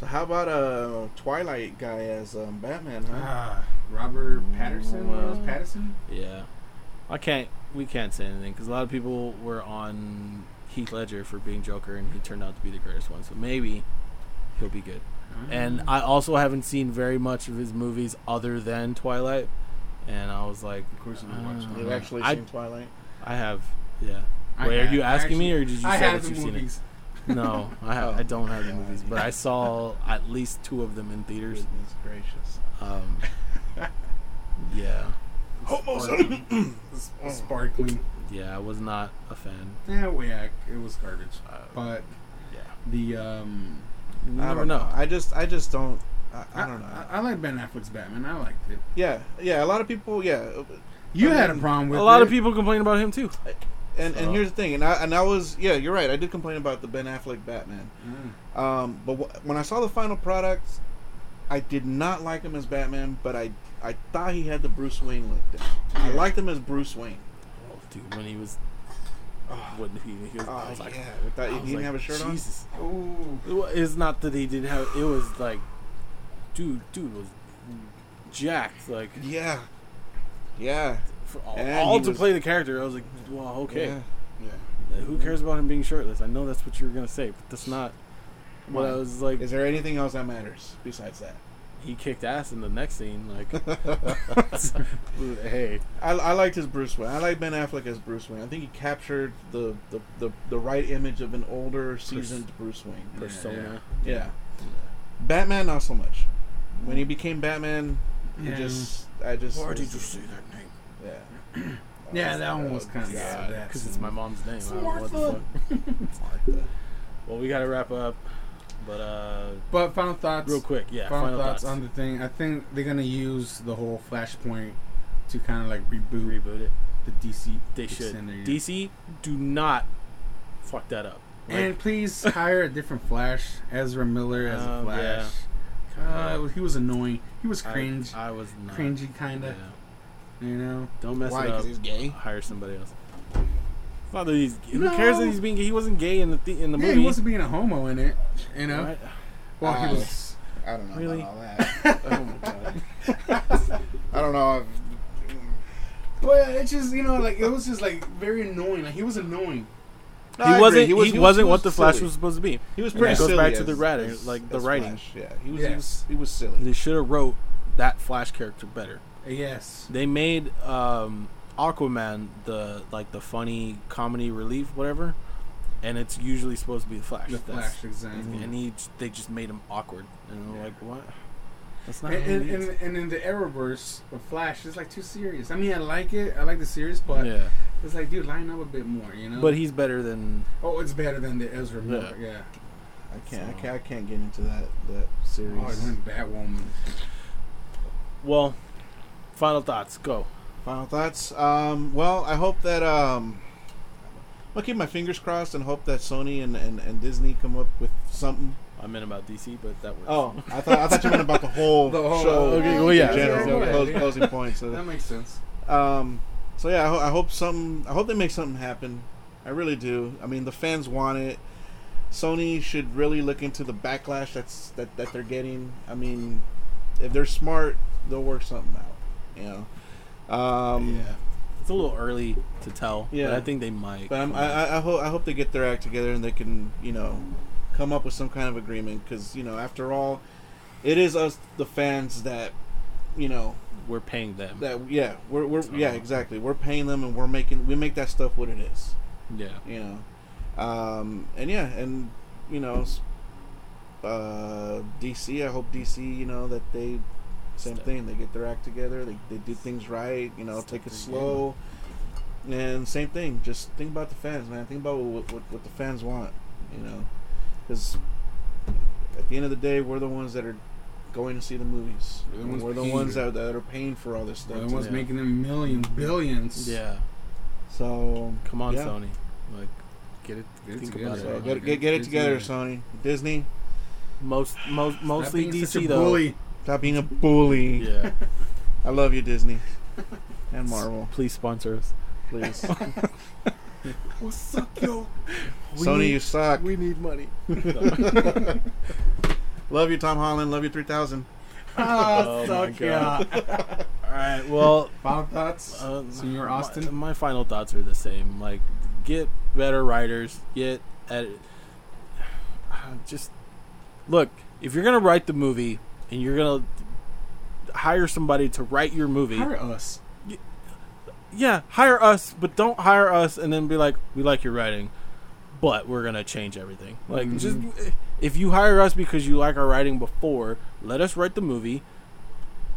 [SPEAKER 2] So how about uh Twilight guy as um, Batman? Huh?
[SPEAKER 3] Ah, Robert Patterson.
[SPEAKER 1] Well-
[SPEAKER 3] was Patterson.
[SPEAKER 1] Yeah, I can't. We can't say anything because a lot of people were on Heath Ledger for being Joker, and he turned out to be the greatest one. So maybe he'll be good. And I also haven't seen very much of his movies other than Twilight, and I was like,
[SPEAKER 3] Of course, you can watch
[SPEAKER 1] Uh,
[SPEAKER 2] You've
[SPEAKER 3] it.
[SPEAKER 2] actually
[SPEAKER 1] I-
[SPEAKER 2] seen Twilight?
[SPEAKER 1] I have. Yeah.
[SPEAKER 3] I
[SPEAKER 1] Wait, are
[SPEAKER 3] have-
[SPEAKER 1] you
[SPEAKER 3] I
[SPEAKER 1] asking me,
[SPEAKER 3] actually-
[SPEAKER 1] or did you
[SPEAKER 3] I
[SPEAKER 1] say
[SPEAKER 3] have
[SPEAKER 1] that
[SPEAKER 3] the
[SPEAKER 1] you've seen it?
[SPEAKER 3] movies.
[SPEAKER 1] No, I, ha-
[SPEAKER 2] Oh.
[SPEAKER 1] I don't have the movies, but I saw at least two of them in theaters.
[SPEAKER 2] Goodness gracious.
[SPEAKER 1] Um, yeah,
[SPEAKER 2] Homo-
[SPEAKER 3] Sparkling.
[SPEAKER 2] Oh,
[SPEAKER 1] Oh.
[SPEAKER 3] Sparkling.
[SPEAKER 1] yeah, I was not a fan.
[SPEAKER 3] Yeah, well, yeah, it was garbage.
[SPEAKER 1] Uh,
[SPEAKER 3] But
[SPEAKER 1] yeah,
[SPEAKER 3] the um,
[SPEAKER 1] you
[SPEAKER 2] I
[SPEAKER 1] never
[SPEAKER 2] don't
[SPEAKER 1] know.
[SPEAKER 2] I just I just don't. I, I don't know.
[SPEAKER 3] I, I like Ben Affleck's Batman. I liked it.
[SPEAKER 2] yeah, yeah. A lot of people. Yeah,
[SPEAKER 3] You
[SPEAKER 2] I
[SPEAKER 3] had a
[SPEAKER 2] mean,
[SPEAKER 3] problem with
[SPEAKER 1] A lot
[SPEAKER 3] it.
[SPEAKER 1] of people complain about him too.
[SPEAKER 2] and
[SPEAKER 1] So-
[SPEAKER 2] and here's the thing. And I and I was yeah. You're right. I did complain about the Ben Affleck Batman.
[SPEAKER 3] Mm.
[SPEAKER 2] Um, but wh- when I saw the final product, I did not like him as Batman. But I I thought he had the Bruce Wayne look. Down. I liked him as Bruce Wayne.
[SPEAKER 1] Oh, dude, when he was,
[SPEAKER 2] Oh,
[SPEAKER 1] when he, he was, I
[SPEAKER 2] oh,
[SPEAKER 1] was like,
[SPEAKER 2] yeah. With that,
[SPEAKER 1] I
[SPEAKER 2] he
[SPEAKER 1] was
[SPEAKER 2] didn't
[SPEAKER 1] like,
[SPEAKER 2] have a shirt on.
[SPEAKER 1] Jesus.
[SPEAKER 3] Ooh.
[SPEAKER 1] It wa- It's not that he didn't have. It was like, dude, dude was jacked. Like
[SPEAKER 2] Yeah, yeah.
[SPEAKER 1] for all,
[SPEAKER 2] And
[SPEAKER 1] all
[SPEAKER 2] he
[SPEAKER 1] to
[SPEAKER 2] was-
[SPEAKER 1] play the character. I was like, well, okay.
[SPEAKER 2] yeah.
[SPEAKER 3] Yeah.
[SPEAKER 1] Uh, Who cares about him being shirtless? I know that's what you were gonna say, but that's not
[SPEAKER 2] Come
[SPEAKER 1] what
[SPEAKER 2] on.
[SPEAKER 1] I was like.
[SPEAKER 2] Is there anything else that matters besides that?
[SPEAKER 1] He kicked ass in the next scene. Like, hey,
[SPEAKER 2] I, I liked his Bruce Wayne. I like Ben Affleck as Bruce Wayne. I think he captured the the, the, the right image of an older, seasoned Bruce Wayne.
[SPEAKER 1] persona.
[SPEAKER 2] Yeah. Mm. Batman, not so much. When he became Batman, he
[SPEAKER 3] Yeah.
[SPEAKER 2] just I just
[SPEAKER 1] Why did
[SPEAKER 2] was-
[SPEAKER 1] you say that name?
[SPEAKER 2] Yeah.
[SPEAKER 3] Yeah, that one was kinda
[SPEAKER 2] God.
[SPEAKER 3] sad.
[SPEAKER 1] Because it's my mom's name. I don't know what the
[SPEAKER 3] Martha.
[SPEAKER 1] fuck. Well, we gotta wrap up, but uh,
[SPEAKER 3] But final thoughts.
[SPEAKER 1] real quick, yeah.
[SPEAKER 3] Final, thoughts, on the thing. I think they're gonna use the whole Flashpoint to kind of like reboot
[SPEAKER 1] reboot it.
[SPEAKER 3] the DC.
[SPEAKER 1] They should.
[SPEAKER 3] scenario.
[SPEAKER 1] DC, do not fuck that up. Like,
[SPEAKER 3] and please hire a different Flash. Ezra Miller as a
[SPEAKER 1] Um,
[SPEAKER 3] Flash.
[SPEAKER 1] yeah.
[SPEAKER 3] Uh, he was annoying. He was
[SPEAKER 1] I-
[SPEAKER 3] cringe,
[SPEAKER 1] I, was not.
[SPEAKER 3] cringy kind
[SPEAKER 1] Yeah.
[SPEAKER 3] of. You know.
[SPEAKER 1] Don't mess
[SPEAKER 2] Why?
[SPEAKER 1] it up.
[SPEAKER 2] Because he's gay.
[SPEAKER 1] Hire somebody else. It's not that he's. Who
[SPEAKER 3] No.
[SPEAKER 1] cares that he's being? gay? He wasn't gay in the th- in the
[SPEAKER 3] yeah,
[SPEAKER 1] movie.
[SPEAKER 3] he wasn't being a homo in it. You know.
[SPEAKER 1] Right?
[SPEAKER 3] Well,
[SPEAKER 2] Uh,
[SPEAKER 3] he was.
[SPEAKER 2] I don't know
[SPEAKER 1] Really?
[SPEAKER 2] all that.
[SPEAKER 1] Oh my god.
[SPEAKER 2] I don't know.
[SPEAKER 3] But it's just you know like it was just like very annoying. Like he was annoying.
[SPEAKER 2] No, I
[SPEAKER 1] he
[SPEAKER 2] agree.
[SPEAKER 1] wasn't. He,
[SPEAKER 2] was-
[SPEAKER 1] was, not
[SPEAKER 2] he
[SPEAKER 1] what the Flash
[SPEAKER 2] silly.
[SPEAKER 1] was supposed to be.
[SPEAKER 2] He was
[SPEAKER 1] and
[SPEAKER 2] pretty
[SPEAKER 1] that goes
[SPEAKER 2] silly
[SPEAKER 1] back to
[SPEAKER 2] as-
[SPEAKER 1] the writing,
[SPEAKER 2] as-
[SPEAKER 1] like, the
[SPEAKER 2] as
[SPEAKER 1] writing.
[SPEAKER 2] Flash. Yeah, he was, he
[SPEAKER 3] Yes.
[SPEAKER 2] was he was silly.
[SPEAKER 1] They should have wrote that Flash character better.
[SPEAKER 3] Yes.
[SPEAKER 1] They made um, Aquaman the like the funny comedy relief, whatever, and it's usually supposed to be the Flash.
[SPEAKER 3] The
[SPEAKER 1] That's-
[SPEAKER 3] Flash, exactly.
[SPEAKER 1] And he, they just made him awkward, and I'm
[SPEAKER 3] Yeah.
[SPEAKER 1] like, what? That's
[SPEAKER 3] And,
[SPEAKER 1] not. who
[SPEAKER 3] and,
[SPEAKER 1] he
[SPEAKER 3] and,
[SPEAKER 1] is.
[SPEAKER 3] and in the Arrowverse, the Flash is like too serious. I mean, I like it. I like the series, but
[SPEAKER 1] yeah,
[SPEAKER 3] it's like, dude, line up a bit more, you know.
[SPEAKER 1] but he's better than
[SPEAKER 3] oh, it's better than the Ezra Miller. Yeah.
[SPEAKER 2] I can't, I
[SPEAKER 1] So-
[SPEAKER 2] can't I can't get into that that series.
[SPEAKER 3] Oh, and then Batwoman.
[SPEAKER 1] Well, final thoughts. Go.
[SPEAKER 2] Final thoughts. Um, well, I hope that um, I'll keep my fingers crossed and hope that Sony and, and, and Disney come up with something.
[SPEAKER 1] I'm in about DC, but that works.
[SPEAKER 2] I thought I thought you meant about the whole,
[SPEAKER 3] The whole-
[SPEAKER 2] show.
[SPEAKER 1] okay, well, yeah,
[SPEAKER 2] in general,
[SPEAKER 1] yeah, go ahead.
[SPEAKER 2] close- closing points.
[SPEAKER 3] That
[SPEAKER 2] So,
[SPEAKER 3] makes sense.
[SPEAKER 2] um, so yeah, I, ho- I hope some. I hope they make something happen. I really do. I mean, the fans want it. Sony should really look into the backlash that's that, that they're getting. I mean, if they're smart, they'll work something out. You know. Um,
[SPEAKER 1] yeah. It's a little early to tell. Yeah,
[SPEAKER 2] Yeah.
[SPEAKER 1] but I think they might.
[SPEAKER 2] But I'm, I, I, I hope I hope they get their act together and they can you know come up with some kind of agreement because you know after all, it is us the fans that you know
[SPEAKER 1] We're paying them.
[SPEAKER 2] that yeah we're, we're yeah
[SPEAKER 1] So-
[SPEAKER 2] exactly we're paying them and we're making we make that stuff what it is
[SPEAKER 1] yeah.
[SPEAKER 2] you know um and yeah and you know s- uh dc i hope dc you know that they same
[SPEAKER 1] Step.
[SPEAKER 2] thing they get their act together they, they do things right you know take it slow and same thing just think about the fans man think about what what, what the fans want you know because at the end of the day we're the ones that are going to see the movies
[SPEAKER 3] We're the
[SPEAKER 2] And
[SPEAKER 3] ones
[SPEAKER 2] we're the
[SPEAKER 3] paying.
[SPEAKER 2] ones that, that are paying for all this stuff
[SPEAKER 3] They're the ones
[SPEAKER 1] yeah.
[SPEAKER 3] making them millions, billions.
[SPEAKER 1] Yeah.
[SPEAKER 2] so
[SPEAKER 1] Come on,
[SPEAKER 2] Yeah.
[SPEAKER 1] Sony. Like, get it.
[SPEAKER 3] Get it
[SPEAKER 1] Think
[SPEAKER 3] together.
[SPEAKER 1] about
[SPEAKER 2] So
[SPEAKER 1] it.
[SPEAKER 2] get, get, get it together, Sony. Disney,
[SPEAKER 1] Most, most,
[SPEAKER 3] Stop
[SPEAKER 1] mostly
[SPEAKER 3] being such a
[SPEAKER 1] DC though.
[SPEAKER 3] bully.
[SPEAKER 2] stop being a bully.
[SPEAKER 1] Yeah.
[SPEAKER 2] I love you, Disney. And Marvel.
[SPEAKER 1] Please sponsor us, please.
[SPEAKER 3] What's up, yo?
[SPEAKER 2] Sony, you suck.
[SPEAKER 1] we need money.
[SPEAKER 2] Love you, Tom Holland. Love you, 3000.
[SPEAKER 3] Ah,
[SPEAKER 1] Oh, my
[SPEAKER 3] suck ya.
[SPEAKER 1] All right. Well,
[SPEAKER 3] Final thoughts?
[SPEAKER 1] uh,
[SPEAKER 3] Senor
[SPEAKER 1] my-
[SPEAKER 3] Austin?
[SPEAKER 1] My, final thoughts are the same. Like, get better writers. Get edit. Just look. If you're gonna write the movie and you're gonna hire somebody to write your movie,
[SPEAKER 3] Hire us.
[SPEAKER 1] yeah, hire us, but don't hire us and then be like, we like your writing, but we're gonna change everything. Like, just if you hire us because you like our writing before, let us write the movie.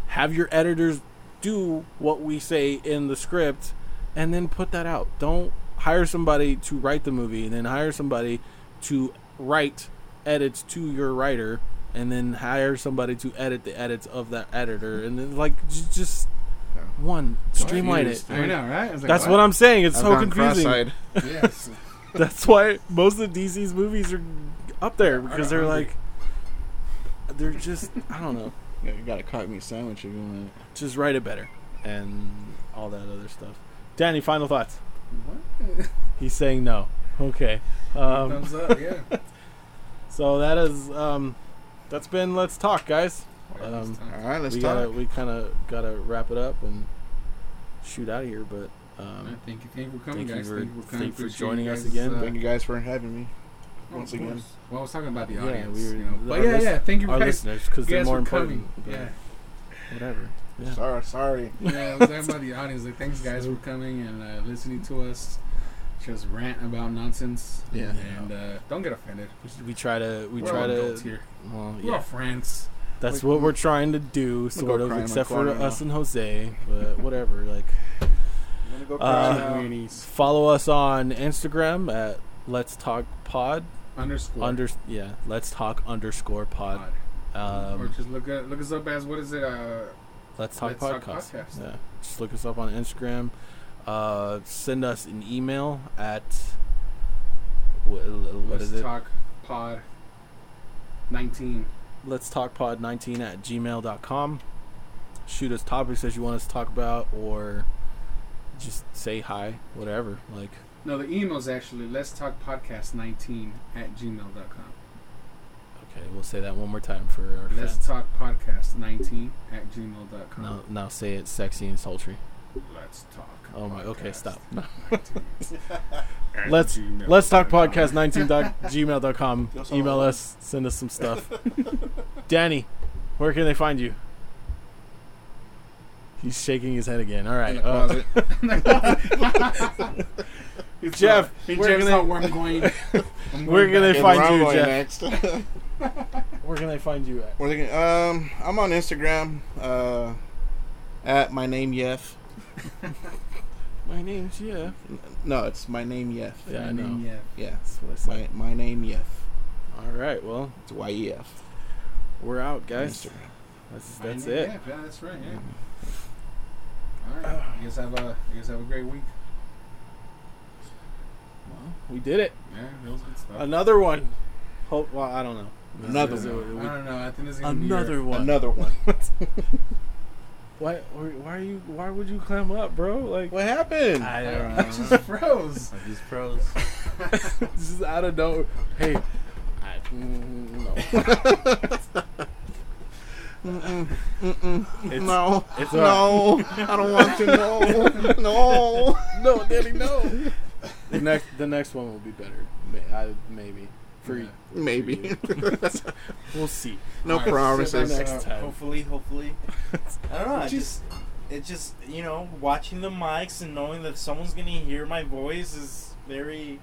[SPEAKER 1] Have your editors do what we say in the script, and then put that out. Don't hire somebody to write the movie and then hire somebody to write edits to your writer, and then hire somebody to edit the edits of that editor, and then like j- just
[SPEAKER 2] Yeah.
[SPEAKER 1] one streamline it.
[SPEAKER 3] I know, right? I was like,
[SPEAKER 1] That's what I'm saying. It's so confusing.
[SPEAKER 3] Yes.
[SPEAKER 1] That's why most of DC's movies are up there because they're
[SPEAKER 3] hungry.
[SPEAKER 1] like, they're just I don't know,
[SPEAKER 2] Yeah, you got a caught meat sandwich if you want
[SPEAKER 1] just write it better and all that other stuff. Danny, final thoughts.
[SPEAKER 3] What?
[SPEAKER 1] He's saying no. Okay. Um,
[SPEAKER 3] Thumbs up, yeah.
[SPEAKER 1] so that is um, that's been let's talk, guys. Um,
[SPEAKER 2] it. All right, let's
[SPEAKER 1] we gotta
[SPEAKER 2] talk.
[SPEAKER 1] we kind of gotta wrap it up and shoot out of here, but. Um,
[SPEAKER 3] thank you, thank you for coming,
[SPEAKER 1] thank you
[SPEAKER 3] guys.
[SPEAKER 1] for-
[SPEAKER 3] thank you for coming.
[SPEAKER 1] thank you for
[SPEAKER 3] Appreciate
[SPEAKER 1] joining
[SPEAKER 3] you
[SPEAKER 1] us
[SPEAKER 3] guys,
[SPEAKER 1] again.
[SPEAKER 3] uh,
[SPEAKER 2] Thank you guys for having me.
[SPEAKER 3] oh,
[SPEAKER 2] once
[SPEAKER 3] of
[SPEAKER 2] again.
[SPEAKER 3] course. Well, I was talking about the
[SPEAKER 1] Yeah,
[SPEAKER 3] audience.
[SPEAKER 1] we were-
[SPEAKER 3] you know. But
[SPEAKER 1] our
[SPEAKER 3] yeah,
[SPEAKER 1] lis-
[SPEAKER 3] yeah. Thank you
[SPEAKER 1] our
[SPEAKER 3] guys.
[SPEAKER 1] listeners, because
[SPEAKER 3] you
[SPEAKER 1] they're
[SPEAKER 3] guys
[SPEAKER 1] more
[SPEAKER 3] for
[SPEAKER 1] important.
[SPEAKER 3] coming.
[SPEAKER 1] but
[SPEAKER 3] Yeah.
[SPEAKER 1] Whatever. Yeah.
[SPEAKER 2] Sorry, sorry.
[SPEAKER 3] Yeah, I was talking about the audience. Like, thanks, guys, for coming and uh, listening to us just rant about nonsense.
[SPEAKER 2] Yeah.
[SPEAKER 3] And uh, don't get offended.
[SPEAKER 1] We try to. We
[SPEAKER 3] We're
[SPEAKER 1] try
[SPEAKER 3] all
[SPEAKER 1] to.
[SPEAKER 3] adults here.
[SPEAKER 1] Well,
[SPEAKER 3] We're all
[SPEAKER 1] yeah,
[SPEAKER 3] friends.
[SPEAKER 1] that's
[SPEAKER 2] We-
[SPEAKER 1] what we're trying to do,
[SPEAKER 2] gonna
[SPEAKER 1] sort
[SPEAKER 2] go
[SPEAKER 1] of,
[SPEAKER 2] cry in my
[SPEAKER 1] except for
[SPEAKER 2] corner now.
[SPEAKER 1] us and Jose. But whatever. Like,
[SPEAKER 2] I'm gonna go
[SPEAKER 1] Uh,
[SPEAKER 2] cry now.
[SPEAKER 1] follow us on Instagram at Let's Talk Pod.
[SPEAKER 3] Underscore.
[SPEAKER 1] Under yeah, Let's Talk underscore Pod.
[SPEAKER 3] Pod. or
[SPEAKER 1] Um,
[SPEAKER 3] just look at, look us up as what is it? Uh,
[SPEAKER 1] Let's Talk
[SPEAKER 3] Let's Talk
[SPEAKER 1] Podcast.
[SPEAKER 3] Podcast.
[SPEAKER 1] Yeah, just look us up on Instagram. Uh, send us an email at what, what
[SPEAKER 3] let's
[SPEAKER 1] is it?
[SPEAKER 3] talk pod nineteen.
[SPEAKER 1] let's talk pod 19 at gmail.com shoot us topics that you want us to talk about or just say hi whatever like
[SPEAKER 3] No, the email's actually let's talk podcast nineteen at gmail.com.
[SPEAKER 1] okay we'll say that one more time for our
[SPEAKER 3] Let's
[SPEAKER 1] fans.
[SPEAKER 3] talk podcast nineteen at gmail.com.
[SPEAKER 1] now, now say it sexy and sultry
[SPEAKER 3] Let's talk.
[SPEAKER 1] oh my okay
[SPEAKER 3] podcast
[SPEAKER 1] stop
[SPEAKER 3] 19 at
[SPEAKER 1] Let's-
[SPEAKER 3] gmail
[SPEAKER 1] let's talk
[SPEAKER 3] dot com.
[SPEAKER 1] podcast 19 gmail.com
[SPEAKER 2] That's all I
[SPEAKER 1] email
[SPEAKER 2] want.
[SPEAKER 1] us send us some stuff danny where can they find you he's shaking his head again all
[SPEAKER 2] In
[SPEAKER 1] right
[SPEAKER 2] the
[SPEAKER 1] uh,
[SPEAKER 2] closet.
[SPEAKER 1] jeff
[SPEAKER 3] He
[SPEAKER 1] where
[SPEAKER 3] checks
[SPEAKER 1] can they,
[SPEAKER 3] out where I'm going. I'm
[SPEAKER 1] Where
[SPEAKER 3] going
[SPEAKER 1] can they
[SPEAKER 3] back.
[SPEAKER 2] In
[SPEAKER 1] find you,
[SPEAKER 2] Runway
[SPEAKER 1] Jeff.
[SPEAKER 2] next.
[SPEAKER 1] uh, where can they find you at
[SPEAKER 2] Where they can- um, I'm on Instagram uh, at my name Yef.
[SPEAKER 1] my name's jeff
[SPEAKER 2] No, it's my name Yef.
[SPEAKER 1] yeah i
[SPEAKER 3] I mean,
[SPEAKER 1] know
[SPEAKER 3] yeah.
[SPEAKER 2] Yeah,
[SPEAKER 1] that's what i said
[SPEAKER 2] my my name Yef.
[SPEAKER 1] all right well
[SPEAKER 2] It's Y E F.
[SPEAKER 1] We're out, guys.
[SPEAKER 2] Instagram.
[SPEAKER 1] That's that's
[SPEAKER 3] Yeah,
[SPEAKER 1] it.
[SPEAKER 3] Yeah, yeah, that's right. Yeah. All right. You guys have a you guys have a great week.
[SPEAKER 1] We did it.
[SPEAKER 3] Yeah, that was good stuff.
[SPEAKER 1] Another one. Hope. Well, I don't know.
[SPEAKER 2] Another
[SPEAKER 1] This is-
[SPEAKER 2] one.
[SPEAKER 1] we-
[SPEAKER 3] I don't know. I think this is gonna be your-
[SPEAKER 1] Another one.
[SPEAKER 2] Another one.
[SPEAKER 1] Why? Why are you? Why would you clam up, bro? Like
[SPEAKER 2] what happened?
[SPEAKER 1] I don't
[SPEAKER 3] I
[SPEAKER 1] know.
[SPEAKER 3] just froze.
[SPEAKER 4] These pros.
[SPEAKER 1] this is out of nowhere. Hey. I, mm, no. It's-
[SPEAKER 2] no,
[SPEAKER 1] it's
[SPEAKER 2] no, I don't want to. No, no.
[SPEAKER 1] No, Daddy, no. The next, the next one will be better. May, I, maybe. for
[SPEAKER 3] Yeah.
[SPEAKER 2] Maybe.
[SPEAKER 1] we'll see.
[SPEAKER 2] no
[SPEAKER 3] Alright, so
[SPEAKER 2] promises.
[SPEAKER 1] next time.
[SPEAKER 4] Hopefully, hopefully. I don't know. I
[SPEAKER 3] Just-
[SPEAKER 4] just, it's just you know, watching the mics and knowing that someone's gonna hear my voice is very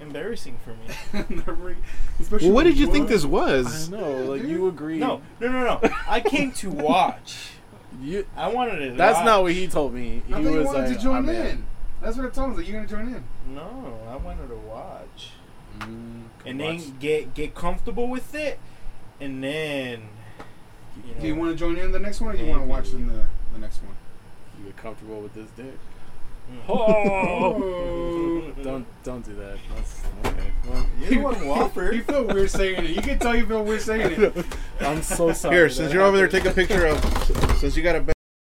[SPEAKER 4] embarrassing for me.
[SPEAKER 3] Never-
[SPEAKER 2] Well,
[SPEAKER 3] especially
[SPEAKER 2] what
[SPEAKER 3] when
[SPEAKER 2] did you
[SPEAKER 3] you're
[SPEAKER 2] think
[SPEAKER 3] on-
[SPEAKER 2] this
[SPEAKER 1] I
[SPEAKER 2] was?
[SPEAKER 1] know, like you agree.
[SPEAKER 4] No, no, no, no. I came to watch.
[SPEAKER 1] you.
[SPEAKER 4] I wanted to.
[SPEAKER 1] That's
[SPEAKER 4] watch.
[SPEAKER 1] not what he told me. He
[SPEAKER 3] I thought you
[SPEAKER 1] was
[SPEAKER 3] wanted
[SPEAKER 1] like,
[SPEAKER 3] to join
[SPEAKER 1] "I'm
[SPEAKER 3] in. That's what I told him. That you're gonna join in.
[SPEAKER 4] No, I wanted to watch. and
[SPEAKER 1] Mm, watch.
[SPEAKER 4] then get get comfortable with it, and then. You know,
[SPEAKER 3] Do you want to join in the next one, or do you want to watch in the, the next one?
[SPEAKER 1] You get comfortable with this dick?
[SPEAKER 4] Mm. Oh.
[SPEAKER 1] Don't don't do that. That's okay. Well,
[SPEAKER 4] You're the one who offered.
[SPEAKER 3] you feel weird saying it. You can tell you feel weird saying it.
[SPEAKER 1] I'm so sorry.
[SPEAKER 2] Here,
[SPEAKER 1] that
[SPEAKER 2] since you're over there,
[SPEAKER 1] happened.
[SPEAKER 2] take a picture of. Since you got a.